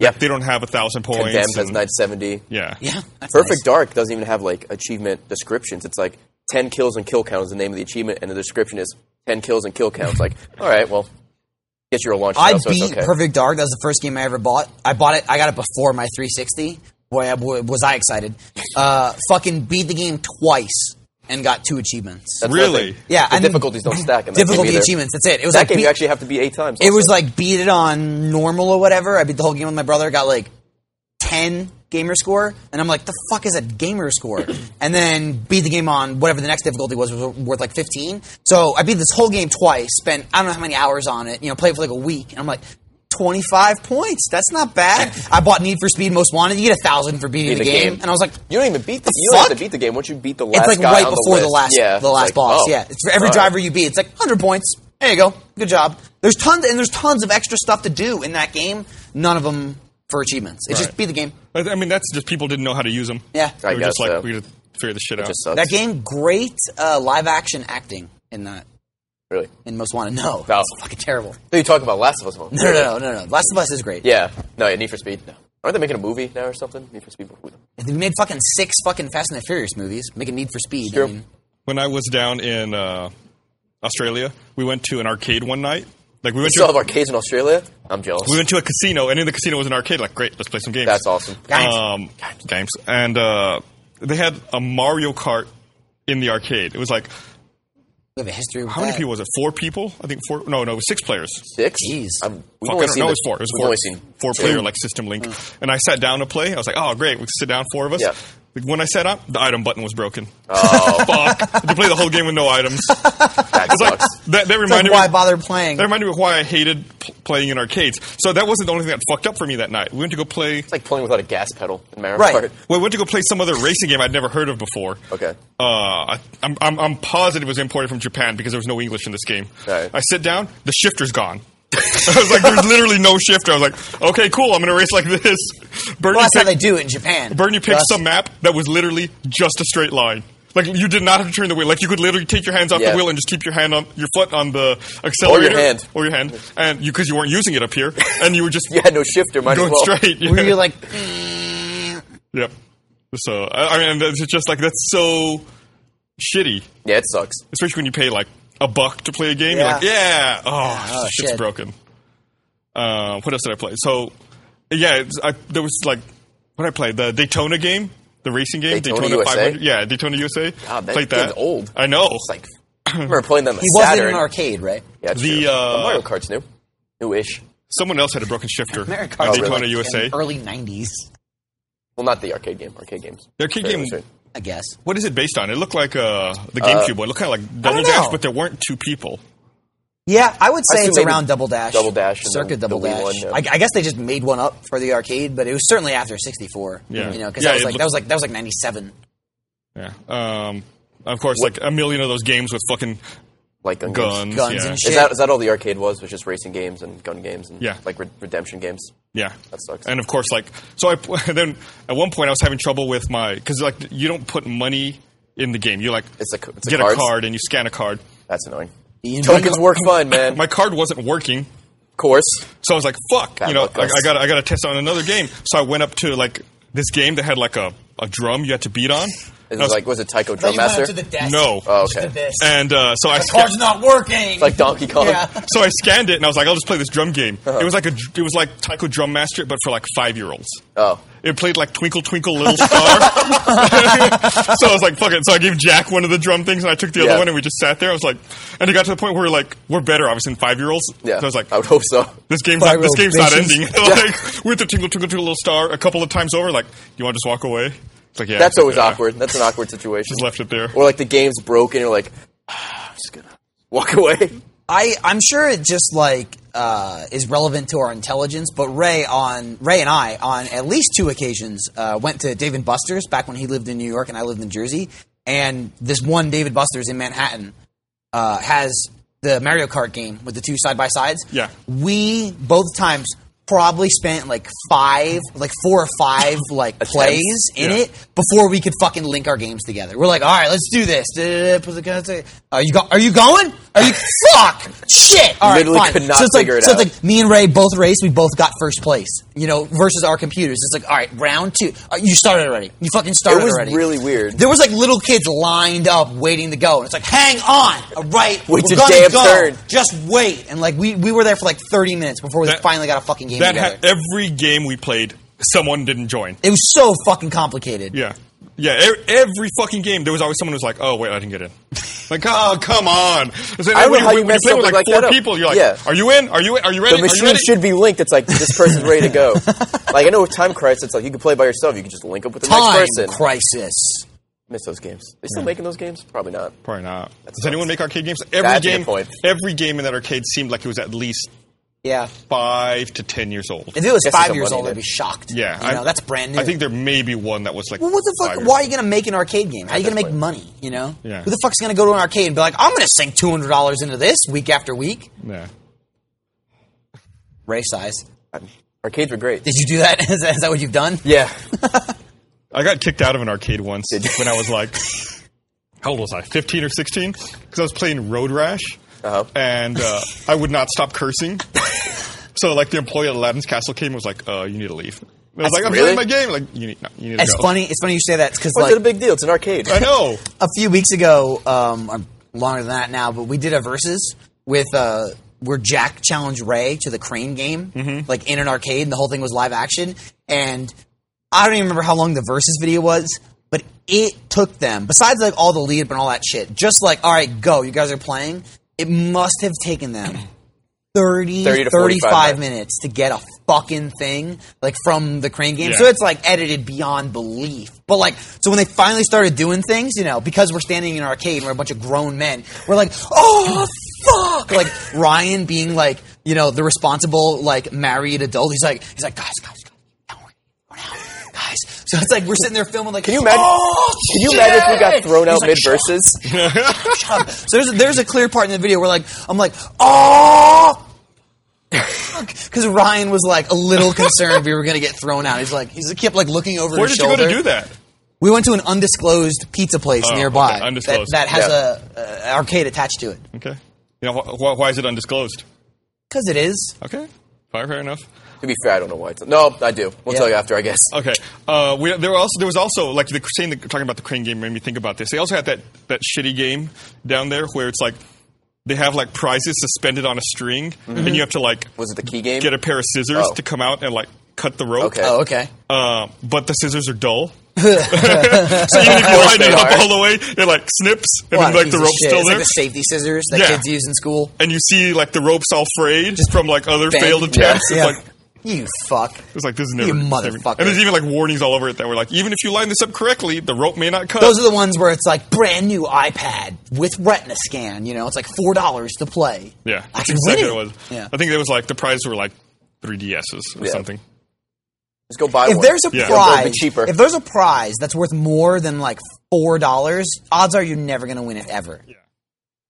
[SPEAKER 2] Yeah.
[SPEAKER 1] They don't have a thousand points.
[SPEAKER 2] Condemned has
[SPEAKER 1] and-
[SPEAKER 2] 970.
[SPEAKER 1] yeah,
[SPEAKER 3] yeah, that's
[SPEAKER 2] Perfect
[SPEAKER 3] nice.
[SPEAKER 2] Dark doesn't even have like achievement descriptions. It's like 10 kills and kill count is the name of the achievement, and the description is 10 kills and kill counts. Like, all right, well, get your launch
[SPEAKER 3] I
[SPEAKER 2] title, Oh, so it's
[SPEAKER 3] beat
[SPEAKER 2] okay.
[SPEAKER 3] Perfect Dark. That was the first game I ever bought. I bought it. I got it before my 360. Boy, I, boy was I excited! Uh, fucking beat the game twice and got two achievements.
[SPEAKER 2] That's
[SPEAKER 1] Really?
[SPEAKER 2] nothing.
[SPEAKER 3] Yeah,
[SPEAKER 2] the
[SPEAKER 3] and
[SPEAKER 2] difficulties don't stack. In that
[SPEAKER 3] difficulty
[SPEAKER 2] game either.
[SPEAKER 3] achievements. That's it. It was
[SPEAKER 2] That
[SPEAKER 3] like
[SPEAKER 2] game
[SPEAKER 3] beat,
[SPEAKER 2] you actually have to beat eight times.
[SPEAKER 3] it was
[SPEAKER 2] also.
[SPEAKER 3] like beat it on normal or whatever. I beat the whole game with my brother. Got like ten gamer score, and I'm like, the fuck is a gamer score? and then beat the game on whatever the next difficulty was, was worth like 15. So I beat this whole game twice. Spent I don't know how many hours on it. You know, played for like a week, and I'm like. 25 points. That's not bad. I bought Need for Speed Most Wanted. You get a thousand for beating
[SPEAKER 2] Beat
[SPEAKER 3] the,
[SPEAKER 2] the
[SPEAKER 3] game.
[SPEAKER 2] game.
[SPEAKER 3] And I was like,
[SPEAKER 2] you don't even beat the.
[SPEAKER 3] The
[SPEAKER 2] You don't have
[SPEAKER 3] fuck?
[SPEAKER 2] to beat the game once you beat the last.
[SPEAKER 3] it's like
[SPEAKER 2] guy
[SPEAKER 3] right
[SPEAKER 2] on
[SPEAKER 3] before the,
[SPEAKER 2] list.
[SPEAKER 3] last
[SPEAKER 2] Yeah,
[SPEAKER 3] the last
[SPEAKER 2] It's like,
[SPEAKER 3] boss.
[SPEAKER 2] oh,
[SPEAKER 3] Yeah, it's for every
[SPEAKER 2] all right.
[SPEAKER 3] driver you beat. It's like hundred points. There you go. Good job. There's tons and there's tons of extra stuff to do in that game. None of them for achievements. It's
[SPEAKER 1] Right.
[SPEAKER 3] just beat the game.
[SPEAKER 1] I I mean that's just people didn't know how to use them.
[SPEAKER 3] Yeah.
[SPEAKER 1] they
[SPEAKER 2] I
[SPEAKER 1] were
[SPEAKER 2] guess
[SPEAKER 1] just like
[SPEAKER 2] so.
[SPEAKER 1] we had to figure this shit out.
[SPEAKER 2] Just sucks.
[SPEAKER 3] That game, great uh, live action acting in that.
[SPEAKER 2] really.
[SPEAKER 3] In Most Wanted, no,
[SPEAKER 2] No.
[SPEAKER 3] it's fucking terrible.
[SPEAKER 2] So you talk about Last of Us? Well,
[SPEAKER 3] No, no, no, no, no. Last of Us is great.
[SPEAKER 2] Yeah, no, yeah, Need for Speed. No, aren't they making a movie now or something? Need for Speed. Who-
[SPEAKER 3] They made fucking six fucking Fast and the Furious movies. Make a Need for Speed.
[SPEAKER 2] Sure.
[SPEAKER 3] I mean,
[SPEAKER 1] when I was down in uh, Australia, we went to an arcade one night. Like we went
[SPEAKER 2] Still have
[SPEAKER 1] to
[SPEAKER 2] arcades in Australia. I'm jealous.
[SPEAKER 1] we went to a casino, and in the casino was an arcade. Like, great, let's play some games.
[SPEAKER 2] That's awesome.
[SPEAKER 1] Um, games, and uh, they had a Mario Kart in the arcade. It was like
[SPEAKER 3] we have a history. With
[SPEAKER 1] how many
[SPEAKER 3] that.
[SPEAKER 1] people was it? Four people? I think four. No, no, it was six players.
[SPEAKER 2] Six.
[SPEAKER 3] Jeez.
[SPEAKER 2] I'm, we've
[SPEAKER 1] Fuck, I
[SPEAKER 2] only
[SPEAKER 1] don't
[SPEAKER 2] seen
[SPEAKER 1] know.
[SPEAKER 2] the-
[SPEAKER 1] It was four. It was
[SPEAKER 2] we've
[SPEAKER 1] four.
[SPEAKER 2] only seen
[SPEAKER 1] four
[SPEAKER 2] two. Mm.
[SPEAKER 1] player like System Link. And I sat down to play. I was like, oh great, we can sit down four of us.
[SPEAKER 2] Yeah.
[SPEAKER 1] But When I sat up, the item button was broken.
[SPEAKER 2] Oh,
[SPEAKER 1] Fuck! I had to play the whole game with no items.
[SPEAKER 2] that
[SPEAKER 1] Like,
[SPEAKER 2] sucks.
[SPEAKER 1] that, that
[SPEAKER 3] It's like,
[SPEAKER 1] reminded
[SPEAKER 3] why
[SPEAKER 1] me.
[SPEAKER 3] bother playing?
[SPEAKER 1] That reminded me of why I hated p- playing in arcades. So that wasn't the only thing that fucked up for me that night. We went to go play.
[SPEAKER 2] It's like playing without a gas pedal in Mario
[SPEAKER 3] Right.
[SPEAKER 2] Kart.
[SPEAKER 1] We went to go play some other racing game I'd never heard of before.
[SPEAKER 2] Okay.
[SPEAKER 1] Uh, I, I'm, I'm, I'm positive it was imported from Japan because there was no English in this game.
[SPEAKER 2] Right.
[SPEAKER 1] I sit down, the shifter's gone. I was like, there's literally no shifter. I was like, okay, cool, I'm going to race like this. Bernie
[SPEAKER 3] Well, that's how
[SPEAKER 1] picked,
[SPEAKER 3] they do it in Japan.
[SPEAKER 1] Bernie picked
[SPEAKER 3] Just-
[SPEAKER 1] some map that was literally just a straight line. Like you did not have to turn the wheel. Like you could literally take your hands off
[SPEAKER 2] Yeah.
[SPEAKER 1] the wheel and just keep your hand on your foot on the accelerator
[SPEAKER 2] hand.
[SPEAKER 1] or your hand, and you because you weren't using it up here, and you were just
[SPEAKER 2] You had no shifter. Might as
[SPEAKER 1] going
[SPEAKER 2] well.
[SPEAKER 1] straight.
[SPEAKER 3] Were
[SPEAKER 1] yeah.
[SPEAKER 3] you like?
[SPEAKER 1] Yep. So I I mean, it's just like that's so shitty,
[SPEAKER 2] Yeah, it sucks.
[SPEAKER 1] especially when you pay like a buck to play a game. You're
[SPEAKER 3] Yeah.
[SPEAKER 1] like, yeah, oh,
[SPEAKER 3] oh,
[SPEAKER 1] shit's
[SPEAKER 3] shit.
[SPEAKER 1] broken. Uh, what else did I play? So yeah, it's, I, there was like what did I played the Daytona game, the racing game,
[SPEAKER 2] Daytona
[SPEAKER 1] Daytona,
[SPEAKER 2] USA?
[SPEAKER 1] 500. Yeah, Daytona USA.
[SPEAKER 2] God, that
[SPEAKER 1] played
[SPEAKER 2] game's
[SPEAKER 1] that.
[SPEAKER 2] old.
[SPEAKER 1] I know.
[SPEAKER 2] It's like I remember playing that on the
[SPEAKER 3] He
[SPEAKER 2] Saturn.
[SPEAKER 3] wasn't in an arcade, right?
[SPEAKER 2] Yeah, it's
[SPEAKER 1] The,
[SPEAKER 2] true.
[SPEAKER 1] uh,
[SPEAKER 2] But Mario Kart's new, new-ish.
[SPEAKER 1] Someone else had a broken shifter.
[SPEAKER 3] America
[SPEAKER 1] on
[SPEAKER 2] Oh,
[SPEAKER 1] Daytona
[SPEAKER 2] really?
[SPEAKER 1] USA.
[SPEAKER 3] early '90s,
[SPEAKER 2] Well, not the arcade game. Arcade games.
[SPEAKER 1] The arcade
[SPEAKER 2] Sure,
[SPEAKER 1] game-
[SPEAKER 2] sure.
[SPEAKER 3] I guess.
[SPEAKER 1] What is it based on? It looked like uh, the GameCube one. It looked kind of like Double
[SPEAKER 3] don't know.
[SPEAKER 1] Dash, but there weren't two people.
[SPEAKER 3] Yeah, I would say
[SPEAKER 2] assume
[SPEAKER 3] it's
[SPEAKER 2] maybe
[SPEAKER 3] around Double Dash,
[SPEAKER 2] Double Dash and then
[SPEAKER 3] Circuit
[SPEAKER 2] the
[SPEAKER 3] Double
[SPEAKER 2] Wii
[SPEAKER 3] Dash.
[SPEAKER 2] one, yeah.
[SPEAKER 3] I, I guess they just made one up for the arcade, but it was certainly after '64.
[SPEAKER 1] Yeah.
[SPEAKER 3] you know, because
[SPEAKER 1] Yeah,
[SPEAKER 3] that was
[SPEAKER 1] it
[SPEAKER 3] like
[SPEAKER 1] looked-
[SPEAKER 3] that was like that was like '97.
[SPEAKER 1] Yeah. Um, of course, like a million of those games with fucking
[SPEAKER 2] Like gun. games.
[SPEAKER 1] guns,
[SPEAKER 3] Guns
[SPEAKER 1] yeah.
[SPEAKER 3] and shit.
[SPEAKER 2] Is that, is that all the arcade was? Was just racing games and gun games and
[SPEAKER 1] Yeah.
[SPEAKER 2] like re- redemption games.
[SPEAKER 1] Yeah,
[SPEAKER 2] That sucks.
[SPEAKER 1] And of course, like so, I then at one point I was having trouble with my because like you don't put money in the game. You like
[SPEAKER 2] It's a c- it's a
[SPEAKER 1] get a
[SPEAKER 2] card.
[SPEAKER 1] card and you scan a card.
[SPEAKER 2] That's annoying.
[SPEAKER 3] Ian
[SPEAKER 2] Tokens
[SPEAKER 3] Bean-
[SPEAKER 2] work fun, man.
[SPEAKER 1] My card wasn't working,
[SPEAKER 2] of course.
[SPEAKER 1] so I was like, "Fuck!"
[SPEAKER 2] Bad
[SPEAKER 1] you know,
[SPEAKER 2] luck,
[SPEAKER 1] I,
[SPEAKER 2] guys.
[SPEAKER 1] I got I got to test on another game. So I went up to like this game that had like a, a drum you had to beat on.
[SPEAKER 2] It
[SPEAKER 1] And I
[SPEAKER 2] was
[SPEAKER 1] was
[SPEAKER 2] like was it Tycho Drum Master? It's
[SPEAKER 3] desk.
[SPEAKER 1] No.
[SPEAKER 2] Oh, okay. to the
[SPEAKER 1] and uh, so I sca-
[SPEAKER 3] not working.
[SPEAKER 2] like Donkey Kong.
[SPEAKER 3] Yeah.
[SPEAKER 1] so I scanned it and I was like, "I'll just play this drum game."
[SPEAKER 2] Uh-huh.
[SPEAKER 1] It was like a it was like Taiko Drum Master, but for like five year olds.
[SPEAKER 2] Oh,
[SPEAKER 1] It played like Twinkle Twinkle Little Star. so I was like, fuck it. So I gave Jack one of the drum things, and I took the
[SPEAKER 2] Yeah.
[SPEAKER 1] other one, and we just sat there. I was like, and it got to the point where we are like, we're better, obviously, than five year olds.
[SPEAKER 2] Yeah,
[SPEAKER 1] So I was like,
[SPEAKER 2] I would hope so.
[SPEAKER 1] this game's not, this
[SPEAKER 3] Viral
[SPEAKER 1] game's not
[SPEAKER 3] bitches.
[SPEAKER 1] ending. like, with the tingle, tingle, tingle, little star a couple of times over. Like, you want to just walk away? It's like, yeah.
[SPEAKER 2] That's
[SPEAKER 1] it's
[SPEAKER 2] always
[SPEAKER 1] okay.
[SPEAKER 2] awkward. That's an awkward situation.
[SPEAKER 1] Just left it there.
[SPEAKER 2] Or like the game's broken. You're like, "Ah, I'm just gonna walk away.
[SPEAKER 3] I I'm sure it just like uh, is relevant to our intelligence, but Ray on Ray and I on at least two occasions uh, went to Dave and Buster's back when he lived in New York and I lived in Jersey, and this one David Buster's in Manhattan uh, has the Mario Kart game with the two side by sides.
[SPEAKER 1] Yeah.
[SPEAKER 3] we both times probably spent like five, like four or five like plays in
[SPEAKER 1] Yeah.
[SPEAKER 3] it before we could fucking link our games together. We're like, all right, let's do this. Are you go- are you going? Are you fuck shit? All right,
[SPEAKER 2] Literally
[SPEAKER 3] fine.
[SPEAKER 2] could not
[SPEAKER 3] so it's like,
[SPEAKER 2] figure it
[SPEAKER 3] so it's
[SPEAKER 2] out.
[SPEAKER 3] like me and Ray both raced. We both got first place. You know, versus our computers. It's like, all right, round two. Uh, you started already. You fucking started
[SPEAKER 2] It was
[SPEAKER 3] already.
[SPEAKER 2] really weird.
[SPEAKER 3] There was like little kids lined up waiting to go, and it's like, hang on, all right,
[SPEAKER 2] Wait
[SPEAKER 3] we're
[SPEAKER 2] your
[SPEAKER 3] gonna
[SPEAKER 2] damn
[SPEAKER 3] go.
[SPEAKER 2] turn.
[SPEAKER 3] Just wait, and like we, we were there for like thirty minutes before we
[SPEAKER 1] That-
[SPEAKER 3] finally got a fucking game
[SPEAKER 1] That
[SPEAKER 3] together.
[SPEAKER 1] had every game we played, someone didn't join.
[SPEAKER 3] it was so fucking complicated.
[SPEAKER 1] Yeah. Yeah, e- every fucking game, there was always someone who's like, "Oh wait, I didn't get in." Like, oh come on! It's like,
[SPEAKER 2] I don't know
[SPEAKER 1] when
[SPEAKER 2] how you
[SPEAKER 1] when
[SPEAKER 2] messed
[SPEAKER 1] play
[SPEAKER 2] up
[SPEAKER 1] with
[SPEAKER 2] with
[SPEAKER 1] like
[SPEAKER 2] like that
[SPEAKER 1] four
[SPEAKER 2] up.
[SPEAKER 1] people. You're like,
[SPEAKER 2] Yeah.
[SPEAKER 1] "Are you in? Are you in? Are you ready?
[SPEAKER 2] The
[SPEAKER 1] Are you
[SPEAKER 2] machine
[SPEAKER 1] ready?"
[SPEAKER 2] should be linked. It's like this person's ready to go. like I know with time crisis, it's like you can play by yourself. You can just link up with the
[SPEAKER 3] Time
[SPEAKER 2] next person.
[SPEAKER 3] crisis.
[SPEAKER 2] Miss those games. They still making those games? Probably not.
[SPEAKER 1] Probably not. Does
[SPEAKER 2] sucks.
[SPEAKER 1] anyone make arcade games? Every
[SPEAKER 2] That's a good
[SPEAKER 1] game,
[SPEAKER 2] point.
[SPEAKER 1] every game in that arcade seemed like it was at least
[SPEAKER 3] Yeah.
[SPEAKER 1] five to ten years old.
[SPEAKER 3] If it was
[SPEAKER 2] Guess
[SPEAKER 3] five
[SPEAKER 2] it's
[SPEAKER 3] years
[SPEAKER 2] somebody
[SPEAKER 3] old, I'd
[SPEAKER 2] did.
[SPEAKER 3] be shocked.
[SPEAKER 1] Yeah,
[SPEAKER 3] You know, that's brand new.
[SPEAKER 1] I think there may be one that was like.
[SPEAKER 3] Well, what the
[SPEAKER 1] five
[SPEAKER 3] fuck?
[SPEAKER 1] years
[SPEAKER 3] Why are
[SPEAKER 1] old.
[SPEAKER 3] you going to make an arcade game? How are you going to make
[SPEAKER 2] Definitely.
[SPEAKER 3] money? You know,
[SPEAKER 1] Yeah.
[SPEAKER 3] who the fuck's going to go to an arcade and be like, "I'm going to sink two hundred dollars into this week after week"?
[SPEAKER 1] Yeah.
[SPEAKER 3] Ray size.
[SPEAKER 2] Arcades were great.
[SPEAKER 3] Did you do that? Is that, is that what you've done?
[SPEAKER 2] yeah.
[SPEAKER 1] I got kicked out of an arcade once
[SPEAKER 2] you?
[SPEAKER 1] when I was like, how old was I? 15 or 16? Because I was playing Road Rash,
[SPEAKER 2] Uh-huh.
[SPEAKER 1] and uh, I would not stop cursing. so, like, the employee at Aladdin's Castle came and was like, uh, you need to leave. And I was
[SPEAKER 2] That's-
[SPEAKER 1] like, I'm
[SPEAKER 2] really?
[SPEAKER 1] playing my game. Like, you need, no, you need to
[SPEAKER 3] It's
[SPEAKER 1] go.
[SPEAKER 3] funny. It's funny you say that because
[SPEAKER 2] What's
[SPEAKER 3] like
[SPEAKER 2] it a big deal? It's an arcade.
[SPEAKER 1] I know.
[SPEAKER 3] a few weeks ago, um, or longer than that now, but we did a versus with uh, where Jack challenged Ray to the crane game, like in an arcade, and the whole thing was live action. And I don't even remember how long the versus video was, but it took them, besides like all the lead up and all that shit, just like, all right, go, you guys are playing. It must have taken them 30,
[SPEAKER 2] 30 to
[SPEAKER 3] 35
[SPEAKER 2] 45
[SPEAKER 3] minutes to get a fucking thing like from the crane game
[SPEAKER 1] Yeah.
[SPEAKER 3] so it's like edited beyond belief but like so when they finally started doing things you know because we're standing in an arcade we're a bunch of grown men we're like oh fuck like ryan being like you know the responsible like married adult he's like he's like guys guys guys don't worry don't worry out, guys so it's like we're sitting there filming like
[SPEAKER 2] Can you imagine?
[SPEAKER 3] oh,
[SPEAKER 2] can you imagine if we got
[SPEAKER 3] shit!"
[SPEAKER 2] thrown
[SPEAKER 3] He's
[SPEAKER 2] out
[SPEAKER 3] like,
[SPEAKER 2] mid
[SPEAKER 3] "Shut up,
[SPEAKER 2] verses?
[SPEAKER 3] shut up. So there's there's a clear part in the video where like I'm like, oh, because Ryan was like a little concerned we were gonna get thrown out. He's like he's kept like looking over
[SPEAKER 1] Where
[SPEAKER 3] his
[SPEAKER 1] did
[SPEAKER 3] shoulder.
[SPEAKER 1] you go to do that?
[SPEAKER 3] We went to an undisclosed pizza place
[SPEAKER 1] Oh,
[SPEAKER 3] nearby
[SPEAKER 1] okay, undisclosed.
[SPEAKER 3] That, that has
[SPEAKER 2] Yeah.
[SPEAKER 3] a, a arcade attached to it.
[SPEAKER 1] Okay. You know, wh- wh- why is it undisclosed?
[SPEAKER 3] Because it is.
[SPEAKER 1] Okay. Fair, fair enough.
[SPEAKER 2] To be fair, I don't know why. It's, no, I do. We'll
[SPEAKER 3] Yeah.
[SPEAKER 2] tell you after, I guess.
[SPEAKER 1] Okay. Uh, we, there, were also, there was also, like, the saying, that- talking about the crane game made me think about this. They also had that, that shitty game down there where it's like they have, like, prizes suspended on a string,
[SPEAKER 3] Mm-hmm.
[SPEAKER 1] and you have to, like,
[SPEAKER 2] Was it the key game?
[SPEAKER 1] get a pair of scissors
[SPEAKER 2] Oh.
[SPEAKER 1] to come out and, like, cut the rope.
[SPEAKER 2] Okay.
[SPEAKER 3] Oh, okay.
[SPEAKER 1] Uh, but the scissors are dull. so you need to line
[SPEAKER 2] they
[SPEAKER 1] it up
[SPEAKER 2] are.
[SPEAKER 1] all the way. It, like, snips, and
[SPEAKER 3] What a
[SPEAKER 1] then, like,
[SPEAKER 3] piece
[SPEAKER 1] the
[SPEAKER 3] of
[SPEAKER 1] rope's
[SPEAKER 3] shit.
[SPEAKER 1] still
[SPEAKER 3] It's
[SPEAKER 1] there.
[SPEAKER 3] like the safety scissors that
[SPEAKER 1] Yeah.
[SPEAKER 3] kids use in school.
[SPEAKER 1] and you see, like, the rope's all frayed from, like, other
[SPEAKER 3] Bend.
[SPEAKER 1] failed
[SPEAKER 3] Yeah.
[SPEAKER 1] attempts.
[SPEAKER 3] Yeah.
[SPEAKER 1] It's like,
[SPEAKER 3] you fuck.
[SPEAKER 1] it's like, this is never.
[SPEAKER 3] You
[SPEAKER 1] it's never-
[SPEAKER 3] motherfucker.
[SPEAKER 1] And there's even, like, warnings all over it that were like, even if you line this up correctly, the rope may not cut.
[SPEAKER 3] Those are the ones where it's like brand new iPad with Retina scan. You know, it's like four dollars to play.
[SPEAKER 1] Yeah,
[SPEAKER 3] I
[SPEAKER 1] that's
[SPEAKER 3] can
[SPEAKER 1] exactly
[SPEAKER 3] win
[SPEAKER 1] what it was.
[SPEAKER 3] Yeah.
[SPEAKER 1] I think it was like the prizes were like 3DSs or
[SPEAKER 2] Yeah.
[SPEAKER 1] something.
[SPEAKER 2] Just go buy
[SPEAKER 3] If
[SPEAKER 2] one.
[SPEAKER 3] there's a
[SPEAKER 1] Yeah.
[SPEAKER 3] prize,
[SPEAKER 2] They'll be cheaper.
[SPEAKER 3] if there's a prize that's worth more than like four dollars, odds are you're never going to win it ever.
[SPEAKER 1] Yeah.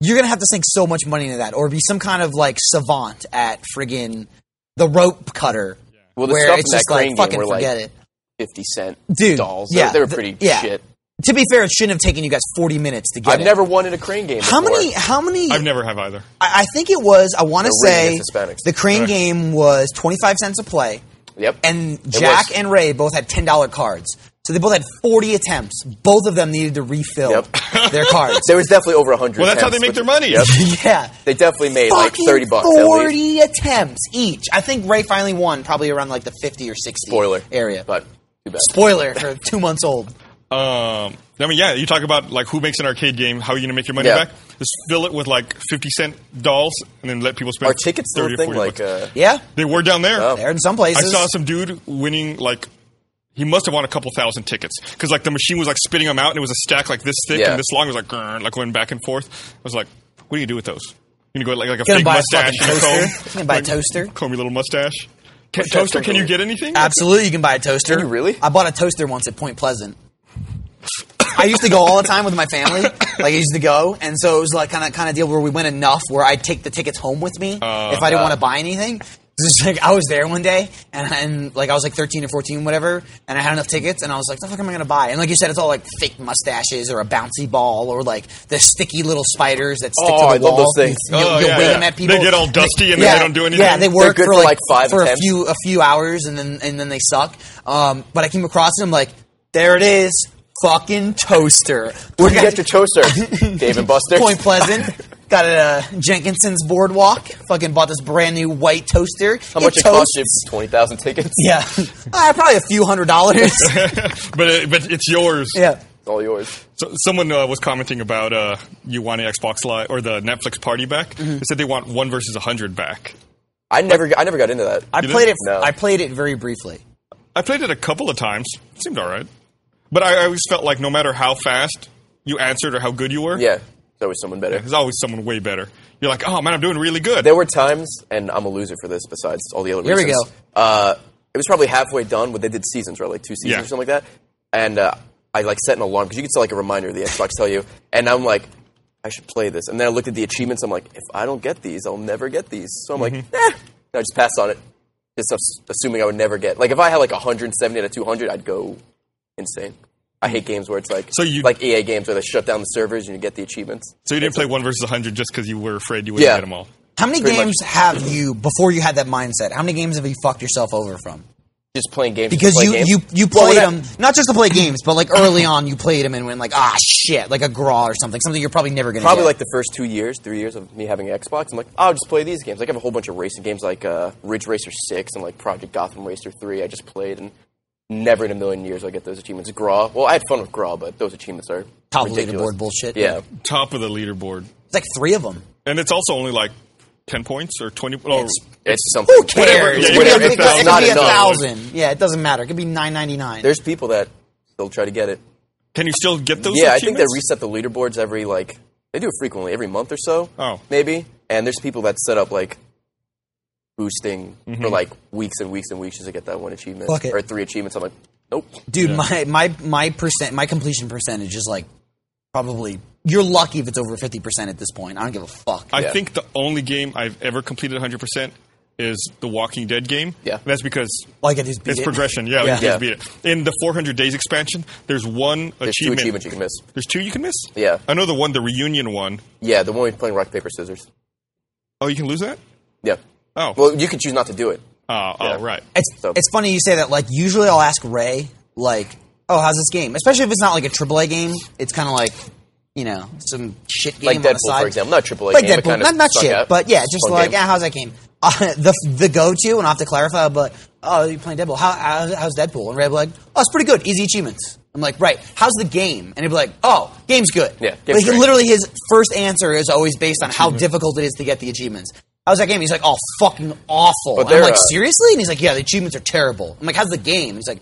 [SPEAKER 3] You're going to have to sink so much money into that, or be some kind of like savant at friggin' the rope cutter,
[SPEAKER 2] Well, the
[SPEAKER 3] where
[SPEAKER 2] stuff in
[SPEAKER 3] it's
[SPEAKER 2] that
[SPEAKER 3] just like
[SPEAKER 2] crane game
[SPEAKER 3] fucking
[SPEAKER 2] were, like,
[SPEAKER 3] forget it.
[SPEAKER 2] 50 cent
[SPEAKER 3] Dude,
[SPEAKER 2] dolls.
[SPEAKER 3] yeah,
[SPEAKER 2] they were
[SPEAKER 3] th-
[SPEAKER 2] pretty
[SPEAKER 3] yeah.
[SPEAKER 2] shit.
[SPEAKER 3] To be fair, it shouldn't have taken you guys 40 minutes to get
[SPEAKER 2] I've
[SPEAKER 3] it.
[SPEAKER 2] never won in a crane game.
[SPEAKER 3] How
[SPEAKER 2] before.
[SPEAKER 3] many? How many?
[SPEAKER 1] I've never have either.
[SPEAKER 3] I, I think it was. I want to
[SPEAKER 2] They're really
[SPEAKER 3] say
[SPEAKER 2] against Hispanics.
[SPEAKER 3] the crane game was 25 cents a play.
[SPEAKER 2] Yep.
[SPEAKER 3] and Jack
[SPEAKER 2] was.
[SPEAKER 3] and Ray both had ten dollar cards. So they both had forty attempts. Both of them needed to refill
[SPEAKER 2] Yep.
[SPEAKER 3] their cards.
[SPEAKER 2] there was definitely over 100.
[SPEAKER 1] Well, that's how they
[SPEAKER 2] attempts,
[SPEAKER 1] make
[SPEAKER 2] but
[SPEAKER 1] their money.
[SPEAKER 3] yeah.
[SPEAKER 2] They definitely made like
[SPEAKER 3] Fucking
[SPEAKER 2] 30 bucks at least.
[SPEAKER 3] Forty attempts each. I think Ray finally won probably around like the fifty or sixty
[SPEAKER 2] Spoiler
[SPEAKER 3] area.
[SPEAKER 2] but too bad.
[SPEAKER 3] Spoiler for two months old.
[SPEAKER 1] Um, I mean, yeah, you talk about like who makes an arcade game, how are you gonna make your money
[SPEAKER 2] Yeah.
[SPEAKER 1] back? Just fill it with like fifty cent dolls, and then let people spend.
[SPEAKER 2] Are tickets still
[SPEAKER 1] 30
[SPEAKER 2] a
[SPEAKER 1] or
[SPEAKER 2] thing?
[SPEAKER 1] 40
[SPEAKER 2] Like,
[SPEAKER 1] bucks.
[SPEAKER 2] uh,
[SPEAKER 3] Yeah,
[SPEAKER 1] they were down there.
[SPEAKER 2] Oh.
[SPEAKER 3] there in some
[SPEAKER 1] I
[SPEAKER 3] places.
[SPEAKER 1] saw some dude winning like he must have won a couple thousand tickets because like the machine was like spitting them out and it was a stack like this thick
[SPEAKER 2] Yeah.
[SPEAKER 1] and this long. It was like grrr, like going back and forth. I was like, what do you do with those? You gonna go like, like a
[SPEAKER 3] Gonna
[SPEAKER 1] fake
[SPEAKER 3] buy a
[SPEAKER 1] mustache
[SPEAKER 3] fucking
[SPEAKER 1] and a
[SPEAKER 3] toaster.
[SPEAKER 1] comb?
[SPEAKER 3] You can buy a
[SPEAKER 1] Like,
[SPEAKER 3] toaster.
[SPEAKER 1] Comb your little mustache. Can,
[SPEAKER 2] Mustache
[SPEAKER 1] toaster? Can you
[SPEAKER 2] totally.
[SPEAKER 1] get anything?
[SPEAKER 3] Absolutely, you can buy a toaster.
[SPEAKER 2] Can you really?
[SPEAKER 3] I bought a toaster once at Point Pleasant. I used to go all the time with my family. Like I used to go, and so it was like kind of kind of deal where we went enough where I'd take the tickets home with me
[SPEAKER 1] Oh,
[SPEAKER 3] if I didn't want to buy anything. So It's like I was there one day, and, and like I was like thirteen or fourteen, whatever, and I had enough tickets, and I was like, "The fuck am I gonna buy?" And like you said, it's all like fake mustaches or a bouncy ball or like the sticky little spiders that stick
[SPEAKER 2] Oh,
[SPEAKER 3] to
[SPEAKER 2] I
[SPEAKER 3] the
[SPEAKER 2] love
[SPEAKER 3] wall.
[SPEAKER 2] those things.
[SPEAKER 3] You,
[SPEAKER 1] Oh,
[SPEAKER 3] you
[SPEAKER 1] yeah,
[SPEAKER 3] wave
[SPEAKER 1] yeah.
[SPEAKER 3] them at
[SPEAKER 1] They
[SPEAKER 3] people.
[SPEAKER 1] get all dusty and then they don't do
[SPEAKER 3] Yeah,
[SPEAKER 1] anything.
[SPEAKER 3] they work
[SPEAKER 2] good
[SPEAKER 3] for,
[SPEAKER 2] for,
[SPEAKER 3] like
[SPEAKER 2] like, five
[SPEAKER 3] for a
[SPEAKER 2] attempts.
[SPEAKER 3] few a few hours and then and then they suck. Um, but I came across them like, there it is, fucking toaster.
[SPEAKER 2] Where'd you get your toaster? Dave and Buster's.
[SPEAKER 3] Point Pleasant. Got it at uh, Jenkinson's Boardwalk. Fucking bought this brand new white toaster.
[SPEAKER 2] How much it cost you? Twenty thousand tickets.
[SPEAKER 3] Yeah, Ah, probably a few hundred dollars.
[SPEAKER 1] but uh, but it's yours.
[SPEAKER 3] yeah.
[SPEAKER 2] It's all yours.
[SPEAKER 1] So, someone uh, was commenting about uh, you want an Xbox Live or the Netflix Party back.
[SPEAKER 3] Mm-hmm.
[SPEAKER 1] They said they want one versus a hundred back.
[SPEAKER 2] I never, I never got into that.
[SPEAKER 3] I
[SPEAKER 1] You
[SPEAKER 3] played it.
[SPEAKER 1] didn't?
[SPEAKER 2] No.
[SPEAKER 3] I played it very briefly.
[SPEAKER 1] I played it a couple of times. It seemed all right. But I, I always felt like no matter how fast you answered or how good you were,
[SPEAKER 2] yeah, there's always someone better.
[SPEAKER 1] there's always someone way better. You're like, oh man, I'm doing really good.
[SPEAKER 2] There were times, and I'm a loser for this. Besides all the other
[SPEAKER 3] Here we
[SPEAKER 2] reasons. go. Uh, it was probably halfway done, but they did seasons, right? Like two seasons
[SPEAKER 1] Yeah.
[SPEAKER 2] or something like that. And uh, I like set an alarm because you could set like a reminder. The Xbox tell you, and I'm like, I should play this. And then I looked at the achievements. I'm like, if I don't get these, I'll never get these. So I'm
[SPEAKER 3] Mm-hmm.
[SPEAKER 2] like, eh. And I just passed on it, just ass- assuming I would never get. Like if I had like 170 out of 200, I'd go insane. I hate games where it's like
[SPEAKER 1] So you-
[SPEAKER 2] like EA games where they shut down the servers and you get the achievements.
[SPEAKER 1] so you didn't play one versus a hundred just because you were afraid you wouldn't
[SPEAKER 2] Yeah.
[SPEAKER 1] get them all.
[SPEAKER 3] How many
[SPEAKER 2] Pretty much.
[SPEAKER 3] games have you before you had that mindset? How many games have you fucked yourself over from?
[SPEAKER 2] Just playing games just
[SPEAKER 3] because
[SPEAKER 2] to play
[SPEAKER 3] you,
[SPEAKER 2] games.
[SPEAKER 3] you you
[SPEAKER 2] Well,
[SPEAKER 3] played
[SPEAKER 2] that-
[SPEAKER 3] them not just to play games, but like early on you played them and went like ah shit, like a graw or something, something you're probably never gonna
[SPEAKER 2] probably
[SPEAKER 3] get.
[SPEAKER 2] like the first two years, three years of me having an Xbox. I'm like, I'll just play these games. Like, I have a whole bunch of racing games like uh, Ridge Racer Six and like Project Gotham Racer Three. I just played, and never in a million years I get those achievements. Graw. Well, I had fun with Graw, but those achievements are
[SPEAKER 3] top
[SPEAKER 2] ridiculous.
[SPEAKER 3] leaderboard bullshit.
[SPEAKER 2] Yeah,
[SPEAKER 1] Top of the leaderboard,
[SPEAKER 3] it's like three of them.
[SPEAKER 1] and it's also only like ten points or twenty. Oh,
[SPEAKER 2] it's something.
[SPEAKER 3] Who cares?
[SPEAKER 1] Whatever, yeah,
[SPEAKER 3] it,
[SPEAKER 1] you
[SPEAKER 3] could
[SPEAKER 1] whatever,
[SPEAKER 3] be,
[SPEAKER 1] it's
[SPEAKER 3] it could- it could
[SPEAKER 2] not
[SPEAKER 3] be a
[SPEAKER 2] enough.
[SPEAKER 3] thousand. Yeah, it doesn't matter. It could be nine ninety nine.
[SPEAKER 2] There's people that still try to get it.
[SPEAKER 1] can you still get those?
[SPEAKER 2] yeah, I think they
[SPEAKER 1] achievements?
[SPEAKER 2] reset the leaderboards every like they do it frequently, every month or so.
[SPEAKER 1] Oh.
[SPEAKER 2] maybe. And there's people that set up like boosting
[SPEAKER 1] Mm-hmm.
[SPEAKER 2] for like weeks and weeks and weeks just to get that one achievement
[SPEAKER 3] Fuck it.
[SPEAKER 2] or three achievements. I'm like, nope.
[SPEAKER 3] Dude, my my my percent my completion percentage is like probably you're lucky if it's over fifty percent at this point. I don't give a fuck.
[SPEAKER 1] I
[SPEAKER 2] Yeah.
[SPEAKER 1] think the only game I've ever completed 100 percent is the Walking Dead game.
[SPEAKER 2] Yeah.
[SPEAKER 1] And that's because
[SPEAKER 3] All I can do is beat
[SPEAKER 1] it's
[SPEAKER 3] it.
[SPEAKER 1] progression. Yeah,
[SPEAKER 3] Yeah.
[SPEAKER 1] you just
[SPEAKER 2] Yeah.
[SPEAKER 1] beat it. In the 400 days expansion, there's one
[SPEAKER 2] There's two
[SPEAKER 1] achievement.
[SPEAKER 2] achievements you can miss.
[SPEAKER 1] There's two you can miss.
[SPEAKER 2] Yeah.
[SPEAKER 1] I know the one, the reunion one.
[SPEAKER 2] Yeah, the one we're playing rock paper scissors.
[SPEAKER 1] Oh, you can lose that.
[SPEAKER 2] Yeah.
[SPEAKER 1] Oh.
[SPEAKER 2] Well, you can choose not to do it.
[SPEAKER 1] Uh,
[SPEAKER 2] Yeah.
[SPEAKER 1] Oh, right.
[SPEAKER 3] It's,
[SPEAKER 2] So-
[SPEAKER 3] it's funny you say that. Like usually I'll ask Ray like, "Oh, how's this game?" Especially if it's not like a AAA game. It's kind of like you know some shit game
[SPEAKER 2] Like
[SPEAKER 3] on the
[SPEAKER 2] Deadpool,
[SPEAKER 3] side.
[SPEAKER 2] for example. Not AAA
[SPEAKER 3] like
[SPEAKER 2] game, but
[SPEAKER 3] Deadpool,
[SPEAKER 2] kind of
[SPEAKER 3] not, not
[SPEAKER 2] stuck
[SPEAKER 3] shit,
[SPEAKER 2] out.
[SPEAKER 3] but yeah, just
[SPEAKER 2] Fun
[SPEAKER 3] like
[SPEAKER 2] game.
[SPEAKER 3] ah, how's that game? Uh, the the go to, and I will have to clarify, but oh, you playing Deadpool? How, how how's Deadpool? And Red's like, oh, it's pretty good, easy achievements. I'm like, right, how's the game? And he'd be like, oh, game's good.
[SPEAKER 2] Yeah, game's
[SPEAKER 3] like,
[SPEAKER 2] great.
[SPEAKER 3] literally, his first answer is always based on how difficult it is to get the achievements. How's that game? He's like, oh, fucking awful.
[SPEAKER 2] But
[SPEAKER 3] And I'm
[SPEAKER 2] they're,
[SPEAKER 3] like,
[SPEAKER 2] uh,
[SPEAKER 3] seriously? And he's like, yeah, the achievements are terrible. I'm like, how's the game? He's like,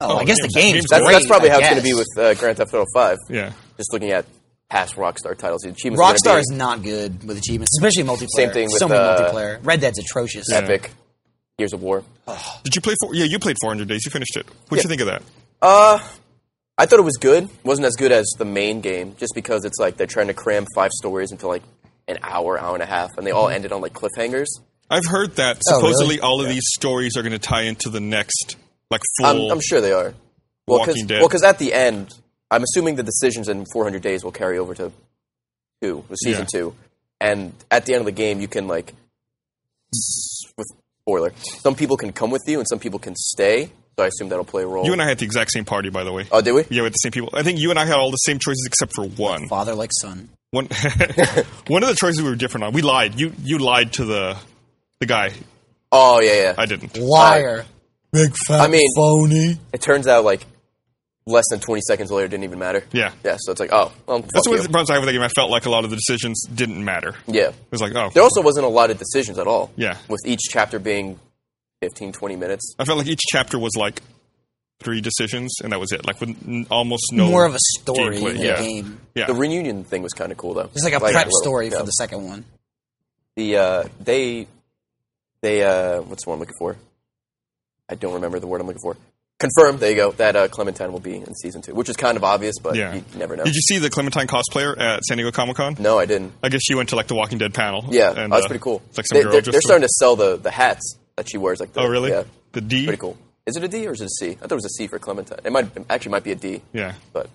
[SPEAKER 3] oh,
[SPEAKER 1] Oh,
[SPEAKER 3] I guess
[SPEAKER 1] game's-
[SPEAKER 3] the game's,
[SPEAKER 1] game's
[SPEAKER 2] that's,
[SPEAKER 3] great.
[SPEAKER 2] that's probably
[SPEAKER 3] I
[SPEAKER 2] how it's going
[SPEAKER 3] guess."
[SPEAKER 2] to be with uh, Grand Theft Auto Five.
[SPEAKER 1] Yeah.
[SPEAKER 2] Just looking at past Rockstar titles, the achievements. are gonna
[SPEAKER 3] Rockstar
[SPEAKER 2] be
[SPEAKER 3] is not good with achievements, especially multiplayer.
[SPEAKER 2] Same thing with,
[SPEAKER 3] so many
[SPEAKER 2] uh,
[SPEAKER 3] multiplayer. Red Dead's atrocious.
[SPEAKER 2] epic. Gears of War.
[SPEAKER 1] Did you play? Four, yeah, you played 400 days. You finished it. What'd you think of that?
[SPEAKER 2] I thought it was good. wasn't as good as the main game, just because it's like they're trying to cram five stories into like an hour, hour and a half, and they
[SPEAKER 1] Mm-hmm.
[SPEAKER 2] all ended on like cliffhangers.
[SPEAKER 1] I've heard that
[SPEAKER 3] Oh, really?
[SPEAKER 1] supposedly all of these stories are going to tie into the next, like full.
[SPEAKER 2] I'm, I'm sure they are. Well,
[SPEAKER 1] Walking Dead.
[SPEAKER 2] because at the end, I'm assuming the decisions in 400 days will carry over to two, to season
[SPEAKER 1] Yeah.
[SPEAKER 2] two, and at the end of the game, you can like s- with spoiler, some people can come with you and some people can stay. So I assume that'll play a role.
[SPEAKER 1] You and I had the exact same party, by the way.
[SPEAKER 2] oh, did we?
[SPEAKER 1] yeah, with the same people. I think you and I had all the same choices except for one.
[SPEAKER 3] Father like son.
[SPEAKER 1] One, one of the choices we were different on. We lied. You you lied to the the guy.
[SPEAKER 2] Oh yeah, yeah.
[SPEAKER 1] I didn't.
[SPEAKER 3] Liar. Big fat
[SPEAKER 2] I mean-
[SPEAKER 3] phony.
[SPEAKER 2] it turns out like less than 20 seconds later didn't even matter.
[SPEAKER 1] Yeah.
[SPEAKER 2] Yeah, so it's like, oh, well, fuck
[SPEAKER 1] That's one
[SPEAKER 2] you.
[SPEAKER 1] of the problems I have with the game. I felt like a lot of the decisions didn't matter.
[SPEAKER 2] Yeah.
[SPEAKER 1] It was like, oh,
[SPEAKER 2] There also wasn't a lot of decisions at all.
[SPEAKER 1] Yeah.
[SPEAKER 2] With each chapter being 15, 20 minutes.
[SPEAKER 1] I felt like each chapter was like three decisions, and that was it. Like with n- almost no
[SPEAKER 3] More of a story
[SPEAKER 1] gameplay.
[SPEAKER 3] than a
[SPEAKER 1] yeah.
[SPEAKER 3] game.
[SPEAKER 1] Yeah,
[SPEAKER 2] The reunion thing was kind of cool, though.
[SPEAKER 3] It's like a
[SPEAKER 2] Like,
[SPEAKER 3] prep
[SPEAKER 2] little-
[SPEAKER 3] story
[SPEAKER 2] yeah.
[SPEAKER 3] for the second one.
[SPEAKER 2] the uh, they they uh, what's the one I'm looking for? I don't remember the word I'm looking for. Confirmed. There you go. That uh, Clementine will be in season two, which is kind of obvious, but
[SPEAKER 1] yeah.
[SPEAKER 2] you never know.
[SPEAKER 1] Did you see the Clementine cosplayer at San Diego Comic Con?
[SPEAKER 2] no, I didn't.
[SPEAKER 1] I guess she went to like the Walking Dead panel.
[SPEAKER 2] Yeah,
[SPEAKER 1] and,
[SPEAKER 2] that's
[SPEAKER 1] uh,
[SPEAKER 2] pretty cool.
[SPEAKER 1] it's Like some
[SPEAKER 2] they,
[SPEAKER 1] girl
[SPEAKER 2] are
[SPEAKER 1] just
[SPEAKER 2] starting to sell the, the hats that she wears. Like, the,
[SPEAKER 1] Oh, really?
[SPEAKER 2] Yeah,
[SPEAKER 1] The D.
[SPEAKER 2] pretty cool. Is it a D or is it a C? I thought it was a C for Clementine. It might actually might be a D.
[SPEAKER 1] Yeah.
[SPEAKER 2] but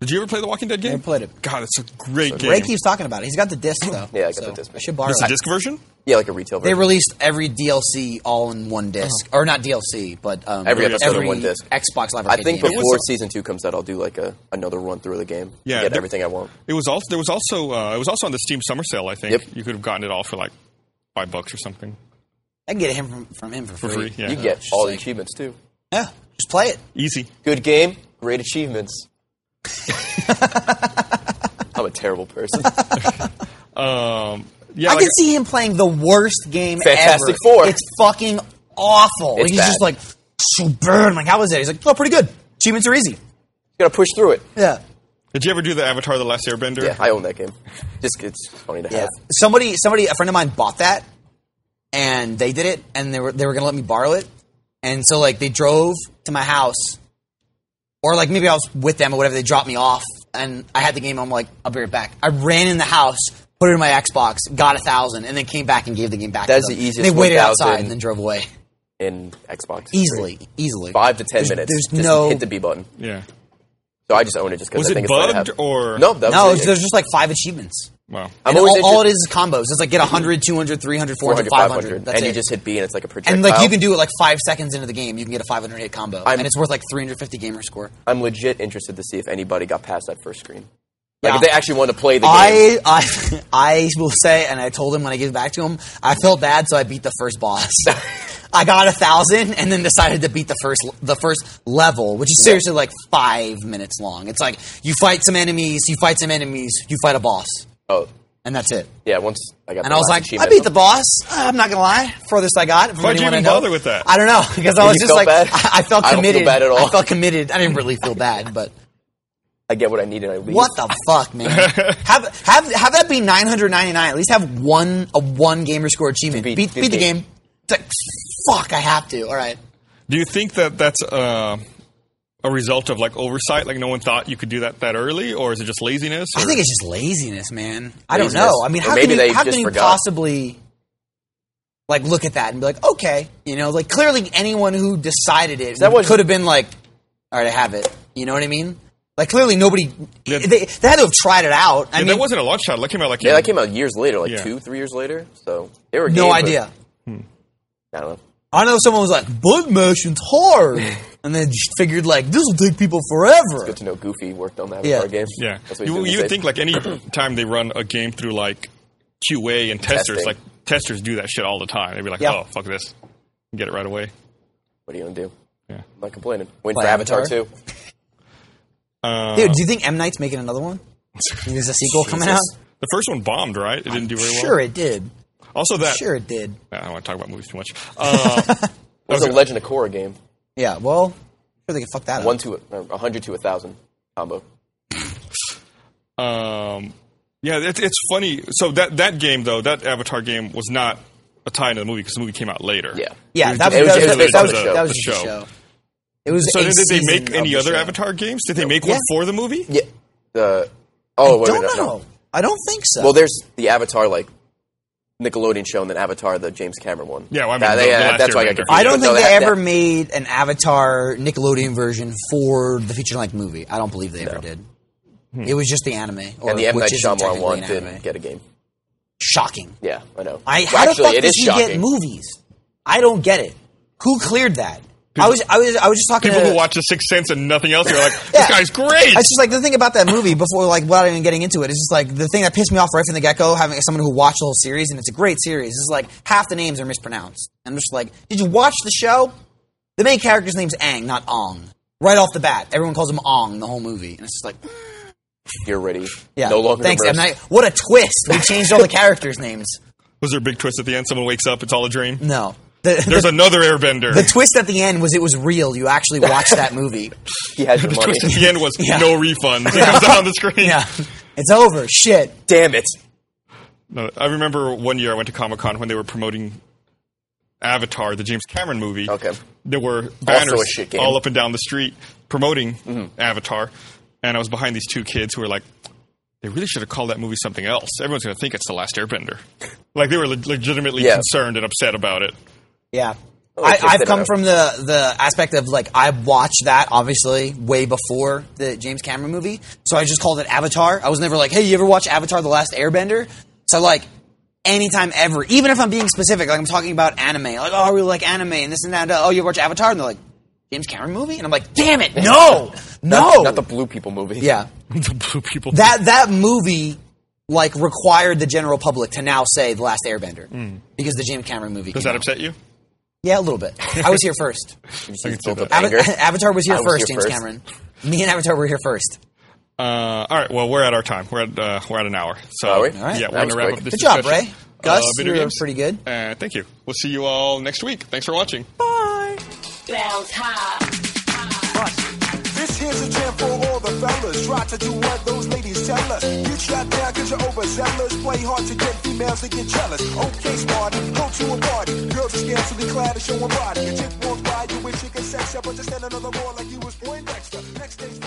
[SPEAKER 1] Did you ever play the Walking Dead game?
[SPEAKER 3] Never played it.
[SPEAKER 1] God, it's a great game.
[SPEAKER 3] Ray keeps talking about it. He's got the disc though.
[SPEAKER 2] Yeah, I got
[SPEAKER 3] so
[SPEAKER 2] the disc.
[SPEAKER 3] I should borrow
[SPEAKER 1] Just a
[SPEAKER 3] it.
[SPEAKER 1] disc version?
[SPEAKER 2] yeah, like a retail
[SPEAKER 3] They
[SPEAKER 2] version.
[SPEAKER 3] released every DLC all in one disk or not DLC, but um,
[SPEAKER 2] Oh. Every episode in one disc.
[SPEAKER 3] Xbox Live.
[SPEAKER 2] I
[SPEAKER 3] Arcade
[SPEAKER 2] think
[SPEAKER 3] game.
[SPEAKER 2] before season two comes out, I'll do like a another run through of the game.
[SPEAKER 1] Yeah,
[SPEAKER 2] to get
[SPEAKER 1] there-
[SPEAKER 2] everything I want.
[SPEAKER 1] It was also there was also uh, it was also on the Steam Summer Sale. I think
[SPEAKER 2] Yep.
[SPEAKER 1] you could have gotten it all for like five bucks or something
[SPEAKER 3] I can get him from, from him for free.
[SPEAKER 1] for free. Yeah,
[SPEAKER 2] You get all the
[SPEAKER 3] like-
[SPEAKER 2] achievements too.
[SPEAKER 3] Yeah, just play it.
[SPEAKER 1] easy.
[SPEAKER 2] Good game, great achievements. I'm a terrible person.
[SPEAKER 1] Um, yeah,
[SPEAKER 3] I
[SPEAKER 1] like-
[SPEAKER 3] can see him playing the worst game
[SPEAKER 2] Fantastic
[SPEAKER 3] ever.
[SPEAKER 2] Four.
[SPEAKER 3] It's fucking awful.
[SPEAKER 2] It's
[SPEAKER 3] Like, he's
[SPEAKER 2] bad.
[SPEAKER 3] just like so burn. Like how was it? He's like, oh, pretty good. Achievements are easy.
[SPEAKER 2] Gotta push through it.
[SPEAKER 3] Yeah.
[SPEAKER 1] Did you ever do the Avatar: The Last Airbender?
[SPEAKER 2] Yeah, I own that game. Just it's funny to have.
[SPEAKER 3] Somebody, somebody, a friend of mine bought that, and they did it, and they were they were gonna let me borrow it, and so like they drove to my house, or like maybe I was with them or whatever. They dropped me off, and I had the game. I'm like, I'll be right back. I ran in the house, put it in my Xbox, got a thousand, and then came back and gave the game back.
[SPEAKER 2] That's
[SPEAKER 3] to them.
[SPEAKER 2] the easiest
[SPEAKER 3] And they waited
[SPEAKER 2] 1,000
[SPEAKER 3] outside and then drove away
[SPEAKER 2] in Xbox.
[SPEAKER 3] easily, easily.
[SPEAKER 2] Five to ten
[SPEAKER 3] There's-
[SPEAKER 2] minutes.
[SPEAKER 3] There's
[SPEAKER 2] just
[SPEAKER 3] no
[SPEAKER 2] hit the B button.
[SPEAKER 1] yeah.
[SPEAKER 2] So I just own it just
[SPEAKER 1] Was
[SPEAKER 2] because I
[SPEAKER 1] it
[SPEAKER 2] think it's fun to
[SPEAKER 1] bugged
[SPEAKER 2] have.
[SPEAKER 1] or-
[SPEAKER 2] no? That was
[SPEAKER 3] no.
[SPEAKER 2] it.
[SPEAKER 3] There's just like five achievements.
[SPEAKER 1] Wow.
[SPEAKER 2] I'm
[SPEAKER 3] And all,
[SPEAKER 2] always
[SPEAKER 3] all it
[SPEAKER 2] interested-
[SPEAKER 3] is is combos. It's like get 100, 200, 300, 400,
[SPEAKER 2] 400, 500,
[SPEAKER 3] 500. That's
[SPEAKER 2] and
[SPEAKER 3] it.
[SPEAKER 2] you just hit B, and it's like a projectile.
[SPEAKER 3] And like you can do it like five seconds into the game, you can get a 500 hit combo,
[SPEAKER 2] I'm-
[SPEAKER 3] and it's worth like 350 gamer score.
[SPEAKER 2] I'm legit interested to see if anybody got past that first screen. Like
[SPEAKER 3] Yeah.
[SPEAKER 2] if they actually want to play the game.
[SPEAKER 3] I I I will say, and I told him when I gave it back to him, I felt bad, so I beat the first boss. I got a thousand, and then decided to beat the first the first level, which is seriously like five minutes long. It's like you fight some enemies, you fight some enemies, you fight a boss,
[SPEAKER 2] Oh,
[SPEAKER 3] and that's it.
[SPEAKER 2] yeah. Once I got.
[SPEAKER 3] And
[SPEAKER 2] the
[SPEAKER 3] I was
[SPEAKER 2] last
[SPEAKER 3] like, I
[SPEAKER 2] achievement.
[SPEAKER 3] beat the boss. Uh, I'm not gonna lie. Furthest I got.
[SPEAKER 1] Why'd you even bother with that?
[SPEAKER 3] I don't know because I was
[SPEAKER 2] you
[SPEAKER 3] just
[SPEAKER 2] felt
[SPEAKER 3] like
[SPEAKER 2] bad?
[SPEAKER 3] I, I felt
[SPEAKER 2] I don't feel
[SPEAKER 3] committed.
[SPEAKER 2] bad at all.
[SPEAKER 3] I felt committed. I didn't really feel bad, but
[SPEAKER 2] I get what I need, and I leave.
[SPEAKER 3] what the fuck, man? have have have that be 999. At least have one a one gamer score achievement.
[SPEAKER 2] Beat-
[SPEAKER 3] Beat beat,
[SPEAKER 2] beat
[SPEAKER 3] the
[SPEAKER 2] the-
[SPEAKER 3] game. It's like fuck, I have to. All right.
[SPEAKER 1] Do you think that that's uh, a result of like oversight? Like no one thought you could do that that early, or is it just laziness?
[SPEAKER 3] I
[SPEAKER 1] or-
[SPEAKER 3] think it's just laziness, man. I don't
[SPEAKER 2] Laziness.
[SPEAKER 3] know. I mean,
[SPEAKER 2] Or
[SPEAKER 3] how
[SPEAKER 2] maybe
[SPEAKER 3] can
[SPEAKER 2] they
[SPEAKER 3] you, how
[SPEAKER 2] just
[SPEAKER 3] can you
[SPEAKER 2] forgot.
[SPEAKER 3] possibly like look at that and be like, okay, you know, like clearly anyone who decided it
[SPEAKER 2] That wasn't-
[SPEAKER 3] could have been like, all right, I have it. You know what I mean? Like clearly nobody
[SPEAKER 1] Yeah.
[SPEAKER 3] they, they had to have tried it out.
[SPEAKER 1] Yeah,
[SPEAKER 3] I mean,
[SPEAKER 1] that wasn't a launch title. That came out like
[SPEAKER 2] Yeah,
[SPEAKER 1] in-
[SPEAKER 2] that came out years later, like
[SPEAKER 1] Yeah.
[SPEAKER 2] two, three years later. So they were
[SPEAKER 3] no
[SPEAKER 2] game, but
[SPEAKER 3] idea.
[SPEAKER 2] I don't know.
[SPEAKER 3] I know someone was like, bug motion's hard, and then just figured like this will take people forever.
[SPEAKER 2] Good to know Goofy worked on that
[SPEAKER 3] Yeah.
[SPEAKER 2] yeah. game.
[SPEAKER 1] Yeah,
[SPEAKER 2] That's what he's
[SPEAKER 1] you,
[SPEAKER 2] doing
[SPEAKER 1] you
[SPEAKER 2] these
[SPEAKER 1] would
[SPEAKER 2] days.
[SPEAKER 1] think like any time they run a game through like QA and testers,
[SPEAKER 2] Testing.
[SPEAKER 1] like testers do that shit all the time. They'd be like,
[SPEAKER 3] Yeah.
[SPEAKER 1] "Oh, fuck this, get it right away."
[SPEAKER 2] What are you gonna do?
[SPEAKER 1] Yeah.
[SPEAKER 2] I'm not complaining. Wait
[SPEAKER 3] Play
[SPEAKER 2] for Avatar,
[SPEAKER 3] Avatar?
[SPEAKER 2] too.
[SPEAKER 1] Uh,
[SPEAKER 3] Dude, do you think M Night's making another one? There's a sequel coming out.
[SPEAKER 1] the first one bombed, right? It didn't do very well.
[SPEAKER 3] Sure, it did.
[SPEAKER 1] Also, that
[SPEAKER 3] Sure, it did.
[SPEAKER 1] Nah, I don't want to talk about movies too much. Uh,
[SPEAKER 2] It was a
[SPEAKER 1] Okay.
[SPEAKER 2] Legend of Korra game.
[SPEAKER 3] Yeah. Well, sure they can fuck that up.
[SPEAKER 2] One to uh, a hundred to a thousand combo.
[SPEAKER 1] Um, yeah, it, it's funny. So that that game though, that Avatar game was not a tie into the movie because the movie came out later.
[SPEAKER 2] Yeah.
[SPEAKER 3] Yeah,
[SPEAKER 1] It
[SPEAKER 3] that,
[SPEAKER 1] just
[SPEAKER 3] was, that,
[SPEAKER 1] based
[SPEAKER 3] was,
[SPEAKER 1] on
[SPEAKER 2] based
[SPEAKER 3] that
[SPEAKER 2] on
[SPEAKER 3] was,
[SPEAKER 2] the
[SPEAKER 3] that
[SPEAKER 2] show.
[SPEAKER 3] was,
[SPEAKER 1] the
[SPEAKER 3] just a
[SPEAKER 1] show.
[SPEAKER 3] show. It was.
[SPEAKER 1] So
[SPEAKER 3] a
[SPEAKER 1] did they
[SPEAKER 3] season
[SPEAKER 1] make any
[SPEAKER 3] of the
[SPEAKER 1] other
[SPEAKER 3] show.
[SPEAKER 1] Avatar games? Did they make one
[SPEAKER 3] Yeah.
[SPEAKER 1] for the movie?
[SPEAKER 2] Yeah. Uh, oh, wait, a
[SPEAKER 3] Don't
[SPEAKER 2] minute, no.
[SPEAKER 3] know. I don't think so.
[SPEAKER 2] Well, there's the Avatar like Nickelodeon show, and then Avatar the James Cameron one.
[SPEAKER 1] Yeah, well, I mean,
[SPEAKER 2] That-
[SPEAKER 1] the- the last
[SPEAKER 2] that's why I got
[SPEAKER 1] Airbender.
[SPEAKER 2] confused.
[SPEAKER 3] I don't
[SPEAKER 2] But
[SPEAKER 3] think
[SPEAKER 2] no,
[SPEAKER 3] they,
[SPEAKER 2] that-
[SPEAKER 3] ever
[SPEAKER 2] that-
[SPEAKER 3] made an Avatar Nickelodeon version for the feature length movie. I don't believe they ever did.
[SPEAKER 1] Hmm.
[SPEAKER 3] It was just the anime, or
[SPEAKER 2] and the M
[SPEAKER 3] which
[SPEAKER 2] Night
[SPEAKER 3] isn't
[SPEAKER 2] Shyamalan
[SPEAKER 3] technically
[SPEAKER 2] one
[SPEAKER 3] an
[SPEAKER 2] didn't
[SPEAKER 3] anime.
[SPEAKER 2] get a game.
[SPEAKER 3] Shocking.
[SPEAKER 2] Yeah, I know.
[SPEAKER 3] I
[SPEAKER 2] Well,
[SPEAKER 3] how
[SPEAKER 2] actually,
[SPEAKER 3] the fuck
[SPEAKER 2] it
[SPEAKER 3] does
[SPEAKER 2] is
[SPEAKER 3] he get
[SPEAKER 2] shocking.
[SPEAKER 3] movies? I don't get it. Who cleared that? I was I was I was just talking
[SPEAKER 1] People
[SPEAKER 3] to
[SPEAKER 1] who watch The Sixth Sense and nothing else, they're like, "This
[SPEAKER 3] Uh, Yeah.
[SPEAKER 1] guy's great."
[SPEAKER 3] It's just like the thing about that movie before, like without even getting into it, it's just like the thing that pissed me off right from the get go. Having someone who watched the whole series, and it's a great series, is like half the names are mispronounced. And I'm just like, did you watch the show? The main character's name's Ang, not Ong. right off the bat. Everyone calls him Ong the whole movie, and it's just like,
[SPEAKER 2] You're ready.
[SPEAKER 3] yeah,
[SPEAKER 2] No longer.
[SPEAKER 3] thanks. M.
[SPEAKER 2] reversed.
[SPEAKER 3] Night. What a twist! We changed all the characters' names.
[SPEAKER 1] Was there a big twist at the end? Someone wakes up, it's all a dream.
[SPEAKER 3] No, the,
[SPEAKER 1] There's
[SPEAKER 3] the,
[SPEAKER 1] another airbender.
[SPEAKER 3] the twist at the end was it was real. You actually watched that movie.
[SPEAKER 2] He had your
[SPEAKER 1] The
[SPEAKER 2] money.
[SPEAKER 1] twist at the end was no refunds. It comes out on the screen.
[SPEAKER 3] Yeah, it's over. Shit.
[SPEAKER 2] Damn it.
[SPEAKER 1] No, I remember one year I went to Comic Con when they were promoting Avatar, the James Cameron movie.
[SPEAKER 2] Okay.
[SPEAKER 1] There were banners
[SPEAKER 2] a shit game. Mm-hmm.
[SPEAKER 1] all up and down the street promoting Avatar, and I was behind these two kids who were like, "They really should have called that movie something else. Everyone's going to think it's the Last Airbender." Like they were leg- legitimately
[SPEAKER 2] Yeah.
[SPEAKER 1] concerned and upset about it.
[SPEAKER 3] Yeah.
[SPEAKER 2] Oh,
[SPEAKER 3] I,
[SPEAKER 2] it's just
[SPEAKER 3] I've
[SPEAKER 2] that
[SPEAKER 3] come
[SPEAKER 2] I-
[SPEAKER 3] from the, the aspect of like I watched that obviously way before the James Cameron movie, so I just called it Avatar. I was never like, hey, you ever watch Avatar: The Last Airbender? So like, anytime ever, even if I'm being specific, like I'm talking about anime, like oh, I really like anime and this and that. And, that. oh, you watch Avatar? And they're like, James Cameron movie? And I'm like, damn it, no, no,
[SPEAKER 2] Not the Blue People movie.
[SPEAKER 3] yeah.
[SPEAKER 1] the blue people.
[SPEAKER 3] That that movie like required the general public to now say The Last Airbender
[SPEAKER 2] Hmm.
[SPEAKER 3] because the James Cameron movie.
[SPEAKER 1] Does
[SPEAKER 3] came
[SPEAKER 1] that
[SPEAKER 3] out.
[SPEAKER 1] upset you?
[SPEAKER 3] Yeah, a little bit. I was here first.
[SPEAKER 2] He's built
[SPEAKER 1] see
[SPEAKER 2] up
[SPEAKER 3] Ava-
[SPEAKER 2] anger.
[SPEAKER 3] Avatar was here
[SPEAKER 2] I was
[SPEAKER 3] first,
[SPEAKER 2] here
[SPEAKER 3] James
[SPEAKER 2] first.
[SPEAKER 3] Cameron. Me and Avatar were here first.
[SPEAKER 1] Uh, all right. Well, we're at our time. We're at uh, we're at an hour. So
[SPEAKER 2] Are we? All
[SPEAKER 3] right.
[SPEAKER 1] yeah,
[SPEAKER 3] That
[SPEAKER 1] we're
[SPEAKER 2] was
[SPEAKER 1] gonna wrap
[SPEAKER 2] quick.
[SPEAKER 1] up this
[SPEAKER 3] Good job,
[SPEAKER 1] discussion. Uh,
[SPEAKER 3] Ray. Gus,
[SPEAKER 1] video
[SPEAKER 3] you were
[SPEAKER 1] games.
[SPEAKER 3] pretty good.
[SPEAKER 1] Uh, thank you. We'll see you all next week. Thanks for watching.
[SPEAKER 5] Bounce high.
[SPEAKER 6] This here's a jam for all the fellas. Try to do what those ladies tell us. You trapped down cause you're overzealous. Play hard to get females to get jealous. Okay, smarty, go to a party. Girls are scantily clad and showing body. A chick walks by you with chicken sex up, but just stand another wall like you was Poindexter. Next day's